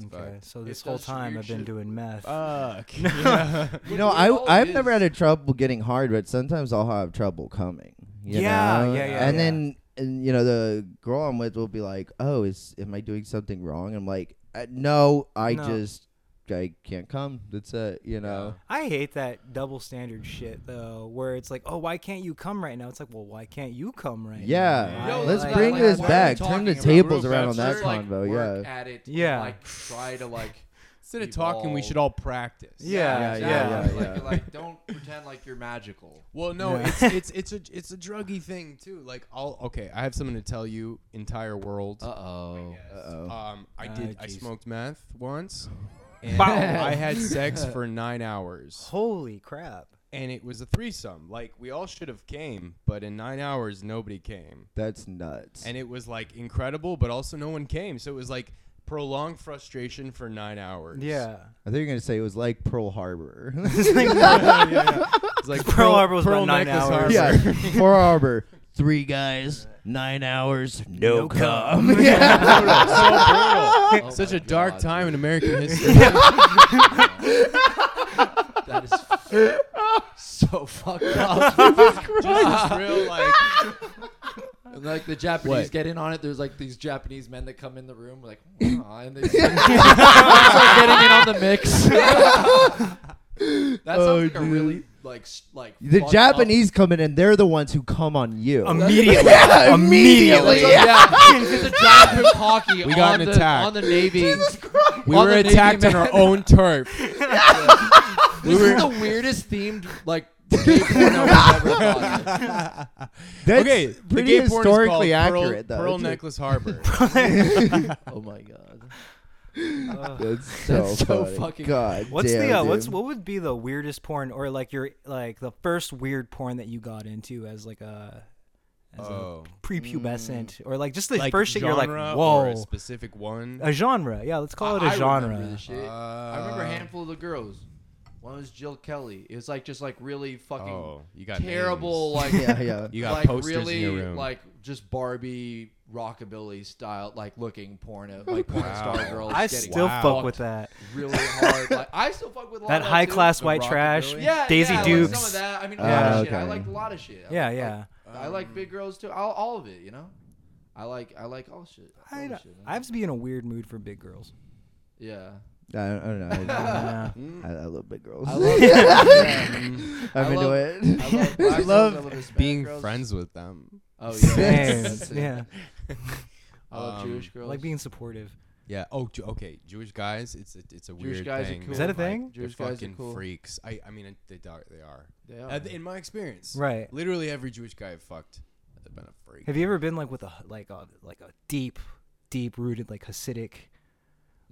[SPEAKER 2] Fuck.
[SPEAKER 3] okay. So
[SPEAKER 5] It
[SPEAKER 3] this whole
[SPEAKER 5] does
[SPEAKER 3] time
[SPEAKER 5] weird
[SPEAKER 3] I've been
[SPEAKER 5] shit.
[SPEAKER 3] doing meth.
[SPEAKER 1] Uh,
[SPEAKER 2] Fuck. *laughs* Yeah.
[SPEAKER 1] You know,
[SPEAKER 5] Well, it all
[SPEAKER 1] I I've never
[SPEAKER 5] is-
[SPEAKER 1] had a trouble getting hard, but sometimes I'll have trouble coming. you
[SPEAKER 3] Yeah,
[SPEAKER 1] know?
[SPEAKER 3] yeah, yeah,
[SPEAKER 1] And
[SPEAKER 3] yeah.
[SPEAKER 1] then and, you know the girl I'm with will be like, "Oh, is am I doing something wrong?" I'm like, uh, "No, I
[SPEAKER 3] No.
[SPEAKER 1] just I can't come. That's it. You know."
[SPEAKER 3] I hate that double standard shit though, where it's like, oh, why can't you come right now? It's like, well, why can't you come right
[SPEAKER 1] Yeah.
[SPEAKER 3] now?
[SPEAKER 5] Yo,
[SPEAKER 3] Why-
[SPEAKER 1] Let's
[SPEAKER 5] like-
[SPEAKER 1] bring
[SPEAKER 5] like,
[SPEAKER 1] this
[SPEAKER 5] why are we
[SPEAKER 1] back. Turn
[SPEAKER 5] talking
[SPEAKER 1] the
[SPEAKER 5] about
[SPEAKER 1] tables
[SPEAKER 2] real
[SPEAKER 1] around on that
[SPEAKER 2] fast?
[SPEAKER 5] Let's, like,
[SPEAKER 1] convo.
[SPEAKER 5] work
[SPEAKER 1] yeah.
[SPEAKER 5] at it. and,
[SPEAKER 3] Yeah.
[SPEAKER 5] like try to
[SPEAKER 2] *laughs*
[SPEAKER 5] like.
[SPEAKER 2] Instead of talking, we should all practice.
[SPEAKER 3] Yeah,
[SPEAKER 5] exactly.
[SPEAKER 3] yeah,
[SPEAKER 1] yeah,
[SPEAKER 5] Like,
[SPEAKER 1] yeah.
[SPEAKER 5] like, don't pretend like you're magical.
[SPEAKER 2] Well, no,
[SPEAKER 3] Yeah.
[SPEAKER 2] it's it's it's a it's a druggy thing too. Like, I'll okay. I have something to tell you, entire world.
[SPEAKER 5] oh.
[SPEAKER 1] Uh-oh.
[SPEAKER 2] Um, I
[SPEAKER 3] Ah,
[SPEAKER 2] did. I
[SPEAKER 3] jeez.
[SPEAKER 2] smoked meth
[SPEAKER 3] *laughs*
[SPEAKER 2] once. And
[SPEAKER 3] Wow.
[SPEAKER 2] I had
[SPEAKER 3] *laughs*
[SPEAKER 2] sex for nine hours,
[SPEAKER 3] Holy crap.
[SPEAKER 2] and it was a threesome. Like we all should have came, but in nine hours nobody came,
[SPEAKER 1] That's nuts.
[SPEAKER 2] and it was like incredible, but also no one came. So it was like prolonged frustration for nine hours.
[SPEAKER 3] Yeah.
[SPEAKER 1] I think you're gonna say it was like Pearl Harbor. *laughs*
[SPEAKER 3] *laughs*
[SPEAKER 2] it's like
[SPEAKER 3] Pearl Harbor was about nine
[SPEAKER 2] Necklace
[SPEAKER 3] hours.
[SPEAKER 1] yeah, Pearl Harbor. Three guys, nine hours, no,
[SPEAKER 3] No
[SPEAKER 1] cum.
[SPEAKER 3] cum.
[SPEAKER 1] *laughs*
[SPEAKER 3] *laughs*
[SPEAKER 1] Yeah.
[SPEAKER 2] So brutal.
[SPEAKER 5] Oh
[SPEAKER 2] *laughs* Such
[SPEAKER 5] my
[SPEAKER 2] a dark
[SPEAKER 5] God,
[SPEAKER 2] time in
[SPEAKER 5] dude.
[SPEAKER 2] American
[SPEAKER 5] *laughs*
[SPEAKER 2] history.
[SPEAKER 5] That is f- so fucked up.
[SPEAKER 2] Just real
[SPEAKER 3] *laughs*
[SPEAKER 2] like
[SPEAKER 5] and, like the Japanese
[SPEAKER 2] What?
[SPEAKER 5] get in on it. There's like these Japanese men that come in the
[SPEAKER 2] *laughs*
[SPEAKER 5] *laughs* room like, "Mwah," and they start, start getting in on the mix. That
[SPEAKER 2] Oh,
[SPEAKER 5] sounds like a really like s- like
[SPEAKER 1] The
[SPEAKER 5] fucked up-
[SPEAKER 1] Japanese come in and they're the ones who come on you. *laughs*
[SPEAKER 3] Immediately.
[SPEAKER 1] Yeah,
[SPEAKER 3] immediately.
[SPEAKER 1] immediately.
[SPEAKER 5] Yeah, *laughs* it's a giant poop hockey.
[SPEAKER 2] We got
[SPEAKER 5] on
[SPEAKER 2] an
[SPEAKER 5] the,
[SPEAKER 2] attack.
[SPEAKER 5] on the Navy.
[SPEAKER 2] We were
[SPEAKER 5] On the Navy
[SPEAKER 2] attacked on
[SPEAKER 5] man.
[SPEAKER 2] our own
[SPEAKER 3] *laughs*
[SPEAKER 2] turf.
[SPEAKER 5] This is the weirdest themed like gay porno
[SPEAKER 2] *laughs*
[SPEAKER 5] I've ever thought of.
[SPEAKER 1] That's
[SPEAKER 2] okay, the
[SPEAKER 1] pretty
[SPEAKER 2] gay porn is called
[SPEAKER 1] historically
[SPEAKER 2] Pearl-
[SPEAKER 1] accurate though.
[SPEAKER 2] Pearl
[SPEAKER 1] It's a-
[SPEAKER 2] Necklace
[SPEAKER 3] *laughs*
[SPEAKER 2] Harbor.
[SPEAKER 5] Oh my god.
[SPEAKER 1] That's so,
[SPEAKER 5] That's so
[SPEAKER 1] funny.
[SPEAKER 5] fucking-
[SPEAKER 1] God.
[SPEAKER 3] What's
[SPEAKER 1] damn,
[SPEAKER 3] the uh, what's
[SPEAKER 1] dude.
[SPEAKER 3] what would be the weirdest porn or like your like the first weird porn that you got into as like a as
[SPEAKER 2] Oh.
[SPEAKER 3] a prepubescent
[SPEAKER 5] Mm.
[SPEAKER 3] or like just the
[SPEAKER 2] Like
[SPEAKER 3] first shit you're like
[SPEAKER 2] genre
[SPEAKER 3] whoa
[SPEAKER 2] or a specific one.
[SPEAKER 3] a genre yeah let's call it
[SPEAKER 5] I-
[SPEAKER 3] a
[SPEAKER 5] I
[SPEAKER 3] genre
[SPEAKER 5] Remember this shit. I
[SPEAKER 2] Uh.
[SPEAKER 5] remember a handful of the girls. One was Jill Kelly. It was like just like really fucking
[SPEAKER 2] Oh, you got
[SPEAKER 5] terrible,
[SPEAKER 2] names.
[SPEAKER 5] like
[SPEAKER 3] *laughs*
[SPEAKER 1] Yeah, yeah.
[SPEAKER 2] *laughs* You got
[SPEAKER 5] like
[SPEAKER 2] posters in
[SPEAKER 5] really
[SPEAKER 2] your room.
[SPEAKER 5] like just Barbie rockabilly style, like looking
[SPEAKER 3] *laughs*
[SPEAKER 5] porno, like porn
[SPEAKER 2] Wow.
[SPEAKER 5] star girls.
[SPEAKER 3] I
[SPEAKER 5] getting
[SPEAKER 3] still
[SPEAKER 2] Wow.
[SPEAKER 3] fuck with that
[SPEAKER 5] really hard. Like I still fuck
[SPEAKER 3] *laughs*
[SPEAKER 5] with a lot
[SPEAKER 3] that
[SPEAKER 5] of
[SPEAKER 3] high
[SPEAKER 5] too.
[SPEAKER 3] class
[SPEAKER 2] The
[SPEAKER 3] white trash
[SPEAKER 2] rockabilly?
[SPEAKER 5] Yeah,
[SPEAKER 3] Daisy
[SPEAKER 5] yeah, like
[SPEAKER 3] Dukes
[SPEAKER 5] some of that. I mean, a
[SPEAKER 1] Ah,
[SPEAKER 5] lot of shit. I
[SPEAKER 1] okay.
[SPEAKER 5] liked a lot of shit. I
[SPEAKER 3] yeah
[SPEAKER 5] liked,
[SPEAKER 3] yeah
[SPEAKER 5] like, I like big girls too. All, all of it, you know. I like I like all shit. All
[SPEAKER 3] I,
[SPEAKER 5] the shit, man.
[SPEAKER 3] I have to be in a weird mood for big
[SPEAKER 5] *laughs*
[SPEAKER 3] girls
[SPEAKER 5] yeah.
[SPEAKER 3] *laughs*
[SPEAKER 1] I don't, I don't know.
[SPEAKER 5] Oh, *laughs*
[SPEAKER 1] I,
[SPEAKER 3] yeah.
[SPEAKER 1] I, I love big girls. *laughs*
[SPEAKER 5] I love yeah. I
[SPEAKER 1] I'm into
[SPEAKER 5] love-
[SPEAKER 1] *laughs* it. I
[SPEAKER 5] I love, black girls,
[SPEAKER 1] love
[SPEAKER 5] I Hispanic
[SPEAKER 2] being
[SPEAKER 5] girls.
[SPEAKER 2] friends with them.
[SPEAKER 5] Oh yeah,
[SPEAKER 3] Same.
[SPEAKER 5] that's it.
[SPEAKER 3] yeah
[SPEAKER 5] I love
[SPEAKER 2] Um,
[SPEAKER 5] Jewish girls.
[SPEAKER 3] I like being supportive
[SPEAKER 2] Yeah. Oh, Ju- okay. Jewish guys, it's a, it's a
[SPEAKER 5] Jewish
[SPEAKER 2] weird
[SPEAKER 5] guys are
[SPEAKER 2] thing.
[SPEAKER 5] cool. Oh
[SPEAKER 3] Is that a
[SPEAKER 2] man.
[SPEAKER 3] thing?
[SPEAKER 2] They're
[SPEAKER 5] Jewish guys are
[SPEAKER 2] fucking
[SPEAKER 5] cool.
[SPEAKER 2] freaks. I I mean they are. They are.
[SPEAKER 5] They are.
[SPEAKER 2] Uh, in my experience,
[SPEAKER 3] right
[SPEAKER 2] Literally every Jewish guy I fucked has been a freak.
[SPEAKER 3] have you ever been like with a like a like a deep deep rooted like Hasidic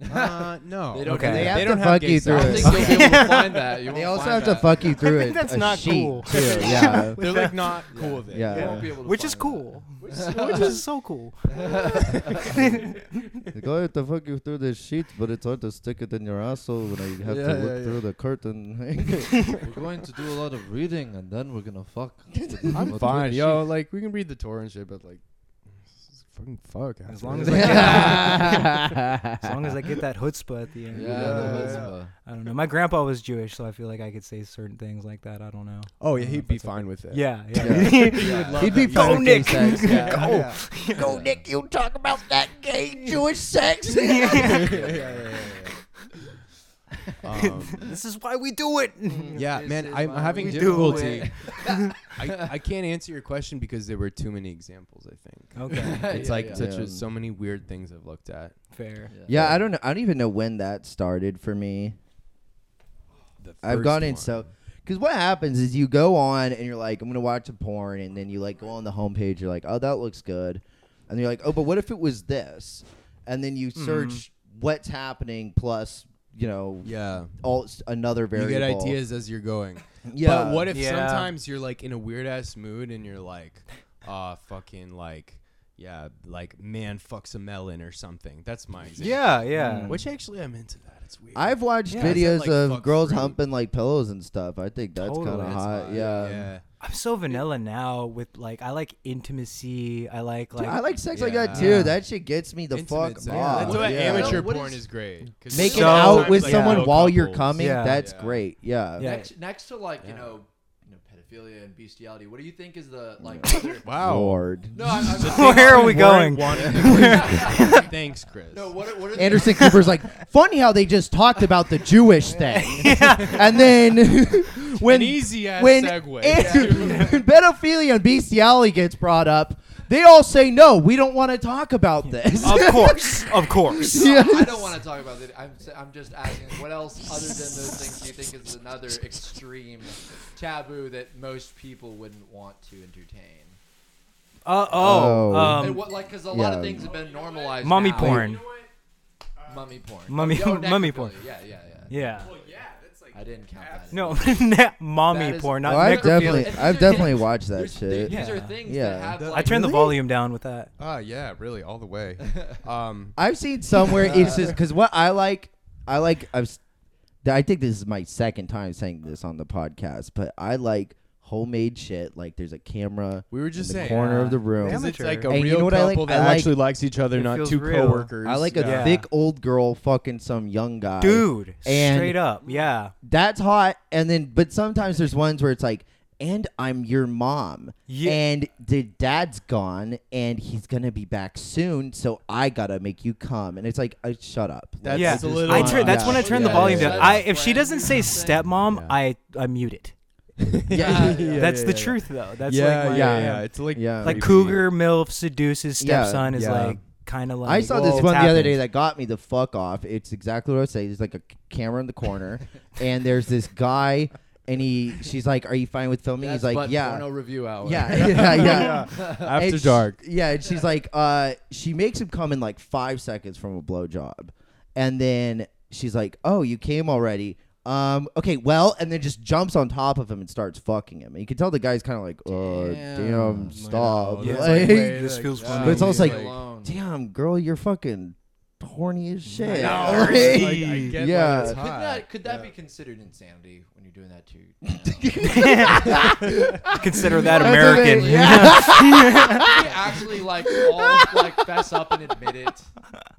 [SPEAKER 3] *laughs*
[SPEAKER 2] Uh, no.
[SPEAKER 5] They don't-
[SPEAKER 3] Okay.
[SPEAKER 1] They have to
[SPEAKER 2] don't
[SPEAKER 1] fuck
[SPEAKER 2] gay
[SPEAKER 1] you
[SPEAKER 5] I
[SPEAKER 1] through
[SPEAKER 5] don't
[SPEAKER 2] sex.
[SPEAKER 5] think
[SPEAKER 3] *laughs*
[SPEAKER 5] you'll be able
[SPEAKER 2] *laughs*
[SPEAKER 5] to find that.
[SPEAKER 1] *laughs*
[SPEAKER 5] You
[SPEAKER 1] They
[SPEAKER 5] won't
[SPEAKER 1] also
[SPEAKER 5] find
[SPEAKER 1] have to
[SPEAKER 5] that.
[SPEAKER 1] fuck you through
[SPEAKER 3] I think
[SPEAKER 1] it.
[SPEAKER 3] that's
[SPEAKER 1] a
[SPEAKER 3] not
[SPEAKER 1] sheet,
[SPEAKER 3] cool.
[SPEAKER 1] too.
[SPEAKER 3] *laughs*
[SPEAKER 1] Yeah.
[SPEAKER 2] They're like not
[SPEAKER 5] Yeah.
[SPEAKER 2] cool with it.
[SPEAKER 5] You
[SPEAKER 1] Yeah.
[SPEAKER 5] won't be able to
[SPEAKER 3] which is
[SPEAKER 5] find that.
[SPEAKER 3] cool which, is- *laughs* which is so
[SPEAKER 5] *laughs*
[SPEAKER 3] cool
[SPEAKER 1] The guy have to fuck you through the sheet, but it's hard to stick it in your asshole when I have
[SPEAKER 5] Yeah,
[SPEAKER 1] to look
[SPEAKER 5] yeah,
[SPEAKER 1] through the curtain. *laughs*
[SPEAKER 5] We're going to do a lot of *laughs* reading and then we're gonna fuck.
[SPEAKER 2] I'm fine, yo. Like we can read the Torah and shit, but like, s- fucking fuck.
[SPEAKER 3] As
[SPEAKER 2] after
[SPEAKER 3] long
[SPEAKER 2] this.
[SPEAKER 3] as I get- as long as I get that chutzpah at the
[SPEAKER 5] *laughs* Yeah,
[SPEAKER 3] end.
[SPEAKER 5] the
[SPEAKER 2] Yeah.
[SPEAKER 5] mitzvah.
[SPEAKER 3] I don't know. My grandpa was Jewish, so I feel like I could say certain things like that. I don't know.
[SPEAKER 2] *laughs* oh yeah,
[SPEAKER 3] I don't know
[SPEAKER 2] he'd
[SPEAKER 3] if
[SPEAKER 2] be
[SPEAKER 3] that's
[SPEAKER 2] fine with it.
[SPEAKER 3] Yeah, yeah. *laughs*
[SPEAKER 1] Yeah. He'd be
[SPEAKER 3] Go,
[SPEAKER 1] fine with gay
[SPEAKER 3] Nick. Oh,
[SPEAKER 1] sex.
[SPEAKER 3] *laughs*
[SPEAKER 1] Yeah.
[SPEAKER 3] Go.
[SPEAKER 1] Go, Nick. You talk about that gay Jewish
[SPEAKER 2] *laughs*
[SPEAKER 1] sex. *laughs*
[SPEAKER 2] Um,
[SPEAKER 3] This is why we do it.
[SPEAKER 2] *laughs* yeah,
[SPEAKER 5] Mm-hmm. This
[SPEAKER 2] man.
[SPEAKER 5] is
[SPEAKER 2] I'm
[SPEAKER 5] why
[SPEAKER 2] having
[SPEAKER 5] we do
[SPEAKER 2] difficulty.
[SPEAKER 5] it.
[SPEAKER 2] *laughs* I, I can't answer your question because there were too many examples. I think
[SPEAKER 3] *laughs* Okay.
[SPEAKER 5] *laughs*
[SPEAKER 2] it's
[SPEAKER 5] Oh, Yeah,
[SPEAKER 2] like
[SPEAKER 5] yeah.
[SPEAKER 2] such
[SPEAKER 1] Yeah.
[SPEAKER 2] a, so many weird things I've looked at.
[SPEAKER 3] Fair.
[SPEAKER 1] Yeah, I don't know. I don't even know when that started for me.
[SPEAKER 2] The
[SPEAKER 1] I've
[SPEAKER 2] first
[SPEAKER 1] gone in
[SPEAKER 2] one.
[SPEAKER 1] so because what happens is you go on and you're like, I'm gonna watch a porn, and then you like go on the homepage, you're like, oh, that looks good, and you're like, oh, but what if it was this? And then
[SPEAKER 2] Mm-hmm.
[SPEAKER 1] you search what's happening plus you know
[SPEAKER 2] yeah,
[SPEAKER 1] all another
[SPEAKER 2] you
[SPEAKER 1] variable.
[SPEAKER 2] get ideas as you're going.
[SPEAKER 1] Yeah.
[SPEAKER 2] But what if
[SPEAKER 3] Yeah.
[SPEAKER 2] sometimes you're like in a weird ass mood and you're like, uh fucking like, yeah, like man fucks a melon or something. That's my example.
[SPEAKER 3] Yeah, yeah.
[SPEAKER 2] Which actually I'm into that. It's weird.
[SPEAKER 1] I've watched
[SPEAKER 3] Yeah,
[SPEAKER 2] is that,
[SPEAKER 1] videos
[SPEAKER 2] like,
[SPEAKER 1] of
[SPEAKER 2] fuck
[SPEAKER 1] girls
[SPEAKER 2] fruit?
[SPEAKER 1] humping like pillows and stuff. I think that's
[SPEAKER 3] Totally.
[SPEAKER 1] kind of
[SPEAKER 3] That's
[SPEAKER 1] hot.
[SPEAKER 2] hot.
[SPEAKER 1] Yeah.
[SPEAKER 3] I'm so vanilla now with like I like intimacy. I like
[SPEAKER 1] Dude,
[SPEAKER 3] like
[SPEAKER 1] I
[SPEAKER 3] *laughs*
[SPEAKER 1] like sex like that
[SPEAKER 2] Yeah.
[SPEAKER 1] too. That shit gets me the
[SPEAKER 2] Intimate
[SPEAKER 1] fuck
[SPEAKER 2] sex.
[SPEAKER 1] off.
[SPEAKER 2] That's why
[SPEAKER 1] yeah.
[SPEAKER 2] amateur
[SPEAKER 5] What
[SPEAKER 2] porn
[SPEAKER 5] is-
[SPEAKER 2] is great. 'Cause
[SPEAKER 1] Making
[SPEAKER 3] So-
[SPEAKER 1] out with
[SPEAKER 2] sometimes, like,
[SPEAKER 1] someone
[SPEAKER 2] no
[SPEAKER 1] while you're
[SPEAKER 2] couples.
[SPEAKER 1] coming,
[SPEAKER 3] Yeah.
[SPEAKER 1] that's
[SPEAKER 2] Yeah.
[SPEAKER 1] great. Yeah.
[SPEAKER 3] Yeah.
[SPEAKER 5] Next, next to like you
[SPEAKER 2] Yeah.
[SPEAKER 5] know, you know, pedophilia and bestiality. What do you think is the like? other-
[SPEAKER 2] Wow.
[SPEAKER 1] Lord.
[SPEAKER 5] no, I'm, I'm,
[SPEAKER 3] Where are we
[SPEAKER 2] Warren
[SPEAKER 3] going?
[SPEAKER 2] wanted to bring- *laughs* Thanks, Chris.
[SPEAKER 5] No, what are, what are the
[SPEAKER 1] Anderson Cooper's like, funny how they just talked about the Jewish thing, and then when
[SPEAKER 2] An easy ass
[SPEAKER 1] when *laughs*
[SPEAKER 2] segue.
[SPEAKER 1] and- pedophilia and bestiality gets brought up, they all say no, we don't want to talk about this.
[SPEAKER 2] Oh,
[SPEAKER 1] *laughs*
[SPEAKER 3] Of course. Of course.
[SPEAKER 5] No,
[SPEAKER 1] Yes.
[SPEAKER 5] I don't want to talk about it. I'm, s- I'm just asking, what else other than those things do you think is another extreme taboo that most people wouldn't want to entertain?
[SPEAKER 3] *laughs* Uh oh.
[SPEAKER 1] Oh.
[SPEAKER 5] and
[SPEAKER 3] Um,
[SPEAKER 5] what, like, because a lot
[SPEAKER 1] yeah.
[SPEAKER 5] of things have been normalized.
[SPEAKER 3] mummy
[SPEAKER 5] now.
[SPEAKER 3] porn.
[SPEAKER 5] Mummy porn.
[SPEAKER 3] Mummy-
[SPEAKER 5] Oh,
[SPEAKER 3] mummy
[SPEAKER 5] necrophilia.
[SPEAKER 3] porn.
[SPEAKER 5] Yeah, yeah, yeah.
[SPEAKER 3] Yeah.
[SPEAKER 2] Oh,
[SPEAKER 5] I didn't count that.
[SPEAKER 3] No, *laughs* na- mommy
[SPEAKER 5] That is-
[SPEAKER 3] porn,
[SPEAKER 1] Oh,
[SPEAKER 3] not
[SPEAKER 1] I've
[SPEAKER 3] necrophilia.
[SPEAKER 5] *laughs*
[SPEAKER 1] definitely,
[SPEAKER 5] Necrophilia.
[SPEAKER 1] I've definitely watched that
[SPEAKER 5] There's, there-
[SPEAKER 1] shit.
[SPEAKER 5] These are
[SPEAKER 3] Yeah.
[SPEAKER 5] things
[SPEAKER 1] Yeah.
[SPEAKER 5] that have.
[SPEAKER 2] I
[SPEAKER 5] Like,
[SPEAKER 3] I turned the
[SPEAKER 5] *laughs*
[SPEAKER 1] Really?
[SPEAKER 3] volume down with that.
[SPEAKER 2] Ah, yeah, really, all
[SPEAKER 1] *laughs*
[SPEAKER 2] the way. Um,
[SPEAKER 1] I've seen somewhere it's just because what I like, I like. I've, s- I think this is my second time saying this on the podcast, but I like homemade shit. Like there's a camera
[SPEAKER 2] we were just
[SPEAKER 1] in the
[SPEAKER 2] saying.
[SPEAKER 1] corner of the
[SPEAKER 3] Yeah.
[SPEAKER 1] room.
[SPEAKER 2] Because it's
[SPEAKER 3] Amateur.
[SPEAKER 2] like a
[SPEAKER 1] And you
[SPEAKER 2] real
[SPEAKER 1] know what I like?
[SPEAKER 2] couple
[SPEAKER 1] I
[SPEAKER 2] that
[SPEAKER 1] like-
[SPEAKER 2] actually likes each other,
[SPEAKER 3] It
[SPEAKER 2] not
[SPEAKER 3] feels
[SPEAKER 2] two
[SPEAKER 3] real.
[SPEAKER 2] coworkers.
[SPEAKER 1] I like a
[SPEAKER 2] yeah.
[SPEAKER 1] thick old girl fucking some young guy.
[SPEAKER 3] Dude,
[SPEAKER 1] and-
[SPEAKER 3] straight up, yeah.
[SPEAKER 1] That's hot. And then, but sometimes there's ones where it's like and I'm your mom.
[SPEAKER 3] Yeah.
[SPEAKER 1] And the dad's gone and he's gonna be back soon, so I gotta make you come. And it's like, I shut up. Like,
[SPEAKER 2] That's
[SPEAKER 3] yeah,
[SPEAKER 2] a little
[SPEAKER 3] I turn.
[SPEAKER 2] much.
[SPEAKER 3] That's when I
[SPEAKER 2] Yeah.
[SPEAKER 3] turn the
[SPEAKER 2] Yeah,
[SPEAKER 3] volume
[SPEAKER 2] yeah,
[SPEAKER 3] down.
[SPEAKER 2] yeah.
[SPEAKER 3] I if she doesn't say stepmom,
[SPEAKER 2] Yeah.
[SPEAKER 3] I I mute it.
[SPEAKER 1] *laughs* yeah.
[SPEAKER 2] Yeah,
[SPEAKER 3] that's
[SPEAKER 2] yeah,
[SPEAKER 3] the
[SPEAKER 2] yeah.
[SPEAKER 3] truth though. That's
[SPEAKER 2] yeah,
[SPEAKER 3] like my,
[SPEAKER 2] yeah,
[SPEAKER 1] yeah.
[SPEAKER 2] yeah. It's like
[SPEAKER 1] Yeah.
[SPEAKER 3] like
[SPEAKER 2] creepy.
[SPEAKER 3] cougar milf seduces
[SPEAKER 1] Yeah,
[SPEAKER 3] stepson is
[SPEAKER 2] yeah.
[SPEAKER 3] like kind of like.
[SPEAKER 1] I saw this
[SPEAKER 3] whoa,
[SPEAKER 1] one
[SPEAKER 3] it's
[SPEAKER 1] the other day
[SPEAKER 3] happened.
[SPEAKER 1] that got me the fuck off. It's exactly what I say. There's like a c- camera in the corner, and there's this guy, and he, she's like, "Are you fine with filming?"
[SPEAKER 5] That's
[SPEAKER 1] He's like,
[SPEAKER 5] butt
[SPEAKER 1] "Yeah,
[SPEAKER 5] Porno review hour.
[SPEAKER 1] yeah, *laughs* yeah, yeah."
[SPEAKER 2] After
[SPEAKER 1] And sh-
[SPEAKER 2] dark.
[SPEAKER 1] yeah, and she's like, uh, she makes him come in like five seconds from a blowjob, and then she's like, "Oh, you came already." Um, okay, well, and then just jumps on top of him and starts fucking him. And you can tell the guy's kind of like, "Oh, damn,
[SPEAKER 5] Damn,
[SPEAKER 1] stop!"
[SPEAKER 2] Yeah,
[SPEAKER 3] Yeah, it's
[SPEAKER 1] Like-
[SPEAKER 3] like, wait, this feels funny.
[SPEAKER 1] But it's almost like-
[SPEAKER 5] alone.
[SPEAKER 1] *laughs* damn girl you're fucking horny as *laughs* shit
[SPEAKER 5] I know,
[SPEAKER 1] Like,
[SPEAKER 5] right?
[SPEAKER 2] Like, I get why
[SPEAKER 1] Yeah.
[SPEAKER 2] that's
[SPEAKER 1] Could
[SPEAKER 5] Could
[SPEAKER 2] hot.
[SPEAKER 5] that, could that
[SPEAKER 2] Yeah.
[SPEAKER 5] be considered insanity when you're doing that to?
[SPEAKER 3] *laughs*
[SPEAKER 5] *laughs*
[SPEAKER 3] Consider that
[SPEAKER 1] That's the thing,
[SPEAKER 3] American.
[SPEAKER 1] yeah.
[SPEAKER 5] They actually like all like fess up and admit it.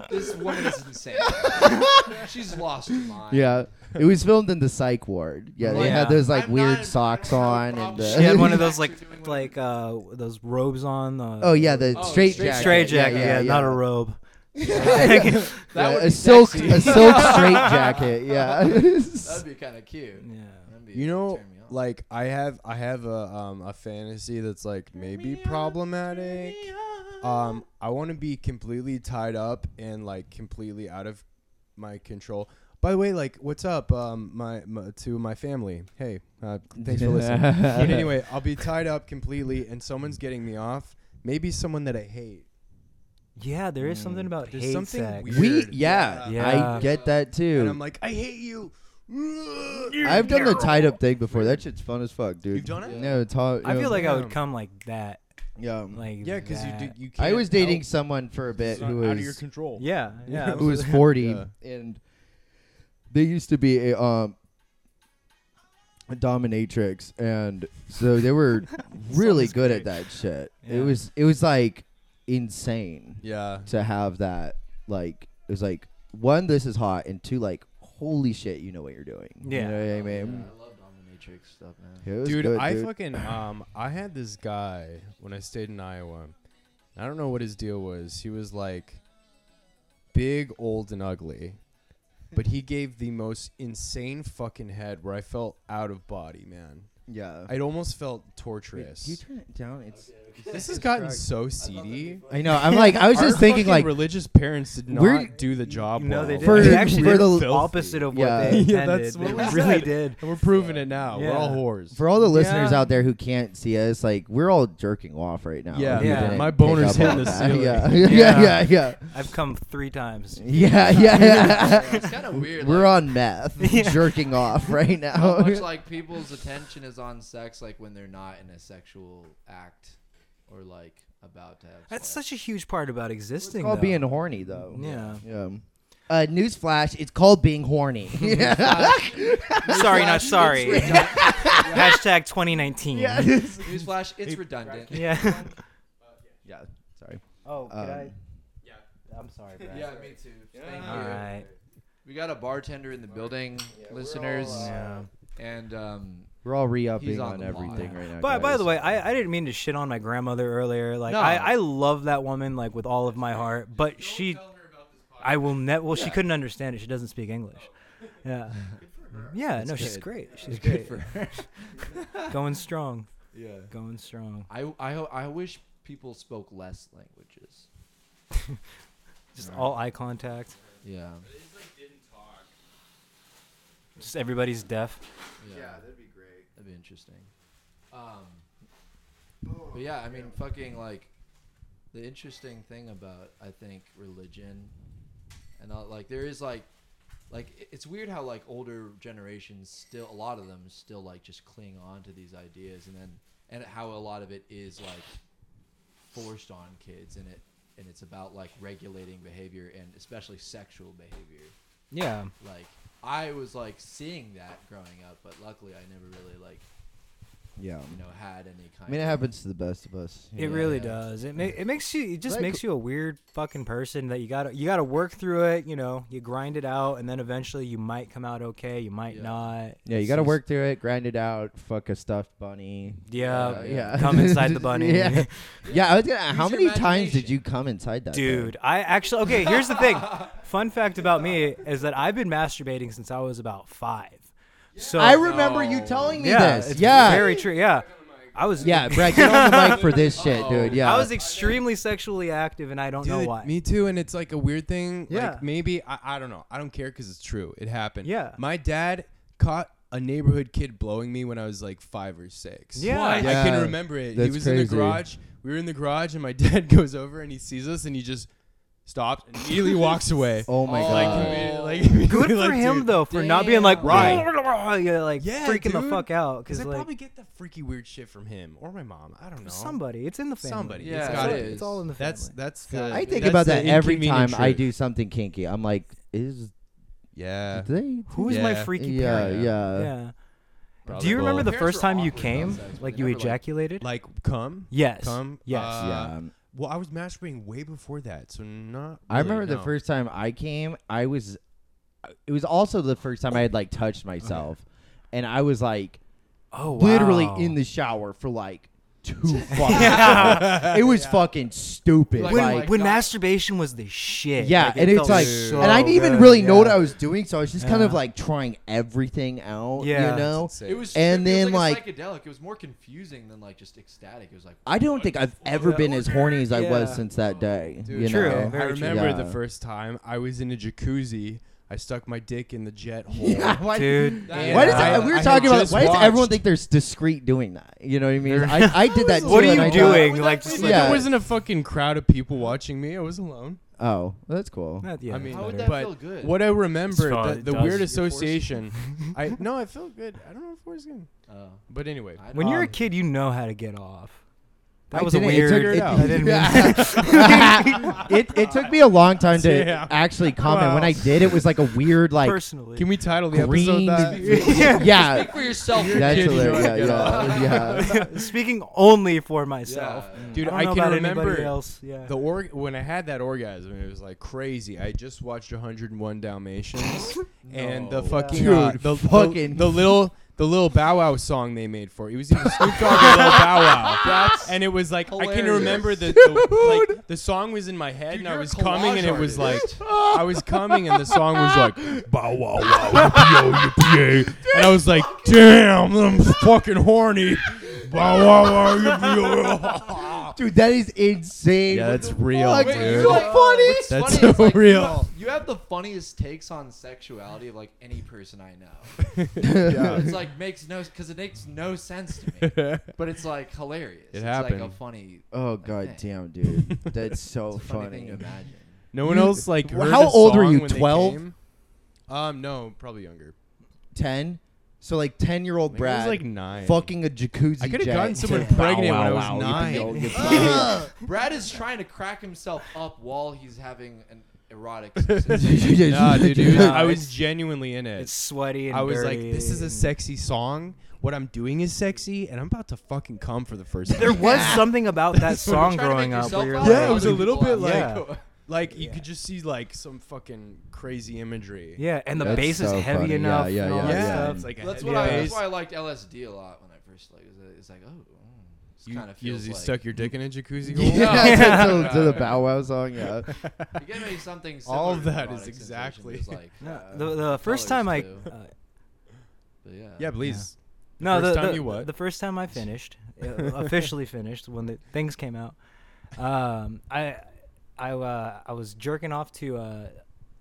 [SPEAKER 5] This woman is insane. She's lost her mind.
[SPEAKER 1] yeah it was filmed in the psych ward yeah they
[SPEAKER 5] Like,
[SPEAKER 1] had those like
[SPEAKER 5] I'm
[SPEAKER 1] weird
[SPEAKER 5] not- I
[SPEAKER 1] socks
[SPEAKER 5] don't have a
[SPEAKER 1] on and
[SPEAKER 5] problem.
[SPEAKER 1] uh,
[SPEAKER 3] She
[SPEAKER 1] *laughs*
[SPEAKER 3] had one of those like
[SPEAKER 5] Actually doing
[SPEAKER 3] like uh those robes on. Uh,
[SPEAKER 1] oh yeah the
[SPEAKER 5] Oh,
[SPEAKER 1] straight
[SPEAKER 5] straight
[SPEAKER 1] jacket
[SPEAKER 3] straight jacket. Yeah, not a robe. *laughs* yeah.
[SPEAKER 5] That
[SPEAKER 1] *laughs* Yeah,
[SPEAKER 5] would
[SPEAKER 1] a
[SPEAKER 5] be
[SPEAKER 1] silk
[SPEAKER 5] sexy. *laughs*
[SPEAKER 1] a
[SPEAKER 2] *laughs*
[SPEAKER 1] silk straight jacket yeah
[SPEAKER 5] That'd be kind of cute. That'd be-
[SPEAKER 2] You know,
[SPEAKER 5] turn me on.
[SPEAKER 2] like I have, I have a um a fantasy that's like maybe problematic. Um, I want to be completely tied up and like completely out of my control. By the way, like, what's up, um, my, my to my family? Hey, uh, thanks for *laughs* listening. but anyway, I'll be tied up completely, and someone's getting me off. Maybe someone that I hate.
[SPEAKER 3] Yeah, there is something about
[SPEAKER 2] There's
[SPEAKER 3] hate
[SPEAKER 2] something
[SPEAKER 1] *laughs*
[SPEAKER 3] sex.
[SPEAKER 2] weird.
[SPEAKER 1] we yeah,
[SPEAKER 3] Yeah.
[SPEAKER 1] i get that
[SPEAKER 2] And
[SPEAKER 1] too
[SPEAKER 2] I'm like, I hate you.
[SPEAKER 1] i've done the tied up thing before that shit's fun as fuck dude
[SPEAKER 2] You've done it?
[SPEAKER 1] no it's hot
[SPEAKER 3] I
[SPEAKER 1] yeah.
[SPEAKER 3] feel like I would
[SPEAKER 2] Yeah.
[SPEAKER 3] come like that.
[SPEAKER 1] yeah
[SPEAKER 3] Like
[SPEAKER 2] Yeah, because you
[SPEAKER 3] that.
[SPEAKER 2] do, you can't.
[SPEAKER 1] i was dating
[SPEAKER 2] help.
[SPEAKER 1] someone for a bit
[SPEAKER 2] It's not
[SPEAKER 1] who
[SPEAKER 2] out of your
[SPEAKER 1] was
[SPEAKER 2] control.
[SPEAKER 3] Yeah, *laughs* yeah.
[SPEAKER 1] who was 40
[SPEAKER 2] Yeah.
[SPEAKER 1] and they used to be a um a dominatrix and so they
[SPEAKER 2] *laughs*
[SPEAKER 1] were really
[SPEAKER 3] Sounds
[SPEAKER 1] good at that
[SPEAKER 3] great.
[SPEAKER 1] shit
[SPEAKER 3] Yeah.
[SPEAKER 1] it was it was like insane
[SPEAKER 2] Yeah.
[SPEAKER 1] to have that like it was like one this is hot and two like holy shit you know what you're doing
[SPEAKER 3] Yeah.
[SPEAKER 1] you know what i
[SPEAKER 5] Yeah,
[SPEAKER 1] mean
[SPEAKER 5] I love dominatrix stuff, man.
[SPEAKER 1] It was
[SPEAKER 2] dude,
[SPEAKER 1] good,
[SPEAKER 2] I
[SPEAKER 1] dude.
[SPEAKER 2] fucking um, I had this guy when I stayed in Iowa. I don't know what his deal was. He was like big, old, and ugly, but he gave the most insane fucking head where I felt out of body, man.
[SPEAKER 1] yeah
[SPEAKER 2] I'd almost felt
[SPEAKER 1] Wait,
[SPEAKER 2] torturous.
[SPEAKER 1] can you turn it down it's
[SPEAKER 2] this has gotten so seedy.
[SPEAKER 1] i know i'm like i was
[SPEAKER 2] Our
[SPEAKER 1] just thinking
[SPEAKER 2] fucking
[SPEAKER 1] like
[SPEAKER 2] religious parents did
[SPEAKER 1] We're-
[SPEAKER 2] not do the job
[SPEAKER 3] You know they
[SPEAKER 2] well.
[SPEAKER 1] For-
[SPEAKER 3] did.
[SPEAKER 2] *laughs*
[SPEAKER 3] they actually
[SPEAKER 1] for
[SPEAKER 3] did
[SPEAKER 1] the-
[SPEAKER 3] the opposite of what
[SPEAKER 1] Yeah.
[SPEAKER 3] they intended.
[SPEAKER 2] Yeah, that's what
[SPEAKER 3] they
[SPEAKER 2] we
[SPEAKER 3] *laughs* really
[SPEAKER 2] said.
[SPEAKER 3] did.
[SPEAKER 2] and we're proving it now. We're all
[SPEAKER 3] Yeah.
[SPEAKER 2] whores.
[SPEAKER 1] For all the listeners
[SPEAKER 3] Yeah.
[SPEAKER 1] out there who can't see us, like we're all jerking off right now.
[SPEAKER 2] Yeah.
[SPEAKER 1] if you
[SPEAKER 3] Yeah.
[SPEAKER 1] didn't
[SPEAKER 2] My
[SPEAKER 1] pick
[SPEAKER 2] boner's
[SPEAKER 1] up
[SPEAKER 2] hitting
[SPEAKER 1] on
[SPEAKER 2] the
[SPEAKER 1] that.
[SPEAKER 2] ceiling.
[SPEAKER 1] Yeah, *laughs* yeah, yeah,
[SPEAKER 2] *laughs*
[SPEAKER 1] yeah,
[SPEAKER 3] I've come three times.
[SPEAKER 1] yeah, yeah.
[SPEAKER 5] It's
[SPEAKER 1] *laughs*
[SPEAKER 5] kind of weird.
[SPEAKER 1] We're
[SPEAKER 5] like,
[SPEAKER 1] on meth,
[SPEAKER 2] *laughs*
[SPEAKER 3] Yeah.
[SPEAKER 1] jerking off right now.
[SPEAKER 5] how
[SPEAKER 1] *laughs*
[SPEAKER 5] much like people's attention is on sex, like when they're not in a sexual act, or like about to have.
[SPEAKER 3] That's
[SPEAKER 5] sex.
[SPEAKER 3] such a huge part about existing.
[SPEAKER 1] it's called
[SPEAKER 3] though.
[SPEAKER 1] being horny, though.
[SPEAKER 3] Yeah.
[SPEAKER 1] Yeah. Uh, newsflash: It's called being
[SPEAKER 3] *laughs*
[SPEAKER 1] horny. yeah.
[SPEAKER 3] sorry, not sorry. Hashtag 2019. *laughs* Yeah.
[SPEAKER 5] Newsflash: It's redundant.
[SPEAKER 1] Yeah. Sorry.
[SPEAKER 3] Oh,
[SPEAKER 1] could Um, I-
[SPEAKER 3] I'm sorry, Brad.
[SPEAKER 5] Yeah, me too. Thank
[SPEAKER 3] All
[SPEAKER 5] you.
[SPEAKER 3] right.
[SPEAKER 5] We got a bartender in the building, listeners,
[SPEAKER 3] Yeah.
[SPEAKER 5] and um,
[SPEAKER 1] We're all re-upping
[SPEAKER 5] He's
[SPEAKER 1] on,
[SPEAKER 5] on the ball.
[SPEAKER 1] everything right now.
[SPEAKER 3] By, by
[SPEAKER 1] guys.
[SPEAKER 3] the way, I, I didn't mean to shit on my grandmother earlier. Like
[SPEAKER 5] No.
[SPEAKER 3] I, I love that woman like with all of my heart, but she I will never well she couldn't understand it. She doesn't speak English. Yeah. Yeah, no, she's
[SPEAKER 5] good.
[SPEAKER 3] great. She's great.
[SPEAKER 5] good for her.
[SPEAKER 3] *laughs* Going strong.
[SPEAKER 5] yeah.
[SPEAKER 3] Going strong.
[SPEAKER 5] I, I ho- I wish people spoke less languages.
[SPEAKER 3] Just all eye contact.
[SPEAKER 5] Yeah.
[SPEAKER 3] Just everybody's deaf.
[SPEAKER 5] Yeah. that'd be great. That'd be interesting. Um, but Oh, yeah, I mean, fucking like the interesting thing about I think religion, and uh, like there is like, like i- it's weird how like older generations still a lot of them still like just cling on to these ideas, and then and how a lot of it is like forced on kids, and it and it's about like regulating behavior and especially sexual behavior
[SPEAKER 3] Yeah.
[SPEAKER 5] like I was like seeing that growing up, but luckily I never really like
[SPEAKER 1] Yeah.
[SPEAKER 5] you know, had any kind.
[SPEAKER 1] I mean, it
[SPEAKER 5] of,
[SPEAKER 1] happens to the best of us. you
[SPEAKER 3] It
[SPEAKER 1] know?
[SPEAKER 3] really
[SPEAKER 5] yeah.
[SPEAKER 3] does. It ma- it makes you. It just
[SPEAKER 1] Like-
[SPEAKER 3] makes you a weird fucking person that you gotta you gotta work through it. You know, you grind it out, and then eventually you might come out okay. You might
[SPEAKER 5] Yeah.
[SPEAKER 3] not.
[SPEAKER 1] Yeah, you
[SPEAKER 3] It's
[SPEAKER 1] got to
[SPEAKER 3] just-
[SPEAKER 1] work through it, grind it out, fuck a stuffed bunny.
[SPEAKER 3] Yeah,
[SPEAKER 5] Uh,
[SPEAKER 1] yeah.
[SPEAKER 3] *laughs* come
[SPEAKER 1] *laughs*
[SPEAKER 3] inside the bunny.
[SPEAKER 1] Yeah. Yeah, I was gonna. how
[SPEAKER 5] Use your
[SPEAKER 1] many times did
[SPEAKER 5] imagination.
[SPEAKER 1] you come inside that? thing?
[SPEAKER 3] *laughs* Dude, I actually okay. Here's the thing. Fun fact about me is that I've been masturbating since I was about five. So
[SPEAKER 1] I remember you
[SPEAKER 5] No.
[SPEAKER 1] telling me
[SPEAKER 3] Oh. yeah,
[SPEAKER 1] this.
[SPEAKER 3] It's
[SPEAKER 1] yeah,
[SPEAKER 3] very true. Yeah, I was
[SPEAKER 1] yeah, Brad, get on the mic for this shit, dude. Yeah,
[SPEAKER 3] *laughs* I was extremely sexually active, and I don't know
[SPEAKER 2] Dude,
[SPEAKER 3] why.
[SPEAKER 2] Me too, and it's like a weird thing.
[SPEAKER 3] Yeah.
[SPEAKER 2] Like maybe I, I don't know. I don't care because it's true. It happened.
[SPEAKER 3] Yeah.
[SPEAKER 2] My dad caught a neighborhood kid blowing me when I was like five or six.
[SPEAKER 3] Yeah. Why?
[SPEAKER 2] I
[SPEAKER 1] Yeah,
[SPEAKER 2] can remember it. He
[SPEAKER 1] that's
[SPEAKER 2] was in the
[SPEAKER 1] crazy.
[SPEAKER 2] garage. We were in the garage, and my *laughs* dad goes over and he sees us, and he just stops and immediately
[SPEAKER 3] *laughs*
[SPEAKER 2] walks away.
[SPEAKER 1] oh my
[SPEAKER 5] Oh,
[SPEAKER 2] Like,
[SPEAKER 1] god.
[SPEAKER 2] immediately- like, *laughs*
[SPEAKER 3] Good
[SPEAKER 2] immediately,
[SPEAKER 3] for
[SPEAKER 2] like,
[SPEAKER 3] him
[SPEAKER 2] dude.
[SPEAKER 3] though for not being like
[SPEAKER 5] damn.
[SPEAKER 3] right, yeah, like
[SPEAKER 2] Yeah,
[SPEAKER 3] freaking the
[SPEAKER 2] dude.
[SPEAKER 3] fuck out
[SPEAKER 2] Because
[SPEAKER 3] because
[SPEAKER 2] I
[SPEAKER 3] like
[SPEAKER 2] probably get the freaky weird shit from him or my mom. I don't know.
[SPEAKER 3] somebody, it's in the family.
[SPEAKER 2] Somebody.
[SPEAKER 5] Yeah,
[SPEAKER 2] it's
[SPEAKER 5] it
[SPEAKER 2] got
[SPEAKER 3] So
[SPEAKER 2] to
[SPEAKER 5] is.
[SPEAKER 3] it's all in the family.
[SPEAKER 2] That's that's the.
[SPEAKER 5] Yeah.
[SPEAKER 1] I think
[SPEAKER 2] that's
[SPEAKER 1] about
[SPEAKER 2] the
[SPEAKER 1] that every time
[SPEAKER 2] inconvenient
[SPEAKER 1] I
[SPEAKER 2] truth.
[SPEAKER 1] do something kinky. I'm like, is
[SPEAKER 3] Uh,
[SPEAKER 2] Yeah.
[SPEAKER 1] they?
[SPEAKER 3] Who's my
[SPEAKER 2] Yeah.
[SPEAKER 3] freaky
[SPEAKER 1] Yeah, yeah,
[SPEAKER 3] parent? Yeah. Do
[SPEAKER 2] Probably
[SPEAKER 3] you remember
[SPEAKER 2] both.
[SPEAKER 3] the first
[SPEAKER 5] Parents were
[SPEAKER 3] time you
[SPEAKER 5] awkward about
[SPEAKER 3] came?
[SPEAKER 5] sex, but
[SPEAKER 3] Like
[SPEAKER 5] they
[SPEAKER 3] you
[SPEAKER 5] never, like-
[SPEAKER 3] ejaculated?
[SPEAKER 2] Like come.
[SPEAKER 3] Yes.
[SPEAKER 2] Come.
[SPEAKER 3] Yes.
[SPEAKER 2] Uh,
[SPEAKER 1] Yeah.
[SPEAKER 2] Well, I was masturbating way before that, so not.
[SPEAKER 1] I
[SPEAKER 2] really,
[SPEAKER 1] remember the
[SPEAKER 2] no.
[SPEAKER 1] first time I came. I was. It was also the first time I had like touched myself, and I was like
[SPEAKER 3] oh,
[SPEAKER 1] literally
[SPEAKER 3] wow.
[SPEAKER 1] in the shower for like
[SPEAKER 3] *laughs*
[SPEAKER 1] two fucking.
[SPEAKER 3] Yeah.
[SPEAKER 1] It was fucking stupid.
[SPEAKER 5] Like-
[SPEAKER 3] when,
[SPEAKER 1] like
[SPEAKER 3] when
[SPEAKER 5] God.
[SPEAKER 3] masturbation was the shit.
[SPEAKER 1] Yeah,
[SPEAKER 3] Like, it
[SPEAKER 1] and it's
[SPEAKER 3] felt
[SPEAKER 1] like,
[SPEAKER 3] so
[SPEAKER 1] and I didn't even
[SPEAKER 3] good,
[SPEAKER 1] really know
[SPEAKER 3] Oh,
[SPEAKER 1] what
[SPEAKER 3] yeah.
[SPEAKER 1] I was doing, so I was just kind of
[SPEAKER 3] Yeah.
[SPEAKER 1] like trying everything out,
[SPEAKER 3] Yeah.
[SPEAKER 1] you know.
[SPEAKER 5] It was,
[SPEAKER 1] And
[SPEAKER 5] it was
[SPEAKER 1] then,
[SPEAKER 5] like,
[SPEAKER 1] like-
[SPEAKER 5] a psychedelic. It was more confusing than like just ecstatic. It was like
[SPEAKER 1] I don't think I've ever been as horny as I
[SPEAKER 3] Yeah.
[SPEAKER 1] was since that day.
[SPEAKER 2] Dude,
[SPEAKER 1] you
[SPEAKER 3] True.
[SPEAKER 1] know?
[SPEAKER 3] Very
[SPEAKER 2] I remember
[SPEAKER 1] Yeah.
[SPEAKER 2] the first time I was in a jacuzzi. I stuck my dick in the
[SPEAKER 1] *laughs*
[SPEAKER 2] jet
[SPEAKER 1] *laughs*
[SPEAKER 2] hole.
[SPEAKER 1] Yeah, why,
[SPEAKER 3] Dude,
[SPEAKER 5] That-
[SPEAKER 1] why does
[SPEAKER 2] I-
[SPEAKER 1] it- we were
[SPEAKER 2] I had
[SPEAKER 1] talking about
[SPEAKER 2] just
[SPEAKER 1] why does everyone
[SPEAKER 2] watched.
[SPEAKER 1] think there's discreet doing that? You know what I mean? I, I
[SPEAKER 3] *laughs*
[SPEAKER 1] did that.
[SPEAKER 3] What
[SPEAKER 1] too,
[SPEAKER 3] are
[SPEAKER 1] and I
[SPEAKER 3] you
[SPEAKER 1] thought-
[SPEAKER 3] doing?
[SPEAKER 5] Well,
[SPEAKER 3] Like,
[SPEAKER 5] that's
[SPEAKER 3] just
[SPEAKER 5] what
[SPEAKER 3] like,
[SPEAKER 1] Yeah.
[SPEAKER 2] There wasn't a fucking crowd of people watching me. I was alone.
[SPEAKER 1] Oh, well, that's cool.
[SPEAKER 3] Not the
[SPEAKER 2] I
[SPEAKER 3] end
[SPEAKER 2] mean,
[SPEAKER 5] How would
[SPEAKER 3] better.
[SPEAKER 5] that
[SPEAKER 2] but
[SPEAKER 5] feel good?
[SPEAKER 2] What I remember,
[SPEAKER 3] It's fine,
[SPEAKER 2] the,
[SPEAKER 3] it
[SPEAKER 2] the
[SPEAKER 3] does.
[SPEAKER 2] weird
[SPEAKER 5] You're forcing-
[SPEAKER 2] association.
[SPEAKER 5] *laughs*
[SPEAKER 2] I no, I felt good. I don't know if it was good,
[SPEAKER 5] Uh,
[SPEAKER 2] but anyway.
[SPEAKER 5] I
[SPEAKER 3] when you're a
[SPEAKER 2] um,
[SPEAKER 5] don't-
[SPEAKER 3] kid, you know how to get off. That
[SPEAKER 1] I
[SPEAKER 3] was a
[SPEAKER 1] didn't- it took-
[SPEAKER 3] weird.
[SPEAKER 2] Figure it out.
[SPEAKER 3] I didn't
[SPEAKER 1] *laughs*
[SPEAKER 3] mean. *laughs*
[SPEAKER 1] Yeah. it, it took me a long time to
[SPEAKER 2] Damn.
[SPEAKER 1] actually comment. When
[SPEAKER 2] Wow.
[SPEAKER 1] I did, it was like a weird like
[SPEAKER 3] personally.
[SPEAKER 2] Can we title the
[SPEAKER 1] green.
[SPEAKER 2] episode
[SPEAKER 5] *laughs*
[SPEAKER 1] *laughs*
[SPEAKER 2] that?
[SPEAKER 1] yeah,
[SPEAKER 5] Speak for yourself.
[SPEAKER 2] You're
[SPEAKER 1] *laughs* that's
[SPEAKER 2] kid, you know
[SPEAKER 1] hilarious.
[SPEAKER 2] how to
[SPEAKER 1] Yeah,
[SPEAKER 2] get
[SPEAKER 1] yeah, *laughs*
[SPEAKER 2] off.
[SPEAKER 1] yeah.
[SPEAKER 3] *laughs* Speaking only for myself.
[SPEAKER 2] Dude,
[SPEAKER 3] I,
[SPEAKER 2] I,
[SPEAKER 3] don't
[SPEAKER 2] can
[SPEAKER 3] know about
[SPEAKER 2] remember
[SPEAKER 3] anybody else. Yeah.
[SPEAKER 2] The org when I had that orgasm, it was like crazy. I just watched 101
[SPEAKER 5] *laughs*
[SPEAKER 2] Dalmatians, and the
[SPEAKER 5] No.
[SPEAKER 2] fucking
[SPEAKER 1] Dude,
[SPEAKER 2] uh, the,
[SPEAKER 1] fucking-
[SPEAKER 2] the, the little the little Bow Wow song they made for it. It was either Snoop Dogg or Little Bow Wow. *laughs*
[SPEAKER 5] That's
[SPEAKER 2] and it was like I can
[SPEAKER 5] hilarious.
[SPEAKER 2] remember the the, like, the song was in my head,
[SPEAKER 5] Dude,
[SPEAKER 2] and I
[SPEAKER 5] you're a
[SPEAKER 2] was coming, and it
[SPEAKER 5] collage
[SPEAKER 2] was like
[SPEAKER 5] artist.
[SPEAKER 2] I was coming, and the song was like
[SPEAKER 5] *laughs*
[SPEAKER 2] Bow Wow Wow Yippee and I was like, damn, I'm fucking horny. Bow Wow Wow Yippee
[SPEAKER 1] Dude, that is insane.
[SPEAKER 2] Yeah,
[SPEAKER 1] What
[SPEAKER 2] that's
[SPEAKER 1] *laughs* the
[SPEAKER 2] real,
[SPEAKER 1] fuck?
[SPEAKER 2] dude.
[SPEAKER 1] It's
[SPEAKER 5] you
[SPEAKER 1] So funny.
[SPEAKER 5] like- what's
[SPEAKER 2] That's
[SPEAKER 5] funny is,
[SPEAKER 2] so
[SPEAKER 5] like,
[SPEAKER 2] real.
[SPEAKER 5] You have the funniest takes on sexuality of like any person I know.
[SPEAKER 2] Yeah.
[SPEAKER 5] It's like makes no because it makes no sense
[SPEAKER 2] *laughs*
[SPEAKER 5] to me, but it's like hilarious.
[SPEAKER 2] It
[SPEAKER 5] it's like
[SPEAKER 2] happened.
[SPEAKER 5] a funny,
[SPEAKER 1] Oh god damn, dude,
[SPEAKER 2] *laughs*
[SPEAKER 1] that's so
[SPEAKER 5] it's a funny, thing
[SPEAKER 1] Oh, funny.
[SPEAKER 5] to imagine.
[SPEAKER 2] No one else like.
[SPEAKER 1] wh-
[SPEAKER 2] Heard
[SPEAKER 1] how
[SPEAKER 2] a
[SPEAKER 1] old were
[SPEAKER 2] song
[SPEAKER 1] you,
[SPEAKER 2] when they
[SPEAKER 1] 12?
[SPEAKER 2] came? Um, no, probably younger.
[SPEAKER 1] Ten, so like ten year old
[SPEAKER 2] Maybe I
[SPEAKER 1] Brad,
[SPEAKER 2] was like nine.
[SPEAKER 1] fucking a jacuzzi.
[SPEAKER 2] I could
[SPEAKER 1] could
[SPEAKER 2] have gotten someone pregnant when I was nine.
[SPEAKER 5] *laughs* Brad is trying to crack himself up while he's having an erotic.
[SPEAKER 2] *laughs* Nah, dude, dude,
[SPEAKER 3] Nah,
[SPEAKER 2] I was
[SPEAKER 3] it's-
[SPEAKER 2] genuinely in it.
[SPEAKER 3] it's sweaty and
[SPEAKER 2] I was like,
[SPEAKER 3] dirty
[SPEAKER 2] this is a
[SPEAKER 3] and-
[SPEAKER 2] sexy song. What I'm doing is sexy, and I'm about to fucking come for the first time.
[SPEAKER 3] *laughs* There was something
[SPEAKER 1] *laughs*
[SPEAKER 3] about that song
[SPEAKER 5] Trying to make
[SPEAKER 3] growing up.
[SPEAKER 5] yourself
[SPEAKER 3] Where you're
[SPEAKER 5] out?
[SPEAKER 3] like,
[SPEAKER 2] yeah, it was a little bit like,
[SPEAKER 3] Yeah.
[SPEAKER 2] *laughs* like you could just see like some fucking crazy imagery.
[SPEAKER 3] Yeah, and the
[SPEAKER 1] That's
[SPEAKER 3] bass is
[SPEAKER 1] so
[SPEAKER 3] heavy
[SPEAKER 1] funny.
[SPEAKER 3] enough.
[SPEAKER 1] Yeah,
[SPEAKER 3] and all
[SPEAKER 2] yeah,
[SPEAKER 3] that
[SPEAKER 1] yeah.
[SPEAKER 3] stuff.
[SPEAKER 2] It's like a
[SPEAKER 5] That's
[SPEAKER 2] heavy
[SPEAKER 5] what I.
[SPEAKER 2] bass.
[SPEAKER 5] That's why I liked LSD a lot when I first like. it- It's like oh, mm, it's
[SPEAKER 2] You,
[SPEAKER 5] kind of
[SPEAKER 2] you,
[SPEAKER 5] feels
[SPEAKER 2] you
[SPEAKER 5] like
[SPEAKER 2] stuck your dick in
[SPEAKER 1] *laughs*
[SPEAKER 2] a jacuzzi hole.
[SPEAKER 1] yeah, to, to
[SPEAKER 2] *laughs*
[SPEAKER 1] the Bow Wow song. Yeah,
[SPEAKER 5] You give me something. Similar
[SPEAKER 2] All
[SPEAKER 5] to
[SPEAKER 2] that is
[SPEAKER 5] erotic sensation,
[SPEAKER 2] exactly-
[SPEAKER 5] just Like,
[SPEAKER 3] No,
[SPEAKER 5] uh,
[SPEAKER 3] the the first
[SPEAKER 5] colors
[SPEAKER 3] time I
[SPEAKER 5] too.
[SPEAKER 3] uh,
[SPEAKER 5] But yeah.
[SPEAKER 2] Yeah, please.
[SPEAKER 3] no
[SPEAKER 2] first
[SPEAKER 3] the,
[SPEAKER 2] time
[SPEAKER 3] the-
[SPEAKER 2] you what? *laughs*
[SPEAKER 3] the first time I finished uh, officially finished when the things came out. Um, I I uh, I was jerking off to uh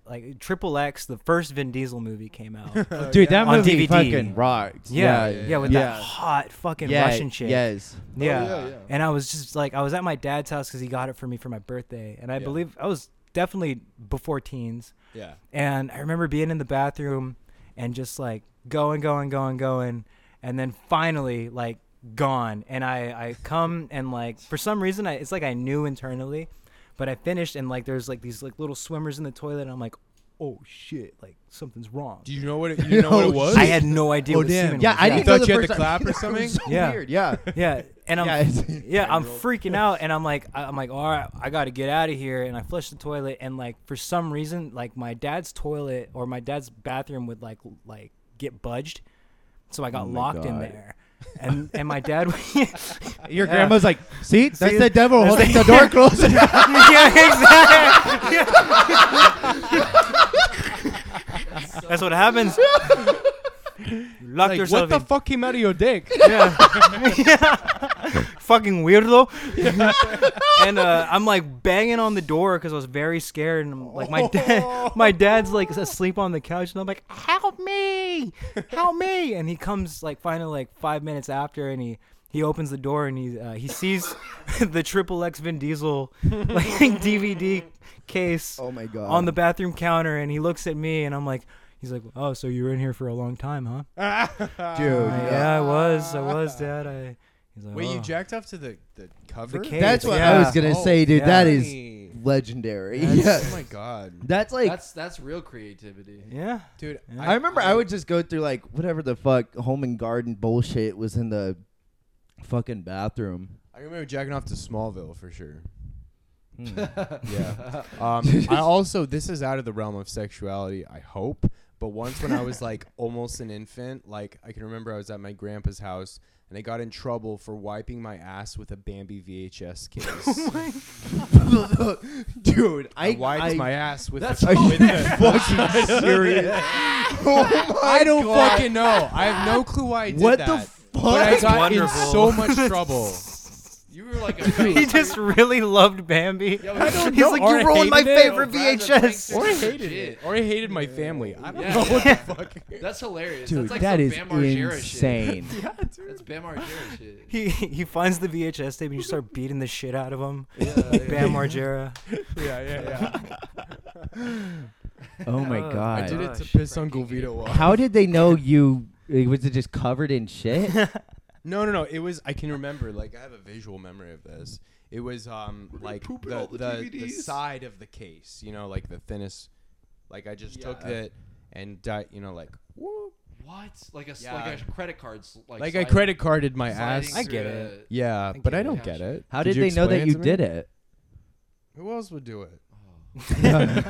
[SPEAKER 3] like Triple X the first Vin Diesel movie came
[SPEAKER 2] *laughs*
[SPEAKER 3] out.
[SPEAKER 2] Oh,
[SPEAKER 1] dude, that
[SPEAKER 3] On
[SPEAKER 1] movie
[SPEAKER 3] DVD.
[SPEAKER 1] fucking rocked.
[SPEAKER 3] *laughs* yeah, yeah,
[SPEAKER 1] yeah,
[SPEAKER 3] with
[SPEAKER 1] yeah.
[SPEAKER 3] that hot fucking
[SPEAKER 1] Yeah,
[SPEAKER 3] Russian chick.
[SPEAKER 1] Yes,
[SPEAKER 3] Yeah.
[SPEAKER 5] yeah, yeah.
[SPEAKER 3] And I was just like, I was at my dad's house because he got it for me for my birthday. And I
[SPEAKER 2] Yeah.
[SPEAKER 3] believe I was definitely before teens.
[SPEAKER 2] Yeah.
[SPEAKER 3] And I remember being in the bathroom and just like going, going, going, going. And then finally, like, gone. And I, I come and like, for some reason, I, it's like I knew internally, but I finished and like, there's like these like little swimmers in the toilet. And I'm like, oh shit, like something's wrong.
[SPEAKER 2] Do you know what it, you
[SPEAKER 1] *laughs*
[SPEAKER 2] didn't know what it
[SPEAKER 1] Oh,
[SPEAKER 2] was?
[SPEAKER 1] shit.
[SPEAKER 3] I had no idea.
[SPEAKER 2] Oh,
[SPEAKER 3] what
[SPEAKER 2] damn.
[SPEAKER 3] semen
[SPEAKER 1] Yeah,
[SPEAKER 3] was.
[SPEAKER 1] I
[SPEAKER 2] You
[SPEAKER 1] didn't
[SPEAKER 2] thought
[SPEAKER 1] know
[SPEAKER 2] you
[SPEAKER 1] the
[SPEAKER 2] had
[SPEAKER 1] first
[SPEAKER 2] the
[SPEAKER 1] time. *laughs*
[SPEAKER 2] clap or
[SPEAKER 1] That was
[SPEAKER 2] something?
[SPEAKER 1] so
[SPEAKER 3] Yeah.
[SPEAKER 1] weird. Yeah.
[SPEAKER 3] *laughs* Yeah, and I'm
[SPEAKER 1] Yeah, it's-
[SPEAKER 3] yeah, I'm freaking out, and I'm like, I- I'm like, all right, I got to get out of here, and I flush the toilet, and like for some reason, like my dad's toilet or my dad's bathroom would like l- like get budged, so I got
[SPEAKER 4] my
[SPEAKER 3] locked in
[SPEAKER 4] God.
[SPEAKER 3] there, and and my dad, *laughs*
[SPEAKER 1] Your
[SPEAKER 3] Yeah.
[SPEAKER 1] grandma's
[SPEAKER 3] *laughs*
[SPEAKER 1] like, see, that's
[SPEAKER 3] See,
[SPEAKER 1] the devil
[SPEAKER 3] that's
[SPEAKER 1] holding
[SPEAKER 3] the-
[SPEAKER 1] the
[SPEAKER 3] *laughs*
[SPEAKER 1] door closed.
[SPEAKER 3] yeah, exactly. *laughs* That's
[SPEAKER 2] *laughs*
[SPEAKER 3] what happens. You Lock
[SPEAKER 2] Like,
[SPEAKER 3] yourself
[SPEAKER 2] what the
[SPEAKER 3] in.
[SPEAKER 2] fuck came out of your
[SPEAKER 1] *laughs*
[SPEAKER 2] dick?
[SPEAKER 3] yeah. Fucking weirdo. *laughs* and uh, I'm like banging on the door because I was very scared, and I'm, like my dad, *laughs* my dad's like asleep on the couch, and I'm like, "Help me, help me!" And he comes like finally like five minutes after, and he he opens the door and he uh, he sees *laughs* the triple X Vin Diesel *laughs* like DVD case
[SPEAKER 1] *laughs* oh my god.
[SPEAKER 3] on the bathroom counter, and he looks at me, and I'm like. He's like, oh, so you were in here for a long time, huh?
[SPEAKER 1] dude.
[SPEAKER 3] Uh, yeah, I was. I was, Dad. I. He's like,
[SPEAKER 2] Wait, you
[SPEAKER 3] "Oh."
[SPEAKER 2] jacked off to the, the cover?
[SPEAKER 3] The case.
[SPEAKER 1] That's what
[SPEAKER 3] Yeah.
[SPEAKER 1] I was gonna
[SPEAKER 2] Oh,
[SPEAKER 1] say, dude.
[SPEAKER 3] yeah.
[SPEAKER 1] That is
[SPEAKER 2] Hey.
[SPEAKER 1] legendary.
[SPEAKER 3] That's-
[SPEAKER 1] yeah.
[SPEAKER 2] Oh my god.
[SPEAKER 1] That's like
[SPEAKER 5] That's that's real creativity.
[SPEAKER 3] Yeah.
[SPEAKER 2] Dude,
[SPEAKER 3] Yeah.
[SPEAKER 1] I remember I would just go through like whatever the fuck home and garden bullshit was in the fucking bathroom.
[SPEAKER 2] I remember jacking off to Smallville for sure.
[SPEAKER 1] Hmm.
[SPEAKER 2] Yeah. Um,
[SPEAKER 1] *laughs*
[SPEAKER 2] I also this is out of the realm of sexuality. I hope. But once when
[SPEAKER 1] *laughs*
[SPEAKER 2] I was like almost an infant, like I can remember I was at my grandpa's house and I got in trouble for wiping my ass with a Bambi
[SPEAKER 1] *laughs*
[SPEAKER 2] VHS *laughs* case.
[SPEAKER 1] Oh dude, I,
[SPEAKER 2] I, wiped
[SPEAKER 1] I-
[SPEAKER 2] my ass with.
[SPEAKER 1] *laughs*
[SPEAKER 5] That's
[SPEAKER 2] a,
[SPEAKER 1] Are you
[SPEAKER 2] *laughs* with a-
[SPEAKER 1] fucking serious?
[SPEAKER 2] I don't fucking know. I
[SPEAKER 1] *laughs*
[SPEAKER 2] have no clue why I did
[SPEAKER 1] Oh What
[SPEAKER 2] that.
[SPEAKER 1] the
[SPEAKER 2] But I
[SPEAKER 1] fuck?
[SPEAKER 2] got
[SPEAKER 3] wonderful.
[SPEAKER 2] in so much
[SPEAKER 1] *laughs*
[SPEAKER 2] trouble.
[SPEAKER 5] You were like
[SPEAKER 2] *laughs*
[SPEAKER 5] a
[SPEAKER 3] he
[SPEAKER 5] *laughs*
[SPEAKER 3] just really loved Bambi. He's
[SPEAKER 2] know,
[SPEAKER 3] like,
[SPEAKER 2] or
[SPEAKER 3] you ruined my
[SPEAKER 2] hated it, or
[SPEAKER 3] favorite VHS.
[SPEAKER 2] Or
[SPEAKER 5] Or
[SPEAKER 2] I
[SPEAKER 5] hated
[SPEAKER 2] hated it.
[SPEAKER 5] it.
[SPEAKER 2] Or I hated my family. I don't
[SPEAKER 5] Yeah.
[SPEAKER 1] *laughs*
[SPEAKER 2] know what the fuck.
[SPEAKER 5] That's hilarious.
[SPEAKER 1] Dude,
[SPEAKER 5] that's like
[SPEAKER 1] that
[SPEAKER 5] some
[SPEAKER 1] is
[SPEAKER 5] Bam Margera
[SPEAKER 1] insane.
[SPEAKER 5] Shit. That's
[SPEAKER 3] *laughs*
[SPEAKER 5] Bam Margera shit.
[SPEAKER 3] He he finds the VHS tape and you start beating the shit out
[SPEAKER 1] *laughs*
[SPEAKER 3] of him. Uh,
[SPEAKER 5] Yeah,
[SPEAKER 3] *laughs* Bam *laughs* Margera.
[SPEAKER 2] Yeah, yeah, yeah.
[SPEAKER 1] oh my
[SPEAKER 3] I
[SPEAKER 1] god.
[SPEAKER 2] I did it to
[SPEAKER 3] Gosh.
[SPEAKER 2] piss Uncle Vito off.
[SPEAKER 1] How did they know you? Was it just covered in *laughs* shit?
[SPEAKER 2] No, no, no. It was. I can remember. Like I have a visual memory of this. It was um like
[SPEAKER 5] pooping
[SPEAKER 2] the
[SPEAKER 5] all the
[SPEAKER 2] the, the
[SPEAKER 5] DVDs.
[SPEAKER 2] side of the case. You know, like the thinnest. Like I just took
[SPEAKER 5] Yeah.
[SPEAKER 2] it and di- you know like whoop,
[SPEAKER 5] What? Like a s-
[SPEAKER 2] Yeah.
[SPEAKER 5] like a credit card. s- Like,
[SPEAKER 2] like I
[SPEAKER 5] slide-
[SPEAKER 2] credit carded my
[SPEAKER 5] sliding
[SPEAKER 2] ass.
[SPEAKER 3] I get
[SPEAKER 5] through
[SPEAKER 3] it.
[SPEAKER 2] yeah,
[SPEAKER 3] I
[SPEAKER 2] but
[SPEAKER 3] get
[SPEAKER 2] I
[SPEAKER 3] it.
[SPEAKER 2] don't get it.
[SPEAKER 1] How did, they know that you did it?
[SPEAKER 2] Who else would do it?
[SPEAKER 1] *laughs*
[SPEAKER 5] a-
[SPEAKER 1] no,
[SPEAKER 3] *laughs*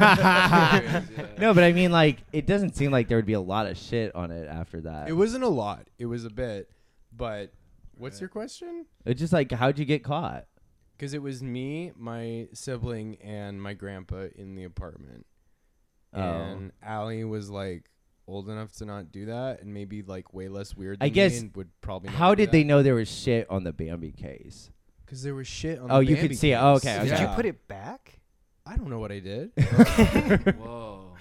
[SPEAKER 5] Yeah.
[SPEAKER 1] but I mean, like, it doesn't seem like there would be a lot of shit on it after that.
[SPEAKER 2] It wasn't a lot. It was a bit, but what's your question?
[SPEAKER 1] It's just like, how'd you get caught?
[SPEAKER 2] Because it was me, my sibling, and my grandpa in the apartment.
[SPEAKER 1] Oh.
[SPEAKER 2] And Allie was like old enough to not do that and maybe like way less weird than
[SPEAKER 1] I guess-
[SPEAKER 2] me and would probably not
[SPEAKER 1] How did they know there was shit on the Bambi case? *laughs*
[SPEAKER 2] Because there was shit on
[SPEAKER 1] Oh,
[SPEAKER 2] the
[SPEAKER 1] you could
[SPEAKER 2] Bambi
[SPEAKER 1] see it. Oh,
[SPEAKER 2] case.
[SPEAKER 1] okay,
[SPEAKER 3] Did
[SPEAKER 1] okay.
[SPEAKER 3] you put it back?
[SPEAKER 2] I don't know what I did.
[SPEAKER 1] *laughs*
[SPEAKER 5] Whoa.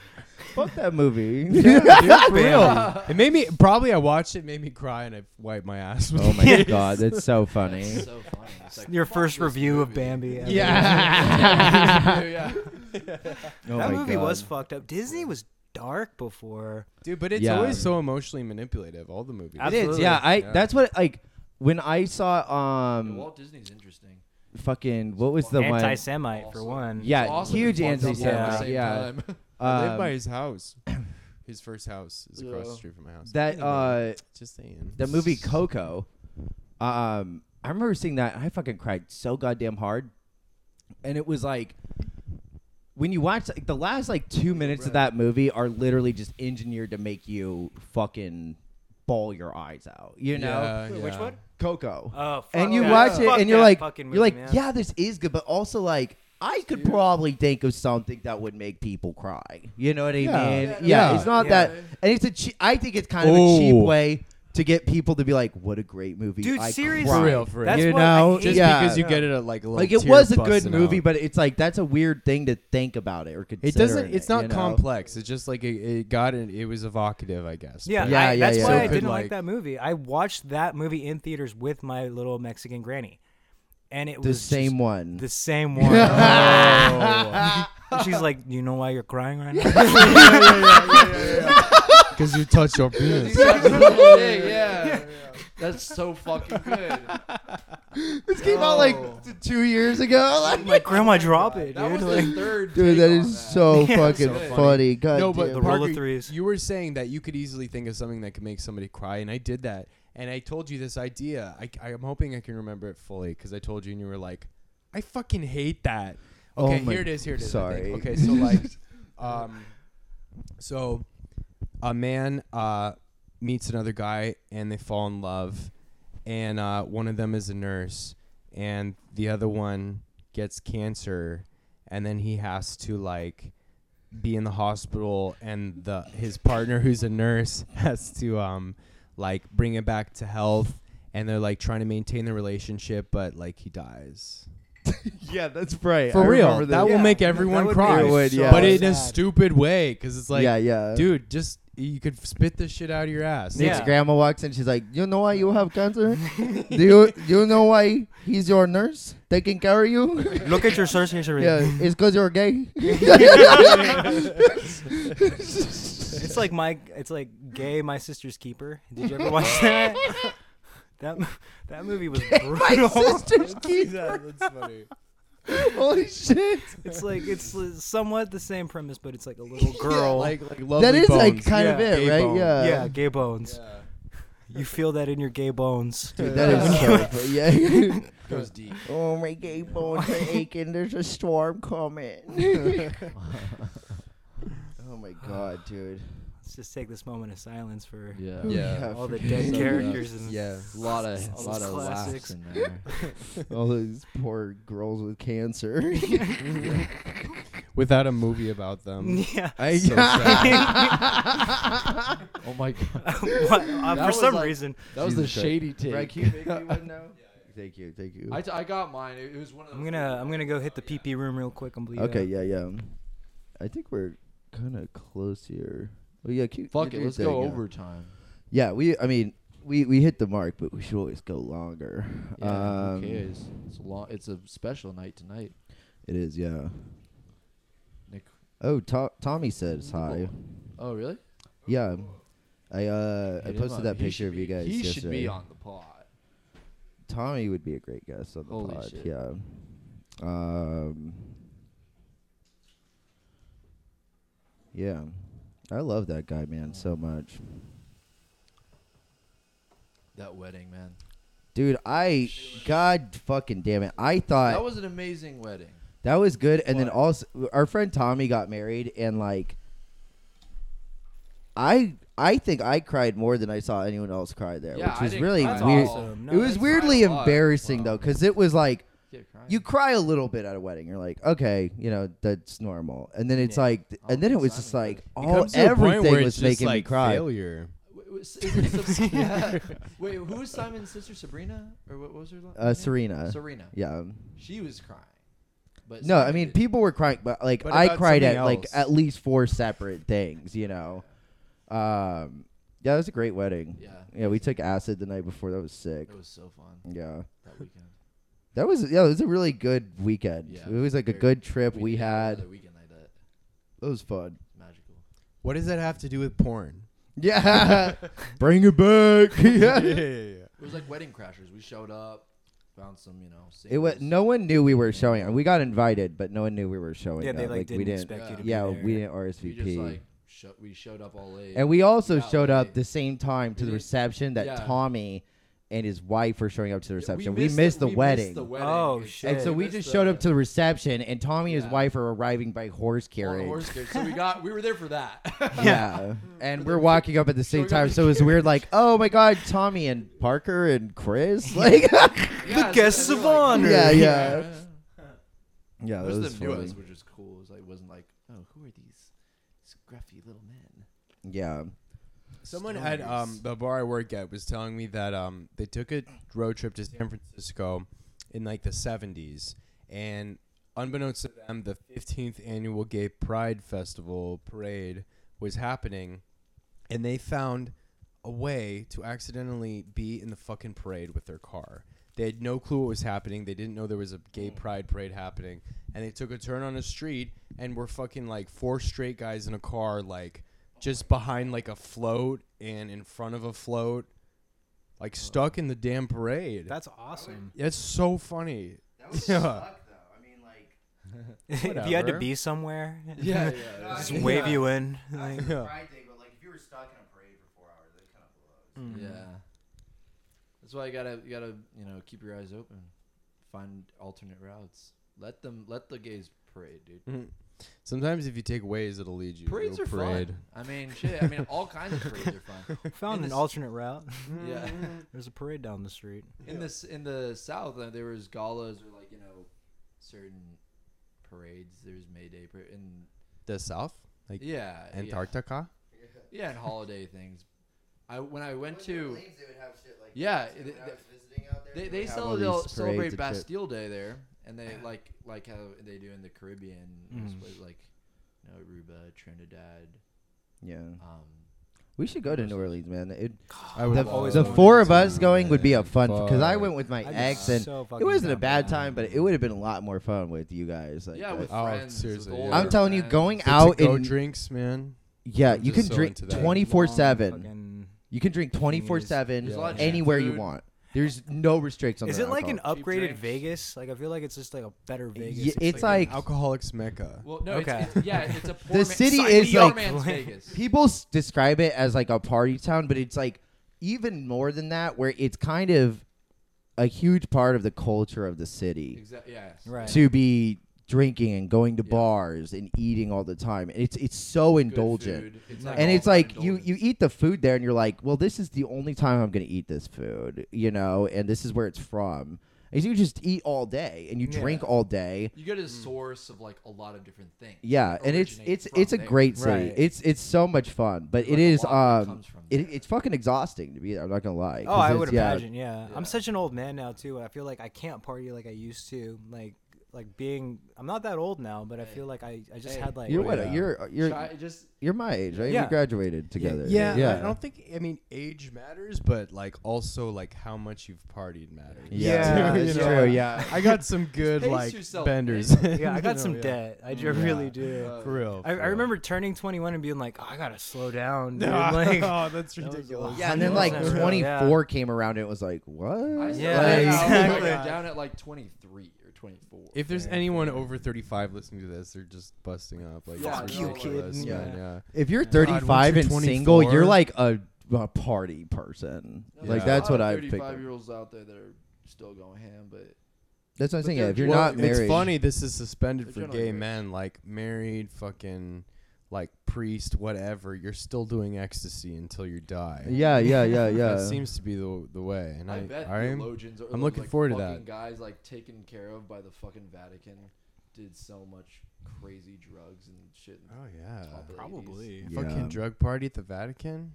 [SPEAKER 1] Fuck that movie. *laughs*
[SPEAKER 2] Bambi. It made me probably I watched it, made me cry and I wiped my ass with
[SPEAKER 1] oh
[SPEAKER 2] it.
[SPEAKER 1] my god, that's so funny.
[SPEAKER 5] That's so funny. It's like,
[SPEAKER 3] Your
[SPEAKER 5] fuck
[SPEAKER 3] first
[SPEAKER 5] this
[SPEAKER 3] review of
[SPEAKER 5] movie.
[SPEAKER 3] Bambi. ever.
[SPEAKER 1] *laughs* Yeah.
[SPEAKER 5] yeah.
[SPEAKER 1] *laughs* Oh my
[SPEAKER 3] That movie
[SPEAKER 1] God.
[SPEAKER 3] was fucked up. Disney was dark before.
[SPEAKER 2] Dude, but it's
[SPEAKER 1] Yeah.
[SPEAKER 2] always so emotionally manipulative, all the movies.
[SPEAKER 1] It is.
[SPEAKER 3] Absolutely.
[SPEAKER 1] Yeah, I.
[SPEAKER 2] Yeah.
[SPEAKER 1] That's what like when I saw
[SPEAKER 5] Yeah,
[SPEAKER 1] um
[SPEAKER 3] *laughs*
[SPEAKER 5] Walt Disney's interesting.
[SPEAKER 1] fucking what was the one?
[SPEAKER 3] Anti-Semite for
[SPEAKER 5] Also.
[SPEAKER 3] one.
[SPEAKER 1] Yeah,
[SPEAKER 5] Awesome
[SPEAKER 1] huge
[SPEAKER 5] and fucked up all at the
[SPEAKER 1] anti-Semite.
[SPEAKER 5] same
[SPEAKER 1] Yeah,
[SPEAKER 3] *laughs*
[SPEAKER 5] time. *laughs*
[SPEAKER 2] I lived by
[SPEAKER 1] Um,
[SPEAKER 2] his house. His first house is across
[SPEAKER 5] Yeah.
[SPEAKER 2] the street from my house.
[SPEAKER 1] that
[SPEAKER 2] Anyway,
[SPEAKER 1] uh,
[SPEAKER 2] just saying.
[SPEAKER 1] the movie Coco. Um, I remember seeing that. And I fucking cried so goddamn hard, and it was like when you watch like the last like two minutes of that movie are literally just engineered to make you fucking bawl your eyes out. You know,
[SPEAKER 2] Yeah,
[SPEAKER 3] Which
[SPEAKER 2] yeah.
[SPEAKER 3] one?
[SPEAKER 1] Coco.
[SPEAKER 3] Oh, fuck
[SPEAKER 1] and you
[SPEAKER 3] that.
[SPEAKER 1] watch it
[SPEAKER 3] Fuck
[SPEAKER 1] and you're
[SPEAKER 3] that
[SPEAKER 1] like
[SPEAKER 3] fucking
[SPEAKER 1] you're like
[SPEAKER 3] movie, man.
[SPEAKER 1] yeah. this is good but also like i could probably think of something that would make people cry you know what i
[SPEAKER 2] Yeah.
[SPEAKER 1] mean yeah,
[SPEAKER 5] Yeah,
[SPEAKER 2] yeah.
[SPEAKER 1] it's not
[SPEAKER 5] Yeah.
[SPEAKER 1] that and it's a che- i think it's kind of a cheap
[SPEAKER 2] Ooh.
[SPEAKER 1] way to get people to be like what a great movie
[SPEAKER 3] Dude,
[SPEAKER 1] I
[SPEAKER 3] seriously.
[SPEAKER 1] cried.
[SPEAKER 2] For real, for real.
[SPEAKER 3] That's
[SPEAKER 1] You
[SPEAKER 3] what I
[SPEAKER 1] know,
[SPEAKER 3] hate.
[SPEAKER 2] Just
[SPEAKER 1] Yeah.
[SPEAKER 2] because you get it at like a little
[SPEAKER 1] like it
[SPEAKER 2] tear
[SPEAKER 1] was a good
[SPEAKER 2] busting
[SPEAKER 1] movie
[SPEAKER 2] out.
[SPEAKER 1] but it's like that's a weird thing to think about it or consider
[SPEAKER 2] it doesn't.
[SPEAKER 1] in
[SPEAKER 2] It's
[SPEAKER 1] it,
[SPEAKER 2] not
[SPEAKER 1] you know?
[SPEAKER 2] complex. It's just like it, it got it. It was evocative, I guess.
[SPEAKER 3] Yeah,
[SPEAKER 2] But-
[SPEAKER 1] Yeah,
[SPEAKER 3] I-
[SPEAKER 1] yeah,
[SPEAKER 3] that's
[SPEAKER 1] yeah.
[SPEAKER 3] why
[SPEAKER 1] So
[SPEAKER 3] I
[SPEAKER 2] could,
[SPEAKER 3] didn't like,
[SPEAKER 2] like-
[SPEAKER 3] that movie. I watched that movie in theaters with my little Mexican granny, and it
[SPEAKER 1] the
[SPEAKER 3] was just
[SPEAKER 1] same one Oh.
[SPEAKER 3] the *laughs* same
[SPEAKER 1] *laughs*
[SPEAKER 3] one. *laughs* She's like, "You know why you're crying
[SPEAKER 1] *laughs*
[SPEAKER 3] right now?"
[SPEAKER 2] Because you touched your penis. *laughs*
[SPEAKER 3] *laughs*
[SPEAKER 5] Exactly the whole thing, yeah. That's so fucking good.
[SPEAKER 1] This came out like
[SPEAKER 5] Oh.
[SPEAKER 1] t- two years
[SPEAKER 2] *laughs*
[SPEAKER 1] ago. Like,
[SPEAKER 3] Like grandma, drop
[SPEAKER 5] God,
[SPEAKER 3] it,
[SPEAKER 5] that
[SPEAKER 3] dude.
[SPEAKER 5] was
[SPEAKER 3] Like,
[SPEAKER 5] the third.
[SPEAKER 1] dude,
[SPEAKER 5] take
[SPEAKER 1] that
[SPEAKER 5] on
[SPEAKER 1] is so
[SPEAKER 3] *laughs* Yeah,
[SPEAKER 1] fucking
[SPEAKER 5] so funny.
[SPEAKER 1] funny. God
[SPEAKER 2] no, but
[SPEAKER 1] damn.
[SPEAKER 3] The rule of
[SPEAKER 2] Parker,
[SPEAKER 3] threes.
[SPEAKER 2] You were saying that you could easily think of something that could make somebody cry, and I did that. And I told you this idea. I, I'm hoping I can remember it fully because I told you, and you were like, "I fucking hate that."
[SPEAKER 1] Oh
[SPEAKER 2] Okay,
[SPEAKER 1] my-
[SPEAKER 2] here it is. Here it is. I think.
[SPEAKER 1] sorry.
[SPEAKER 2] Okay, so like, um, so a man uh meets another guy, and they fall in love, and uh, one of them is a nurse, and the other one gets cancer, and then he has to like be in the hospital and the his partner who's a nurse *laughs* has to um like bring it back to health and they're like trying to maintain the relationship but like he dies
[SPEAKER 1] yeah, that's right.
[SPEAKER 2] for
[SPEAKER 1] I
[SPEAKER 2] real
[SPEAKER 1] remember
[SPEAKER 2] that will
[SPEAKER 1] Yeah.
[SPEAKER 2] make everyone
[SPEAKER 3] would
[SPEAKER 2] cry
[SPEAKER 1] make It would, so yeah.
[SPEAKER 2] but in a
[SPEAKER 3] sad.
[SPEAKER 2] stupid way because it's like
[SPEAKER 1] yeah, yeah.
[SPEAKER 2] dude just you could spit this shit out of your ass
[SPEAKER 1] Nick's
[SPEAKER 3] Yeah.
[SPEAKER 1] grandma walks in. She's like, "You know why you have
[SPEAKER 3] *laughs*
[SPEAKER 1] cancer? do you you know why he's your nurse taking care of you?
[SPEAKER 3] Look at your search history.
[SPEAKER 1] yeah, it's because you're gay.
[SPEAKER 3] *laughs*
[SPEAKER 1] *laughs*
[SPEAKER 3] It's like my, it's like gay, my sister's keeper. Did you ever watch that? That mo- that movie was
[SPEAKER 1] My
[SPEAKER 3] brutal. *laughs*
[SPEAKER 1] sister's keys.
[SPEAKER 2] that's funny
[SPEAKER 1] Holy shit!
[SPEAKER 3] It's like it's uh, somewhat the same premise, but it's like a little girl.
[SPEAKER 2] like, like lovely
[SPEAKER 1] That is like uh,
[SPEAKER 2] bones.
[SPEAKER 1] kind of
[SPEAKER 3] Yeah.
[SPEAKER 1] it,
[SPEAKER 2] Gay
[SPEAKER 1] right?
[SPEAKER 2] bones.
[SPEAKER 1] Yeah.
[SPEAKER 3] yeah, gay bones.
[SPEAKER 2] Yeah.
[SPEAKER 3] You feel that in your gay bones.
[SPEAKER 1] Dude, that is so fu-
[SPEAKER 3] *laughs*
[SPEAKER 1] yeah. *laughs*
[SPEAKER 5] That. Goes deep.
[SPEAKER 1] oh my gay bones are aching. There's a storm
[SPEAKER 3] *laughs*
[SPEAKER 1] coming. *laughs* oh my god, dude.
[SPEAKER 3] Let's just take this moment of silence for
[SPEAKER 5] Yeah.
[SPEAKER 2] Yeah.
[SPEAKER 3] all the
[SPEAKER 1] for
[SPEAKER 3] dead
[SPEAKER 1] sure.
[SPEAKER 3] characters and
[SPEAKER 2] yeah
[SPEAKER 5] A lot of
[SPEAKER 3] All
[SPEAKER 5] lot
[SPEAKER 3] those
[SPEAKER 5] of
[SPEAKER 3] classics.
[SPEAKER 5] laughs in there.
[SPEAKER 1] All these poor girls with cancer.
[SPEAKER 3] *laughs*
[SPEAKER 2] without a movie about
[SPEAKER 3] *laughs*
[SPEAKER 2] them
[SPEAKER 3] yeah.
[SPEAKER 2] Um, I, *laughs* so sad.
[SPEAKER 5] Oh my
[SPEAKER 3] *laughs*
[SPEAKER 5] god.
[SPEAKER 3] What- uh,
[SPEAKER 5] That
[SPEAKER 3] for
[SPEAKER 5] was
[SPEAKER 3] some
[SPEAKER 5] like-
[SPEAKER 3] reason,
[SPEAKER 5] That was the
[SPEAKER 2] Jesus Christ.
[SPEAKER 5] shady take.
[SPEAKER 1] Right, can you make *laughs* me one now? Thank you, thank you.
[SPEAKER 5] I, t- I got mine. It, it was one of those
[SPEAKER 3] I'm gonna I'm gonna go hit the PP room real quick. I'm bleeding.
[SPEAKER 1] Okay, yeah, yeah. I think we're kind of close here. Well, yeah, keep,
[SPEAKER 5] Fuck
[SPEAKER 1] keep
[SPEAKER 5] it.
[SPEAKER 1] your
[SPEAKER 5] Let's
[SPEAKER 1] thing,
[SPEAKER 5] go
[SPEAKER 1] yeah.
[SPEAKER 5] overtime.
[SPEAKER 1] Yeah, we. I mean, we we hit the mark, but we should always go longer.
[SPEAKER 5] Yeah,
[SPEAKER 1] um,
[SPEAKER 5] who cares? It's a long. It's a special night tonight.
[SPEAKER 1] It is, yeah.
[SPEAKER 5] Nick.
[SPEAKER 1] Oh, to- Tommy says hi.
[SPEAKER 5] Oh really?
[SPEAKER 1] Yeah, I uh I
[SPEAKER 5] Hit him
[SPEAKER 1] posted
[SPEAKER 5] up.
[SPEAKER 1] that
[SPEAKER 5] He
[SPEAKER 1] picture
[SPEAKER 5] should
[SPEAKER 1] of you
[SPEAKER 5] be-
[SPEAKER 1] guys
[SPEAKER 5] He
[SPEAKER 1] yesterday.
[SPEAKER 5] should be on the pod.
[SPEAKER 1] Tommy would be a great guest on the
[SPEAKER 5] Holy
[SPEAKER 1] pod.
[SPEAKER 5] shit.
[SPEAKER 1] Yeah. Um. Yeah, I love that guy, man, so much,
[SPEAKER 5] That wedding, man.
[SPEAKER 1] dude. I, God, fucking damn it, I thought
[SPEAKER 5] that was an amazing wedding.
[SPEAKER 1] That was good. And then
[SPEAKER 5] What?
[SPEAKER 1] also, our friend Tommy got married, and like, I I think I cried more than I saw anyone else cry there,
[SPEAKER 5] Yeah,
[SPEAKER 1] which
[SPEAKER 5] I
[SPEAKER 1] was
[SPEAKER 5] didn't
[SPEAKER 1] really
[SPEAKER 5] cry at
[SPEAKER 1] weird.
[SPEAKER 5] all.
[SPEAKER 3] Awesome. No,
[SPEAKER 1] it was
[SPEAKER 3] that's
[SPEAKER 1] weirdly
[SPEAKER 5] not a lot.
[SPEAKER 1] embarrassing
[SPEAKER 5] Wow.
[SPEAKER 1] though, because it was like
[SPEAKER 5] Yeah, crying.
[SPEAKER 1] you cry a little bit at a wedding. You're like, okay, you know that's normal. And then it's
[SPEAKER 3] Yeah.
[SPEAKER 1] like, and then it was
[SPEAKER 5] Simon
[SPEAKER 1] just like
[SPEAKER 5] does. It
[SPEAKER 1] all
[SPEAKER 2] comes to a point
[SPEAKER 1] everything
[SPEAKER 2] where it's
[SPEAKER 1] was
[SPEAKER 2] just,
[SPEAKER 1] making me
[SPEAKER 2] like,
[SPEAKER 1] cry.
[SPEAKER 2] Failure.
[SPEAKER 5] Wait, was- is it Sab- *laughs* yeah.
[SPEAKER 1] *laughs*
[SPEAKER 5] Wait, who was Simon's sister, Sabrina, or what was her? la-
[SPEAKER 1] Uh,
[SPEAKER 5] name?
[SPEAKER 1] Serena.
[SPEAKER 5] Serena.
[SPEAKER 1] Yeah.
[SPEAKER 5] She was crying. But
[SPEAKER 1] No, I
[SPEAKER 5] Simon
[SPEAKER 1] mean
[SPEAKER 5] didn't.
[SPEAKER 1] people were crying, but like
[SPEAKER 2] But
[SPEAKER 1] I
[SPEAKER 2] about
[SPEAKER 1] cried at
[SPEAKER 2] something
[SPEAKER 1] like
[SPEAKER 2] else.
[SPEAKER 1] at least four separate things, you know. Um, yeah, it was a great wedding.
[SPEAKER 5] Yeah.
[SPEAKER 1] yeah, we took acid the night before. That was sick.
[SPEAKER 5] It was so fun
[SPEAKER 1] Yeah,
[SPEAKER 5] that weekend.
[SPEAKER 1] that was yeah, it was a really good weekend.
[SPEAKER 5] Yeah,
[SPEAKER 1] it was like a
[SPEAKER 5] very-
[SPEAKER 1] good trip we,
[SPEAKER 5] need
[SPEAKER 1] had.
[SPEAKER 5] another weekend like that.
[SPEAKER 1] It was fun.
[SPEAKER 5] *laughs* It's magical.
[SPEAKER 2] What does that have to do with porn?
[SPEAKER 1] Yeah, *laughs* bring it back. yeah.
[SPEAKER 2] *laughs* yeah.
[SPEAKER 5] It was like wedding crashers. We showed up, found some, you know. Singles.
[SPEAKER 1] It was, no one knew we were showing. up. We got invited, but no one knew we were showing.
[SPEAKER 3] Yeah,
[SPEAKER 1] up.
[SPEAKER 3] they like,
[SPEAKER 1] we
[SPEAKER 3] didn't
[SPEAKER 1] didn't.
[SPEAKER 3] expect you to be
[SPEAKER 1] yeah,
[SPEAKER 3] there.
[SPEAKER 1] we didn't
[SPEAKER 5] We
[SPEAKER 1] RSVP.
[SPEAKER 5] just like sho- we showed up all late.
[SPEAKER 1] And we also
[SPEAKER 5] Yeah,
[SPEAKER 1] showed up
[SPEAKER 5] like-
[SPEAKER 1] the same time to the
[SPEAKER 5] we-
[SPEAKER 1] reception that
[SPEAKER 5] yeah.
[SPEAKER 1] Tommy and his wife were showing up to the
[SPEAKER 5] Yeah,
[SPEAKER 1] reception. We missed, the,
[SPEAKER 5] we
[SPEAKER 1] wedding.
[SPEAKER 5] the wedding.
[SPEAKER 3] Oh,
[SPEAKER 5] Exactly.
[SPEAKER 3] shit.
[SPEAKER 1] And so we
[SPEAKER 5] missed
[SPEAKER 1] just
[SPEAKER 5] the-
[SPEAKER 1] showed up to the reception, and Tommy and his
[SPEAKER 5] Yeah.
[SPEAKER 1] wife are arriving by horse
[SPEAKER 5] on
[SPEAKER 1] carriage.
[SPEAKER 5] the
[SPEAKER 1] *laughs*
[SPEAKER 5] horse carriage. So we got we were there
[SPEAKER 3] *laughs*
[SPEAKER 5] for that. *laughs*
[SPEAKER 1] yeah. and
[SPEAKER 5] For
[SPEAKER 1] we're
[SPEAKER 5] the-
[SPEAKER 1] walking up at the same
[SPEAKER 5] showing up
[SPEAKER 1] time.
[SPEAKER 5] the
[SPEAKER 1] So it was weird, like, oh my God, Tommy and Parker and
[SPEAKER 5] *laughs*
[SPEAKER 1] Chris. Like, *laughs*
[SPEAKER 5] Yeah, so-
[SPEAKER 3] guests
[SPEAKER 5] and
[SPEAKER 3] of
[SPEAKER 5] we were like-
[SPEAKER 3] honor.
[SPEAKER 1] Yeah, yeah.
[SPEAKER 5] yeah.
[SPEAKER 1] yeah, that
[SPEAKER 5] Most
[SPEAKER 1] was
[SPEAKER 5] of them knew us,
[SPEAKER 1] funny.
[SPEAKER 5] which was cool. It, was like, it wasn't like, oh, who are these scruffy little men?
[SPEAKER 1] Yeah.
[SPEAKER 2] Someone had um, the bar I work at was telling me that um, they took a road trip to San Francisco in like the 70s, and unbeknownst to them, the 15th annual Gay Pride Festival parade was happening, and they found a way to accidentally be in the fucking parade with their car. They had no clue what was happening. They didn't know there was a gay pride parade happening, and they took a turn on a street and were fucking like four straight guys in a car, like just behind like a float and in front of a float. like stuck in the damn parade.
[SPEAKER 3] That's awesome.
[SPEAKER 2] That's so funny.
[SPEAKER 1] That
[SPEAKER 5] *laughs*
[SPEAKER 2] would Yeah. suck,
[SPEAKER 1] though. I mean, like,
[SPEAKER 3] *laughs* if you had to
[SPEAKER 2] Whatever.
[SPEAKER 3] be
[SPEAKER 5] *laughs*
[SPEAKER 3] somewhere, *laughs*
[SPEAKER 5] Yeah,
[SPEAKER 3] just
[SPEAKER 5] yeah.
[SPEAKER 3] wave you in.
[SPEAKER 5] *laughs*
[SPEAKER 1] *laughs*
[SPEAKER 3] Like,
[SPEAKER 2] Yeah.
[SPEAKER 1] Friday, but like if you were stuck in a parade for four hours, that kind of blows.
[SPEAKER 3] Mm-hmm.
[SPEAKER 5] Yeah. That's why you gotta you gotta you know keep your eyes open, find alternate routes. Let them let the gays parade, dude.
[SPEAKER 2] Mhm. Sometimes if you take ways, it'll lead you. to
[SPEAKER 5] Parades
[SPEAKER 2] a
[SPEAKER 5] are
[SPEAKER 2] parade.
[SPEAKER 5] fun. I mean, shit. I mean, all kinds of parades are fun.
[SPEAKER 1] *laughs*
[SPEAKER 3] found an
[SPEAKER 5] this-
[SPEAKER 3] alternate route. *laughs*
[SPEAKER 5] Yeah.
[SPEAKER 3] There's a parade down the street.
[SPEAKER 5] In this in the south, uh, there was galas or like you know, certain parades. There's May Day parade and
[SPEAKER 2] The South, like
[SPEAKER 5] yeah, yeah,
[SPEAKER 2] Antarctica.
[SPEAKER 5] yeah, and holiday things. I when I went to
[SPEAKER 1] they would have shit like
[SPEAKER 5] Yeah, that, too, it- when I
[SPEAKER 1] I
[SPEAKER 5] it-
[SPEAKER 1] was visiting out there.
[SPEAKER 5] They they
[SPEAKER 1] have
[SPEAKER 5] cel-
[SPEAKER 1] all
[SPEAKER 5] they'll
[SPEAKER 1] these
[SPEAKER 5] celebrate
[SPEAKER 1] parades and shit.
[SPEAKER 5] Bastille Day there, and they like like how they do in the Caribbean,
[SPEAKER 3] Mm.
[SPEAKER 5] it's what, like you know, Aruba, Trinidad.
[SPEAKER 1] Yeah,
[SPEAKER 5] Um,
[SPEAKER 1] we should go to New Orleans, man. It,
[SPEAKER 2] I
[SPEAKER 1] the
[SPEAKER 2] would
[SPEAKER 3] always
[SPEAKER 1] the
[SPEAKER 3] wanted
[SPEAKER 1] four
[SPEAKER 2] to
[SPEAKER 1] of us
[SPEAKER 2] do
[SPEAKER 1] going would be a
[SPEAKER 2] that.
[SPEAKER 1] fun because I
[SPEAKER 2] Fuck.
[SPEAKER 1] went with my
[SPEAKER 3] I'd be
[SPEAKER 1] ex and
[SPEAKER 3] so
[SPEAKER 1] it
[SPEAKER 3] fucking
[SPEAKER 1] wasn't a
[SPEAKER 3] down
[SPEAKER 1] bad
[SPEAKER 3] for that.
[SPEAKER 1] time, but it would have been a lot more fun with you guys. Like, uh,
[SPEAKER 5] yeah,
[SPEAKER 1] that.
[SPEAKER 5] with
[SPEAKER 2] Oh,
[SPEAKER 5] friends. with
[SPEAKER 2] seriously, yeah.
[SPEAKER 5] older
[SPEAKER 1] I'm telling you,
[SPEAKER 5] friends.
[SPEAKER 1] going
[SPEAKER 2] To
[SPEAKER 1] out
[SPEAKER 2] go
[SPEAKER 1] in
[SPEAKER 2] drinks, man.
[SPEAKER 1] yeah,
[SPEAKER 2] I'm
[SPEAKER 1] you
[SPEAKER 2] just
[SPEAKER 1] can
[SPEAKER 2] so
[SPEAKER 1] drink
[SPEAKER 2] into that.
[SPEAKER 1] twenty four
[SPEAKER 3] Long
[SPEAKER 1] seven.
[SPEAKER 3] fucking-
[SPEAKER 1] You can drink twenty four
[SPEAKER 2] There's
[SPEAKER 1] seven
[SPEAKER 2] a lot of
[SPEAKER 1] anywhere
[SPEAKER 5] cheap
[SPEAKER 1] you
[SPEAKER 5] food.
[SPEAKER 1] want. There's no restrictions. on
[SPEAKER 3] Is
[SPEAKER 1] their
[SPEAKER 3] it like an
[SPEAKER 1] alcohol.
[SPEAKER 3] upgraded
[SPEAKER 5] drinks.
[SPEAKER 3] Vegas? Like I feel like it's just like a better Vegas.
[SPEAKER 1] it's
[SPEAKER 3] an-
[SPEAKER 1] like-
[SPEAKER 2] Alcoholics Mecca.
[SPEAKER 5] Well, no,
[SPEAKER 3] Okay.
[SPEAKER 5] it's, it's, yeah, it's a
[SPEAKER 1] *laughs*
[SPEAKER 5] poor
[SPEAKER 1] The
[SPEAKER 5] man-
[SPEAKER 1] city
[SPEAKER 5] Sign
[SPEAKER 1] is,
[SPEAKER 5] me up,
[SPEAKER 1] like- *laughs*
[SPEAKER 5] man's Vegas.
[SPEAKER 1] people s- describe it as like a party town, but it's like even more than that, where it's kind of a huge part of the culture of the city
[SPEAKER 5] Exactly. Yeah.
[SPEAKER 3] Right.
[SPEAKER 1] to be drinking and going to
[SPEAKER 5] Yeah.
[SPEAKER 1] bars and eating all the time. It's it's so
[SPEAKER 5] Good
[SPEAKER 1] indulgent.
[SPEAKER 5] food. It's
[SPEAKER 3] Nice.
[SPEAKER 1] And
[SPEAKER 5] all
[SPEAKER 1] it's like
[SPEAKER 5] about
[SPEAKER 1] you, you
[SPEAKER 5] indulgence.
[SPEAKER 1] eat the food there and you're like, well, this is the only time I'm going to eat this food, you know, and this is where it's from. And you just eat all day and you
[SPEAKER 3] Yeah.
[SPEAKER 1] drink all day.
[SPEAKER 5] you go to the source of like a lot of different things.
[SPEAKER 1] Mm. Yeah,
[SPEAKER 5] that
[SPEAKER 1] and it's
[SPEAKER 5] originate
[SPEAKER 1] it's
[SPEAKER 5] from
[SPEAKER 1] it's a
[SPEAKER 5] there.
[SPEAKER 1] great city.
[SPEAKER 3] Right.
[SPEAKER 1] It's it's so much fun, but
[SPEAKER 5] Like
[SPEAKER 1] it
[SPEAKER 5] a
[SPEAKER 1] is
[SPEAKER 5] lot that
[SPEAKER 1] um
[SPEAKER 5] comes from
[SPEAKER 1] it,
[SPEAKER 5] there.
[SPEAKER 1] it's fucking exhausting to be there. I'm not gonna lie.
[SPEAKER 3] Oh,
[SPEAKER 1] 'cause
[SPEAKER 3] I
[SPEAKER 1] it's-
[SPEAKER 3] would
[SPEAKER 1] yeah,
[SPEAKER 3] imagine. Yeah.
[SPEAKER 5] Yeah.
[SPEAKER 3] I'm such an old man now too. and I feel like I can't party like I used to. Like like being I'm not that old now, but I
[SPEAKER 5] Hey.
[SPEAKER 3] feel like I, I just
[SPEAKER 5] Hey.
[SPEAKER 3] had like
[SPEAKER 1] You're
[SPEAKER 3] *laughs*
[SPEAKER 2] Oh,
[SPEAKER 1] what?
[SPEAKER 2] yeah.
[SPEAKER 1] You're you're
[SPEAKER 5] Try- just
[SPEAKER 1] you're my age, right?
[SPEAKER 3] Yeah.
[SPEAKER 1] We graduated together.
[SPEAKER 2] Yeah,
[SPEAKER 1] yeah.
[SPEAKER 2] I don't think. I mean, age matters, but like also like how much you've partied matters.
[SPEAKER 1] Yeah,
[SPEAKER 2] *laughs* You
[SPEAKER 1] it's
[SPEAKER 2] know?
[SPEAKER 1] true. Yeah.
[SPEAKER 2] I got *laughs* some good
[SPEAKER 5] Pace
[SPEAKER 2] like
[SPEAKER 5] yourself,
[SPEAKER 2] benders.
[SPEAKER 3] Yeah, I
[SPEAKER 2] *laughs* You
[SPEAKER 3] got
[SPEAKER 5] *laughs*
[SPEAKER 2] know,
[SPEAKER 3] some
[SPEAKER 2] yeah.
[SPEAKER 3] debt. I ju-
[SPEAKER 2] Yeah.
[SPEAKER 3] really do.
[SPEAKER 5] uh,
[SPEAKER 2] For real. for *laughs*
[SPEAKER 3] I, I
[SPEAKER 2] real.
[SPEAKER 3] remember turning 21 and being like, oh, I gotta slow down. Dude.
[SPEAKER 2] Ah,
[SPEAKER 3] Like,
[SPEAKER 2] *laughs* oh, that's
[SPEAKER 3] was a
[SPEAKER 2] ridiculous.
[SPEAKER 5] lot. Yeah,
[SPEAKER 1] and then
[SPEAKER 5] no,
[SPEAKER 1] like
[SPEAKER 5] that's real.
[SPEAKER 1] 24
[SPEAKER 3] Yeah.
[SPEAKER 1] came around, and it was like
[SPEAKER 5] I
[SPEAKER 1] what?
[SPEAKER 5] still
[SPEAKER 3] Yeah,
[SPEAKER 5] have-
[SPEAKER 3] exactly.
[SPEAKER 5] I'm down at like 23 or 24.
[SPEAKER 2] If there's anyone over 35 listening to this, they're just busting up. Like,
[SPEAKER 5] Yeah,
[SPEAKER 2] it's
[SPEAKER 5] you
[SPEAKER 2] ridiculous,
[SPEAKER 3] kid.
[SPEAKER 2] man,
[SPEAKER 1] Yeah.
[SPEAKER 2] yeah.
[SPEAKER 1] If you're
[SPEAKER 3] God, once
[SPEAKER 1] 35
[SPEAKER 2] you're
[SPEAKER 1] and single,
[SPEAKER 2] 24
[SPEAKER 1] you're like a, a party person.
[SPEAKER 5] No,
[SPEAKER 1] Like
[SPEAKER 5] there's
[SPEAKER 2] Yeah.
[SPEAKER 5] a
[SPEAKER 1] that's
[SPEAKER 5] lot
[SPEAKER 1] what
[SPEAKER 5] of
[SPEAKER 1] I picked. up.
[SPEAKER 5] 35 year olds out there that are still going ham, but
[SPEAKER 1] That's what I'm
[SPEAKER 5] But
[SPEAKER 1] saying.
[SPEAKER 5] they're
[SPEAKER 1] If you're
[SPEAKER 5] Well,
[SPEAKER 1] not married,
[SPEAKER 2] It's funny. This is suspended
[SPEAKER 5] They're
[SPEAKER 2] for
[SPEAKER 5] generally
[SPEAKER 2] gay
[SPEAKER 5] rich.
[SPEAKER 2] men, like married, fucking, like priest, whatever. You're still doing ecstasy until you die.
[SPEAKER 1] Yeah, yeah, yeah, yeah.
[SPEAKER 2] That seems to be the the way. And I,
[SPEAKER 5] I, bet
[SPEAKER 2] I'm,
[SPEAKER 5] theologians are.
[SPEAKER 2] I'm
[SPEAKER 5] those,
[SPEAKER 2] looking
[SPEAKER 5] like,
[SPEAKER 2] forward to
[SPEAKER 5] fucking
[SPEAKER 2] that.
[SPEAKER 5] Guys like taken care of by the fucking Vatican did so much crazy drugs and shit.
[SPEAKER 2] oh yeah,
[SPEAKER 1] Uh,
[SPEAKER 5] Top of the
[SPEAKER 3] Probably.
[SPEAKER 1] Yeah.
[SPEAKER 2] fucking drug party at the Vatican.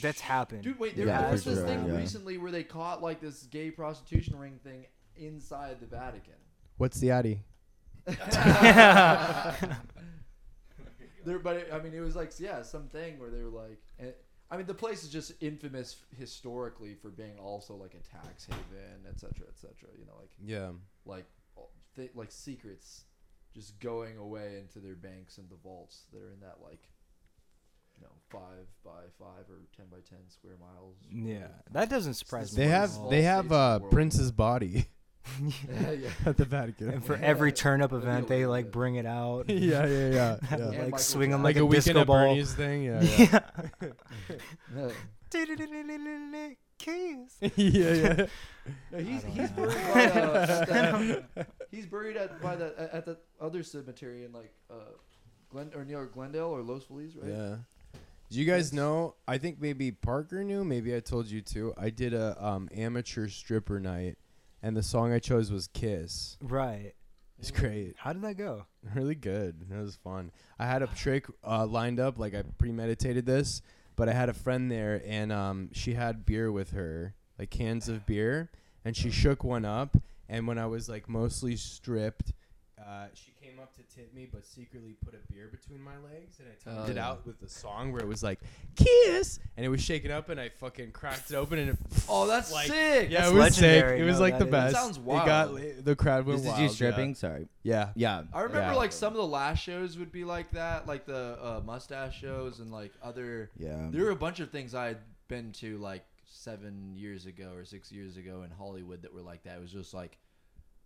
[SPEAKER 3] That's happened.
[SPEAKER 5] Dude, wait, there
[SPEAKER 1] Yeah,
[SPEAKER 5] was
[SPEAKER 1] for
[SPEAKER 5] this
[SPEAKER 1] sure,
[SPEAKER 5] thing
[SPEAKER 1] yeah.
[SPEAKER 5] recently where they caught like this gay prostitution ring thing inside the Vatican. *laughs*
[SPEAKER 2] What's the Addy?
[SPEAKER 5] There, but it, I mean, it was like yeah, something where they were like, and, I mean, the place is just infamous historically for being also like a tax haven, et cetera, et cetera. You know, like
[SPEAKER 2] Yeah,
[SPEAKER 5] like all- th- like secrets just going away into their banks and the vaults that are in that like you know five by five or ten by ten square miles.
[SPEAKER 3] Yeah, that doesn't surprise me.
[SPEAKER 2] they
[SPEAKER 5] one
[SPEAKER 3] at
[SPEAKER 2] have
[SPEAKER 3] all.
[SPEAKER 5] small
[SPEAKER 2] they
[SPEAKER 5] state
[SPEAKER 2] have
[SPEAKER 5] in the
[SPEAKER 2] uh,
[SPEAKER 5] world.
[SPEAKER 2] Prince's body *laughs*
[SPEAKER 5] yeah, *laughs* yeah.
[SPEAKER 2] at the Vatican.
[SPEAKER 3] *laughs* And for every
[SPEAKER 5] Yeah.
[SPEAKER 3] turn up
[SPEAKER 5] That'd be
[SPEAKER 3] event, they
[SPEAKER 5] okay,
[SPEAKER 3] like
[SPEAKER 5] yeah.
[SPEAKER 3] bring it out. and
[SPEAKER 2] yeah, yeah, yeah.
[SPEAKER 5] *laughs*
[SPEAKER 3] have
[SPEAKER 2] yeah.
[SPEAKER 3] it,
[SPEAKER 5] And
[SPEAKER 3] like
[SPEAKER 5] Michael
[SPEAKER 3] swinging
[SPEAKER 5] Jackson.
[SPEAKER 3] like,
[SPEAKER 5] Like
[SPEAKER 3] a,
[SPEAKER 2] weekend
[SPEAKER 3] disco
[SPEAKER 2] at
[SPEAKER 3] ball.
[SPEAKER 2] Bernie's thing. Yeah,
[SPEAKER 3] *laughs*
[SPEAKER 2] yeah,
[SPEAKER 3] Yeah.
[SPEAKER 2] *laughs*
[SPEAKER 5] No,
[SPEAKER 3] Kiss.
[SPEAKER 2] yeah. yeah.
[SPEAKER 5] he's
[SPEAKER 3] I don't
[SPEAKER 5] he's
[SPEAKER 3] know.
[SPEAKER 5] buried by
[SPEAKER 2] *laughs*
[SPEAKER 5] uh, that, he's buried at by the at- at the other cemetery in like uh Glen or near Glendale or Los Feliz, right?
[SPEAKER 2] Yeah. Do you guys know? I think maybe Parker knew. Maybe I told you too. I did a um, amateur stripper night, and the song I chose was "Kiss."
[SPEAKER 3] Right.
[SPEAKER 2] It's great,
[SPEAKER 3] How did that go?
[SPEAKER 2] *laughs* really good. It was fun. I had a trick uh, lined up, like I premeditated this, but I had a friend there, and um, she had beer with her, like cans of beer, and she shook one up. And when I was like mostly stripped, uh, she came up to tip me, but secretly put a beer between my legs, and I timed
[SPEAKER 5] Oh,
[SPEAKER 2] it
[SPEAKER 5] yeah.
[SPEAKER 2] out with a song where it was like "kiss," and it was shaken up, and I fucking cracked it open, and it, *laughs*
[SPEAKER 5] Oh, that's
[SPEAKER 2] Like,
[SPEAKER 5] sick.
[SPEAKER 2] yeah,
[SPEAKER 3] That's
[SPEAKER 2] it was
[SPEAKER 3] legendary.
[SPEAKER 2] sick. It was
[SPEAKER 3] No,
[SPEAKER 2] like the
[SPEAKER 3] that is-
[SPEAKER 2] best.
[SPEAKER 5] Sounds
[SPEAKER 2] It got
[SPEAKER 5] wild.
[SPEAKER 2] la- the crowd went
[SPEAKER 1] Is this
[SPEAKER 2] wild.
[SPEAKER 1] you
[SPEAKER 2] yeah.
[SPEAKER 1] stripping? Sorry.
[SPEAKER 2] Yeah.
[SPEAKER 1] Yeah.
[SPEAKER 5] I remember
[SPEAKER 2] Yeah.
[SPEAKER 5] like some of the last shows would be like that, like the uh, mustache shows and like other
[SPEAKER 1] Yeah. *laughs*
[SPEAKER 5] There were a bunch of things I had been to, like seven years ago or six years ago in Hollywood that were like that. It was just like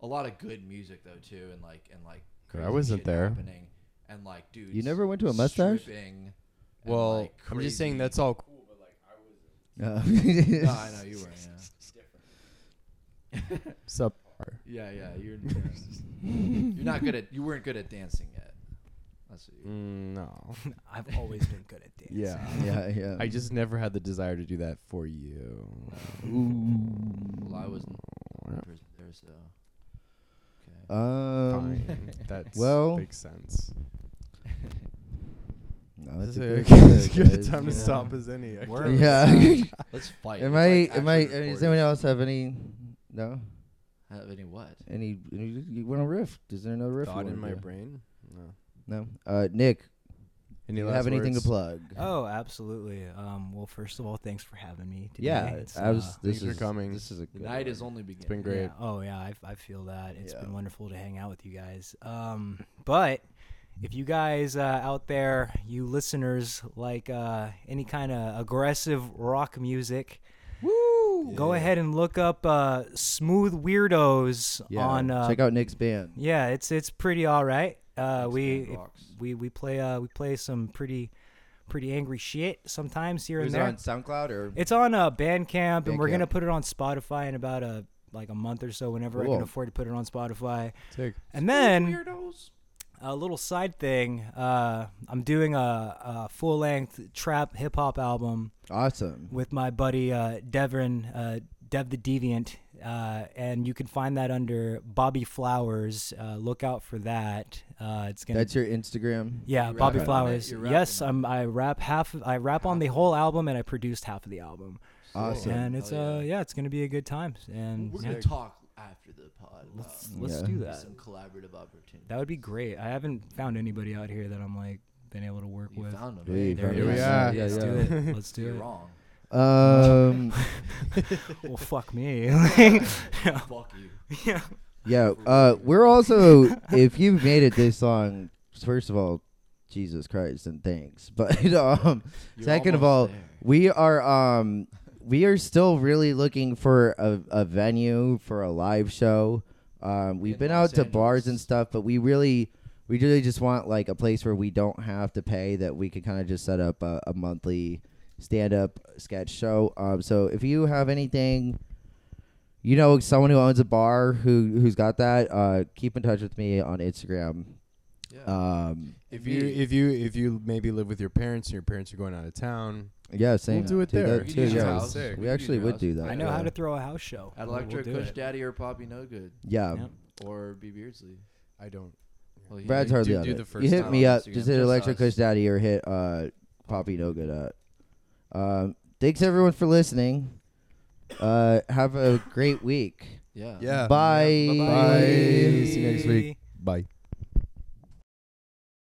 [SPEAKER 5] a lot of good music though too, and like and like
[SPEAKER 1] Dude, I
[SPEAKER 5] crazy
[SPEAKER 1] wasn't
[SPEAKER 5] shit
[SPEAKER 1] there.
[SPEAKER 5] Happening. And like, dude,
[SPEAKER 1] never went to a mustache?
[SPEAKER 2] Well, I'm just saying that's all cool, but like I was
[SPEAKER 1] Uh,
[SPEAKER 5] *laughs* No, I know you weren't. Yeah,
[SPEAKER 2] subpar.
[SPEAKER 5] yeah, yeah. You're
[SPEAKER 1] *laughs*
[SPEAKER 5] you're not good at you weren't good at dancing yet. That's
[SPEAKER 2] Mm.
[SPEAKER 5] what you.
[SPEAKER 2] no.
[SPEAKER 3] I've always been good at dance.
[SPEAKER 1] *laughs* yeah, yeah.
[SPEAKER 2] I just never had the desire to do that for you.
[SPEAKER 5] Well, I wasn't
[SPEAKER 1] Oh,
[SPEAKER 5] there, so. Okay.
[SPEAKER 1] um.
[SPEAKER 2] *laughs* Fine. That
[SPEAKER 1] well-
[SPEAKER 2] makes sense.
[SPEAKER 1] No,
[SPEAKER 2] *laughs*
[SPEAKER 1] that's a *laughs*
[SPEAKER 2] It's
[SPEAKER 1] good,
[SPEAKER 2] as
[SPEAKER 1] idea,
[SPEAKER 2] good a
[SPEAKER 1] guys.
[SPEAKER 2] time to
[SPEAKER 1] Yeah.
[SPEAKER 2] stop as any. I
[SPEAKER 3] Word.
[SPEAKER 1] *laughs*
[SPEAKER 2] guess. *laughs*
[SPEAKER 1] Yeah.
[SPEAKER 5] Let's fight.
[SPEAKER 1] am I?
[SPEAKER 5] It's like
[SPEAKER 1] Am I?
[SPEAKER 5] actually
[SPEAKER 1] Does
[SPEAKER 5] recorded.
[SPEAKER 1] anyone else have any? No.
[SPEAKER 5] Have any what?
[SPEAKER 1] Any? any you want to riff? Is there another riff? you
[SPEAKER 2] Thought
[SPEAKER 1] wanna
[SPEAKER 2] in my
[SPEAKER 1] do?
[SPEAKER 2] brain. No.
[SPEAKER 1] No. Uh, Nick, do you have anything to plug?
[SPEAKER 2] Uh,
[SPEAKER 3] Oh, absolutely. Um, well, first of all, thanks for having me. Today.
[SPEAKER 1] yeah,
[SPEAKER 3] It's,
[SPEAKER 1] I was.
[SPEAKER 3] uh,
[SPEAKER 1] this
[SPEAKER 2] thanks for
[SPEAKER 1] is
[SPEAKER 2] coming.
[SPEAKER 1] This is a
[SPEAKER 5] The
[SPEAKER 1] good one.
[SPEAKER 5] night is only beginning.
[SPEAKER 2] been great.
[SPEAKER 3] Yeah. Oh yeah, I, I feel that. It's
[SPEAKER 1] Yeah.
[SPEAKER 3] been wonderful to hang out with you guys. Um, but if you guys uh, out there, you listeners, like uh, any kind of aggressive rock music, Woo! go ahead and look up uh, Smooth Weirdos
[SPEAKER 1] Yeah.
[SPEAKER 3] on. Uh,
[SPEAKER 1] Check out Nick's band.
[SPEAKER 3] yeah, it's it's pretty all right. Uh,
[SPEAKER 5] Next
[SPEAKER 3] we
[SPEAKER 5] band
[SPEAKER 3] if-
[SPEAKER 5] rocks.
[SPEAKER 3] we we play uh, we play some pretty pretty angry shit sometimes here and
[SPEAKER 1] Is it
[SPEAKER 3] there.
[SPEAKER 1] on SoundCloud or?
[SPEAKER 3] It's on uh, Bandcamp, and we're gonna
[SPEAKER 1] Bandcamp.
[SPEAKER 3] put it on Spotify in about a like a month or so, whenever I
[SPEAKER 1] Cool.
[SPEAKER 3] can afford to put it on Spotify.
[SPEAKER 2] Take.
[SPEAKER 3] And then
[SPEAKER 5] Weirdos.
[SPEAKER 3] a little side thing, uh, I'm doing a, a full length trap hip hop album
[SPEAKER 1] Awesome.
[SPEAKER 3] with my buddy uh, Devin, uh, Dev the Deviant, uh, and you can find that under Bobby Flowers. Uh, look out for that. Uh, it's gonna
[SPEAKER 1] That's your Instagram.
[SPEAKER 3] yeah,
[SPEAKER 5] You rap
[SPEAKER 3] Bobby
[SPEAKER 5] on it?
[SPEAKER 3] Flowers.
[SPEAKER 5] You rap
[SPEAKER 3] Yes,
[SPEAKER 5] on it?
[SPEAKER 3] I'm, I rap half. I rap on the whole album, and I produced half of the album.
[SPEAKER 1] Awesome.
[SPEAKER 3] And it's
[SPEAKER 5] Hell
[SPEAKER 3] uh yeah, it's gonna be a good time. And
[SPEAKER 5] We're
[SPEAKER 3] yeah,
[SPEAKER 5] gonna talk after the pod. about
[SPEAKER 3] let's let's
[SPEAKER 1] Yeah.
[SPEAKER 3] do that.
[SPEAKER 5] Some collaborative opportunity.
[SPEAKER 3] That would be great. I haven't found anybody out here that I'm like been able to work
[SPEAKER 5] you
[SPEAKER 3] with.
[SPEAKER 5] found them.
[SPEAKER 1] Hey,
[SPEAKER 5] eh?
[SPEAKER 1] There
[SPEAKER 3] it
[SPEAKER 2] we
[SPEAKER 3] is.
[SPEAKER 2] are.
[SPEAKER 1] Yeah,
[SPEAKER 3] Let's
[SPEAKER 1] yeah.
[SPEAKER 3] do
[SPEAKER 5] *laughs*
[SPEAKER 3] it. Let's do
[SPEAKER 5] You're
[SPEAKER 3] it. *laughs*
[SPEAKER 5] wrong.
[SPEAKER 1] Um.
[SPEAKER 3] Well, fuck
[SPEAKER 5] *laughs*
[SPEAKER 3] me.
[SPEAKER 5] Fuck you.
[SPEAKER 3] yeah.
[SPEAKER 1] Yeah, uh, we're
[SPEAKER 5] *laughs*
[SPEAKER 1] also if you've made it this long, first of all, Jesus Christ and thanks. *laughs* But um,
[SPEAKER 5] You're
[SPEAKER 1] second of all,
[SPEAKER 5] almost there.
[SPEAKER 1] we are um, we are still really looking for a, a venue for a live show. Um, we've
[SPEAKER 5] In
[SPEAKER 1] been
[SPEAKER 5] Los
[SPEAKER 1] out to bars
[SPEAKER 5] Angeles.
[SPEAKER 1] and stuff, but we really we really just want like a place where we don't have to pay that we could kind of just set up a, a monthly stand up sketch show. Um, so if you have anything you know someone who owns a bar who who's got that uh keep in touch with me on instagram
[SPEAKER 5] Yeah.
[SPEAKER 1] um
[SPEAKER 2] If you if you if you maybe live with your parents and your parents are going out of town,
[SPEAKER 1] yeah same
[SPEAKER 2] do it there.
[SPEAKER 1] that
[SPEAKER 5] We
[SPEAKER 1] too,
[SPEAKER 5] could use
[SPEAKER 1] yeah.
[SPEAKER 5] your house. We could
[SPEAKER 1] we
[SPEAKER 5] use
[SPEAKER 1] actually
[SPEAKER 5] your
[SPEAKER 1] would
[SPEAKER 5] house.
[SPEAKER 1] do that
[SPEAKER 3] I know how
[SPEAKER 1] yeah.
[SPEAKER 3] to throw a house show.
[SPEAKER 5] At
[SPEAKER 3] We'll-
[SPEAKER 5] Electric
[SPEAKER 3] we'll do
[SPEAKER 5] Kush
[SPEAKER 3] it.
[SPEAKER 5] Daddy or Poppy No Good
[SPEAKER 1] yeah
[SPEAKER 3] Yep.
[SPEAKER 5] or B Beardsley.
[SPEAKER 2] I don't.
[SPEAKER 5] Well, he-
[SPEAKER 1] brad's
[SPEAKER 2] do-
[SPEAKER 1] hardly
[SPEAKER 2] do
[SPEAKER 1] on
[SPEAKER 2] the
[SPEAKER 1] it. you
[SPEAKER 2] first
[SPEAKER 1] hit
[SPEAKER 5] time
[SPEAKER 1] me
[SPEAKER 5] on
[SPEAKER 1] up
[SPEAKER 5] Instagram,
[SPEAKER 1] just hit
[SPEAKER 5] just
[SPEAKER 1] electric
[SPEAKER 5] us.
[SPEAKER 1] Kush daddy or hit uh poppy no good at um thanks everyone for listening uh have a great week
[SPEAKER 5] Yeah.
[SPEAKER 2] Yeah.
[SPEAKER 1] bye
[SPEAKER 2] Bye. See you next week. Bye.